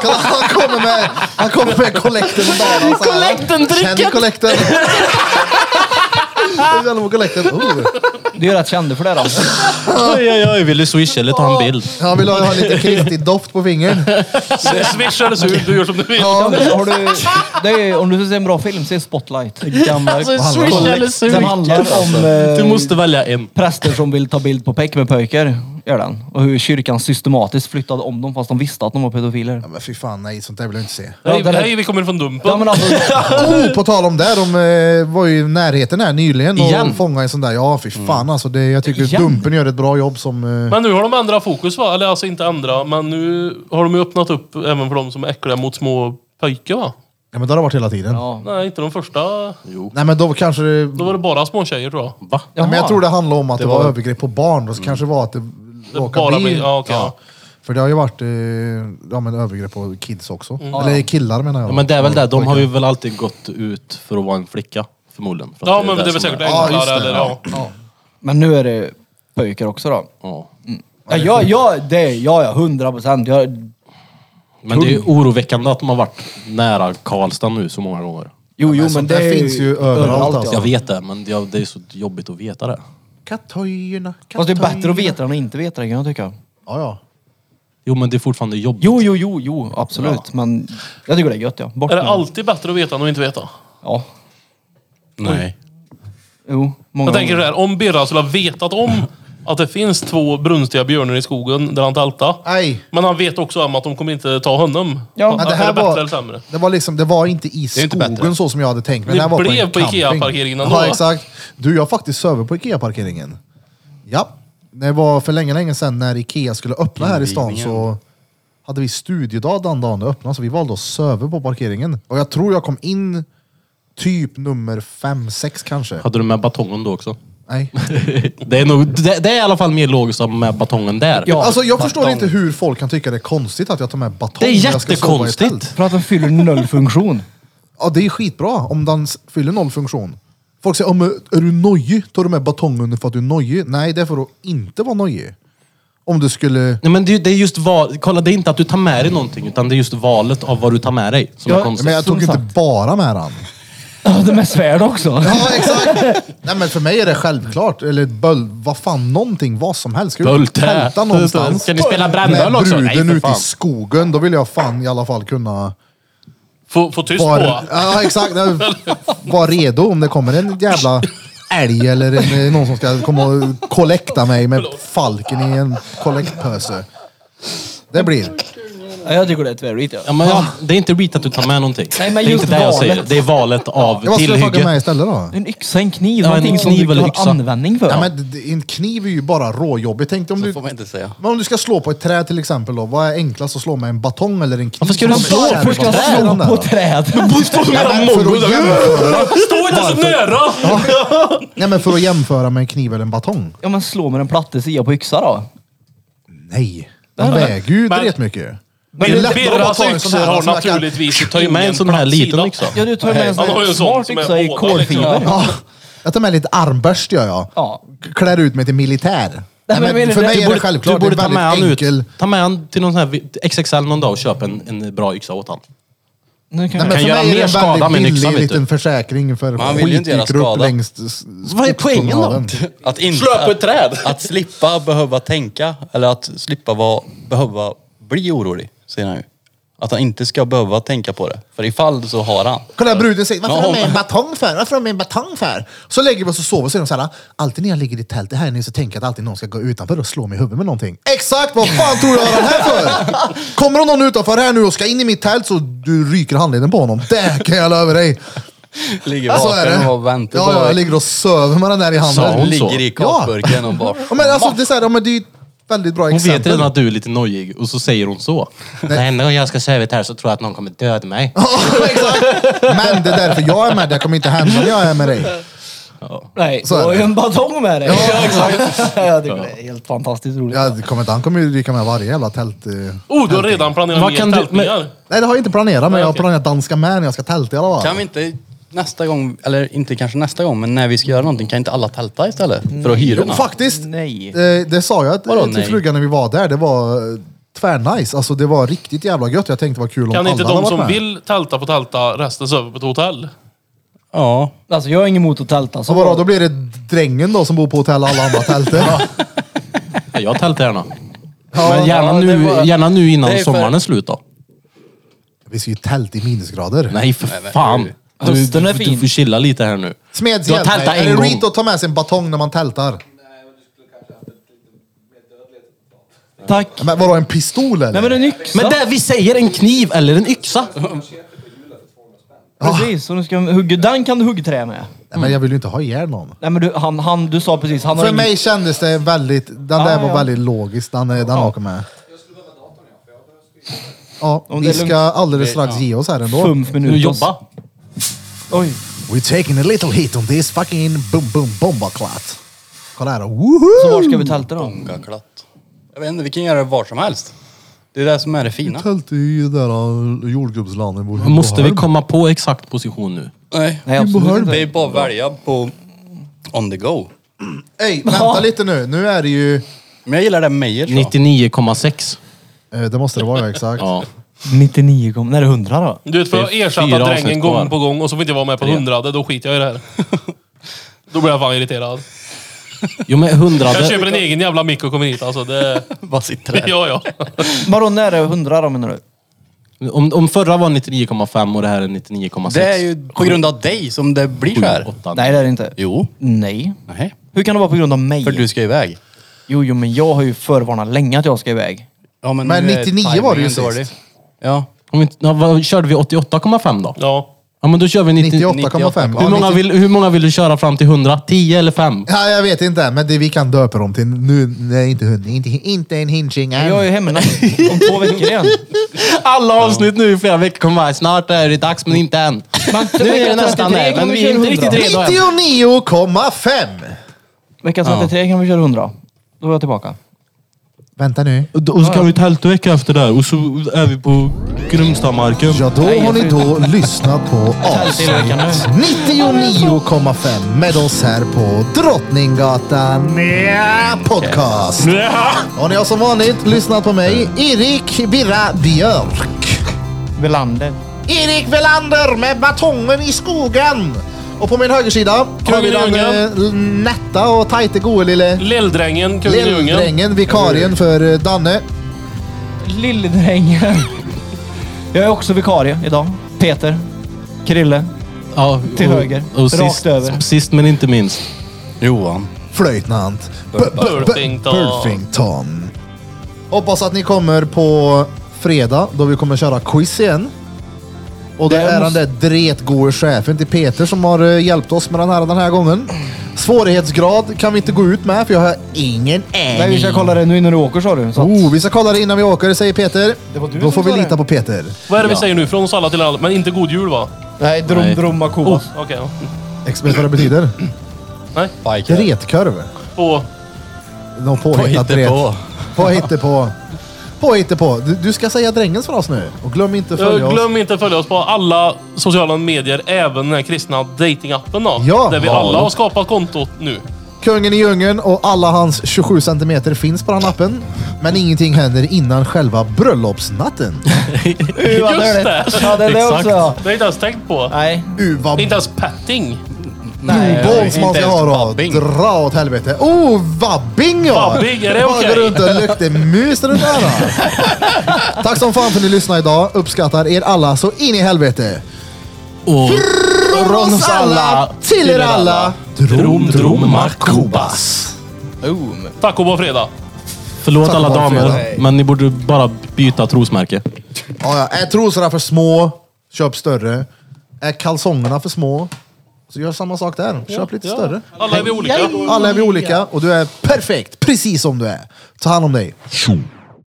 kommer med, han kommer med kollekten och bara så här.
Collectendricket!
Känn kollekten! Jag känner på kollekten. Oh.
du är rätt känd för det då.
Oj, oj, oj. Vill du swisha eller ta en bild?
Han vill ha ha lite kristig doft på fingern.
Det swishades ut, du gör som du vill.
Ja, men har du, det är, om du vill se en bra film, se Spotlight.
Alltså, swish eller sug.
Den handlar om eh,
Alltså. Du måste välja en.
präster som vill ta bild på peck med pojkar. Gör den. Och hur kyrkan systematiskt flyttade om dem fast de visste att de var pedofiler.
Ja, men fy fan, nej sånt där vill jag inte se.
Ja,
Nej,
den är-
nej, vi kommer från
Ja,
Dumpen.
men alltså,
Oh, på tal om det, de eh, var ju i närheten här nyligen och
Igen?
fångade en sån där. Ja, fy fan
Mm.
alltså. Det, jag tycker
Igen?
Dumpen gör ett bra jobb som... Eh,
Men nu har de ändrat fokus va? Eller alltså inte ändrat, men nu har de ju öppnat upp även för de som är äckliga mot små pojkar va?
ja, men det har det varit hela tiden.
ja.
Nej, inte de första.
Nej, men då kanske det...
Då var det bara små tjejer tror jag.
nej,
Va?
men jag
Jaha.
tror det handlar om att det,
Det
var,
var-
övergrepp på barn. Och så kanske det var att det
bara
råkade bli...
blir- ja, okej, ja.
För det har ju varit eh, ja, men övergrepp på kids också. Eller killar menar jag.
Ja, men det är väl det. De har ju väl alltid gått ut för att vara en flicka. Förmodligen. För att
Ja, men det är väl
som
säkert
Ja, just det.
enklare eller ja.
Men nu är det pojkar också då.
Ja.
Ja, ja, ja, det, ja, ja, hundra procent. Jag-
Men det är ju oroväckande att de har varit nära Karlstad nu så många gånger.
Jo, jo,
sånt
men
där
det är
finns ju överallt, alltså.
Jag vet det, men jag- det är så jobbigt att veta det.
Katojorna,
Fast det är bättre
katojorna.
att veta än att inte veta det kan jag tycka.
Ja, ja.
Jo, men det är fortfarande jobbigt.
Jo, jo, jo, jo, absolut. Men jag tycker det är gött ja. Bort
Är det
med-
alltid bättre att veta än att inte veta?
Ja.
Nej.
Jo, många
Jag tänker
gånger.
så här, om Birra skulle ha vetat om att det finns två brunstiga björnar i skogen där han tältade.
Nej.
Men han vet också om att de kommer inte ta honom.
Ja.
Men
Är
det här
bättre
var,
eller sämre?
det var liksom, det var inte i
är inte
skogen
bättre.
så som jag hade tänkt. Men
Det
det här var
blev
en
på
camping.
Ikea-parkeringen ändå.
Ja, exakt. Du, jag har faktiskt sovit på Ikea-parkeringen. Ja. Det var för länge, länge sedan när Ikea skulle öppna här i stan så hade vi studiedag den dagen det öppnade så vi valde att söva på parkeringen. Och jag tror jag kom in typ nummer fem, sex kanske.
Hade du med batongen då också?
Nej.
Det är, nog, det, det är i alla fall mer logiskt att ha med batongen där.
Ja.
Alltså jag förstår inte hur folk kan tycka det är konstigt att jag tar med batong
Det är
när jag ska sova i ett tält.
jättekonstigt.
För att den fyller noll funktion.
Ja, det är skitbra om den s- fyller noll funktion. Folk säger, "Ja, men är du nojig? Tar du med batongen för att du är nojig? Nej, det är för att inte vara nojig. Om du skulle...
Nej, men det, det är just val, kolla, det är inte att du tar med dig någonting, utan det är just valet av vad du tar med dig som
Ja,
är konstigt.
Men jag
som
tog ju inte
sagt.
bara med den.
Ja, det med svärd också.
Ja, exakt! Nej, men för mig är det självklart. Eller ett böl... Vad fan, någonting, vad som helst. Ska du
Bölte.
tälta någonstans?
Ska ni spela
Med
brännboll också? Nej,
bruden
för
ute i
fan.
skogen, då vill jag fan i alla fall kunna...
Få, få tyst
Var,
på.
ja, exakt. Var redo om det kommer en jävla älg eller en, någon som ska komma och kollekta mig med falken i en kollektpöse. Det blir.
Ja, jag tycker det är tvärrit. Ja.
Ja, men jag, det är inte reat att du tar med någonting.
Nej, men
det är
just
inte det jag
valet.
säger. Det är valet av
Jag måste fråga mig
tillhygge.
istället då.
En yxa, en kniv,
Ja, en
någonting som
kniv
du
eller
har
yxa.
användning för.
Ja, men d- d- en kniv är ju bara råjobbigt. Tänk dig om
Så
du,
får man inte säga.
men om du ska slå på ett träd till exempel. Då, vad är enklast att slå med? En batong eller en kniv?
Varför ska du
Varför
slå
är det
Varför ska jag
bara träden
slå på
där?
träd?
Ja, men för att jämföra-
Stå inte så nära!
Nej men för att jämföra med en kniv eller en batong.
Ja men slå med en plattesida på yxa då.
Nej. Den väger ju
Men-
inte mycket.
det är lättare
Birras
en sån
yxor
här
har
som jag kan-
naturligtvis
Ta ju med en sån här liten yxa.
Ja du tar ju med en sån
Han har ju
här
en sån
smart
som är liksom.
yxa i
båda,
kolfiber.
Ja, jag tar med lite armbörst gör jag.
Ja.
Klär ut mig till militär. Nej,
men
men
menar
för
du-
mig
du
är det självklart.
du borde
det är
ta
en
med han
väldigt
ut.
enkel...
Ta med han till någon sån här XXL någon dag och köp en, en bra yxa åt han.
Nu kan
Nej,
jag...
men
kan
för
göra
mig är
mer
det
skada
en
med en
väldigt
yxa,
billig
vet du.
liten försäkring för
Man vill ju inte göra
skitdyker upp
skada.
längs s-
Vad är poängen då?
skogspromenaden.
Att inte,
Slå på ett träd.
Att, att slippa behöva tänka, eller att slippa vara, behöva bli orolig, säger han ju. Att han inte ska behöva tänka på det. För ifall så har han.
Kolla bruden säger, varför
Ja,
har de med
men-
en batong för? Varför har de med en batong för? Så lägger vi oss och sover och så är de så här, alltid när jag ligger i tältet här inne så tänker jag att alltid någon ska gå utanför och slå mig i huvudet med någonting. Exakt, vad fan tror du jag har den här för? Kommer någon utanför här nu och ska in i mitt tält så du ryker handleden på honom. Det kan jag lova dig.
Ligger
Så är
vaken
det.
och väntar
Ja,
på...
ja, jag ligger och söver med den där i
Sa
handen.
hon så?
ligger i kakburken och bara...
Ja, men alltså, det är så här, ja, men det är ju ett väldigt bra
Hon vet
exempel.
redan att du är lite nojig och så säger hon så. Nej, när jag ska sova här så tror jag att någon kommer döda mig.
Ja, exakt. Men det är därför jag är med dig. Det kommer inte hända när jag är med dig.
Nej,
Så
du
är
har
det.
ju en batong med dig. Ja exakt. Jag tycker det är helt fantastiskt roligt.
Ja, det kommer inte, han kommer ju ryka med varje jävla tält. eh.
Oh, du har redan planerat
Vad
mer
kan du-
tältningar.
Nej, det har jag inte planerat, men jag har
okej.
planerat danska med när jag ska tälta i alla fall.
Kan vi inte nästa gång, eller inte kanske nästa gång, men när vi ska göra någonting, kan inte alla tälta istället? För att hyra
Jo,
någon?
faktiskt.
Nej.
Det, det sa jag
Vadå,
till
nej?
frugan när vi var där. Det var eh, tvärnice. Alltså, det var riktigt jävla gött. Jag tänkte vad kul om
Kan
alla
inte
hade
de
varit
som
med.
vill tälta på tälta resten sover på ett hotell?
Ja.
Alltså jag är ingen emot att tälta.
Så vadå, då blir det drängen då som bor på hotell och alla andra tälter.
Ja, jag tältar gärna.
Ja,
Men gärna
ja, det
nu,
var-
gärna nu
det är
innan
för-
sommaren är slut då.
Vi ska ju tälta i minusgrader.
Nej, för fan. Du,
Hösten är
du, du
fin.
får chilla lite här nu.
Smeds
Du har
hjälp mig.
tältat
Är
en
det
gång.
reet att ta med sig en batong när man tältar?
Tack.
Men vadå, en pistol eller?
Nej men en yxa.
Men det vi säger, en kniv eller en yxa.
Precis, och nu ska jag hugga. Den kan du hugga trä med.
Nej, men jag vill ju inte ha ihjäl någon.
Nej men du, han, han, du sa precis, han har
För
ingen-
mig kändes det väldigt, den
Ah,
där var
ja.
väldigt logisk, den, den åker med. Ja,
Om
vi
det är lugnt.
ska alldeles strax ge oss här ändå.
fumf minut.
Nu jobba.
Oj.
We're taking a little hit on this fucking boom boom bomba clat. Kolla här, woho!
Så var ska vi tälta då?
Ångaklatt. Jag vet inte, vi kan göra det var som helst. Det är det som är det fina.
Tält i det där äh, jordgubbslandet. vi bor i.
Måste vi komma på exakt position nu?
Nej.
behöver
Nej absolut
Det
inte.
är bara att välja på on the go.
Ey, vänta lite nu. Nu är det ju...
Men jag gillar det Meijer sa.
99,6.
eh, Det måste det vara, ja, exakt.
Ja.
99 gånger, nej det är 100
Mm.
då.
Du vet, för
Det är
jag ersätta
fyra
drängen
avsnitt
gång
kvar.
på gång och så får inte jag vara med på hundrade, då skiter jag i det här. Då blir jag fan irriterad.
Jo men hundrade.
Jag köper en egen jävla mick och kommer hit alltså. Det...
Vad sitter där?
Ja, ja.
Vadå när är det 100 då menar du?
Om, om förra var 99,5 och det här är 99,6.
Det är ju på grund av dig som det blir så här.
Nej det är det inte.
Jo.
Nej.
Nej.
Hur kan det vara på grund av mig?
För du ska iväg.
Jo, jo men jag har ju förvarnat länge att jag ska iväg.
Ja, men eh,
Men
nu är
99 var det ju
tajmingen dålig.
sist.
Ja.
Om vi, inte- ja, vad, körde vi 88,5 då?
ja.
Ja men då kör vi 90,
98,5. Ja,
Hur, många
90
vill, hur många vill du köra fram till 100? 10 eller 5?
Ja, jag vet inte, men det vi kan döpa dem till. Nu, nej, inte hund. Inte, inte en hinging än.
Jag är ju hemma om två veckor igen.
Alla avsnitt nu i flera veckor kommer vara snart är det dags men inte än.
Men
Nu är det nästan där, men vi är inte riktigt redo än.
99,5!
Vecka 33 kan vi köra 100. Då är jag tillbaka.
Vänta nu.
Och så kan vi tälta vecka efter där och så är vi på Grumstamarken.
Ja, då har ni då lyssnat på avsnitt
Tältsegelveckan nu.
99,5 med oss här på Drottninggatan Nja, Podcast. Och ni har som vanligt lyssnat på mig, Erik Birra Björk.
Velander.
Erik Velander med batongen i skogen. Och på min högersida,
Har vi
kungen
Dungen?
eh, nätta och tajte gode lille
Lilldrängen, kungen i djungeln.
Lilldrängen, vikarien för eh, Danne.
Lilledrängen. Jag är också vikarie idag. Peter. Krille.
Ja,
Till
och-
höger.
Och
Rakt
sist,
över.
sist men inte minst.
Johan.
flöjtnant. B- b- b-
Burfington.
Burfington. Hoppas att ni kommer på fredag då vi kommer köra quiz igen. Och det,
Det
är
måste-
den där dretgoe chefen till Peter som har eh, hjälpt oss med den här den här gången. Svårighetsgrad kan vi inte gå ut med för jag har ingen aning.
Nej, vi
Mm.
ska kolla det nu innan du åker sa du. Så att,
Oh, vi ska kolla det innan vi åker, säger Peter.
Det var du
Då
som
får vi
sa det.
lita på Peter.
Vad är det vi säger nu? Från oss alla till alla, men inte god jul va?
nej, drum,
Nej.
drum, Kobas.
Oh.
Okej, ja.
Ex- Vet du vad det betyder?
Biker.
Gretkorv.
På...
Någon påhittat dret. På hittepå. På hittepå. Du, du ska säga drängens för oss nu. Och glöm inte att följa
Eh,
oss.
Glöm inte att följa oss på alla sociala medier, även den här kristna datingappen då.
Ja.
där vi alla har skapat kontot nu.
Kungen i djungeln och alla hans 27 centimeter finns på den appen. Men ingenting händer innan själva bröllopsnatten.
Uh, vad
Just
dåligt.
det!
Ja, det är det
Exakt.
också. ja.
Det har jag inte ens tänkt på.
Nej,
Uh, vad
Inte ens petting.
blodbåls man
inte
ska
ens
ha då.
vabbing.
Dra åt helvete. Oh, vabbing ja!
Vabbing, är det
Bara
okej?
gå runt och lukta mus runt öronen. Tack som fan för att ni lyssnade idag. Uppskattar er alla så in i helvete.
Och
Från oss alla, till er alla.
drom, drom, makobas.
Tack och på fredag.
Förlåt
Tack
alla
och lov,
damer,
Fredrik.
men ni borde bara byta trosmärke.
Ja, ja. Är trosorna för små, köp större. Är kalsongerna för små, så gör samma sak där. Köp lite större.
Alla är vi olika.
Alla är vi olika och du är perfekt, precis som du är. Ta hand om dig.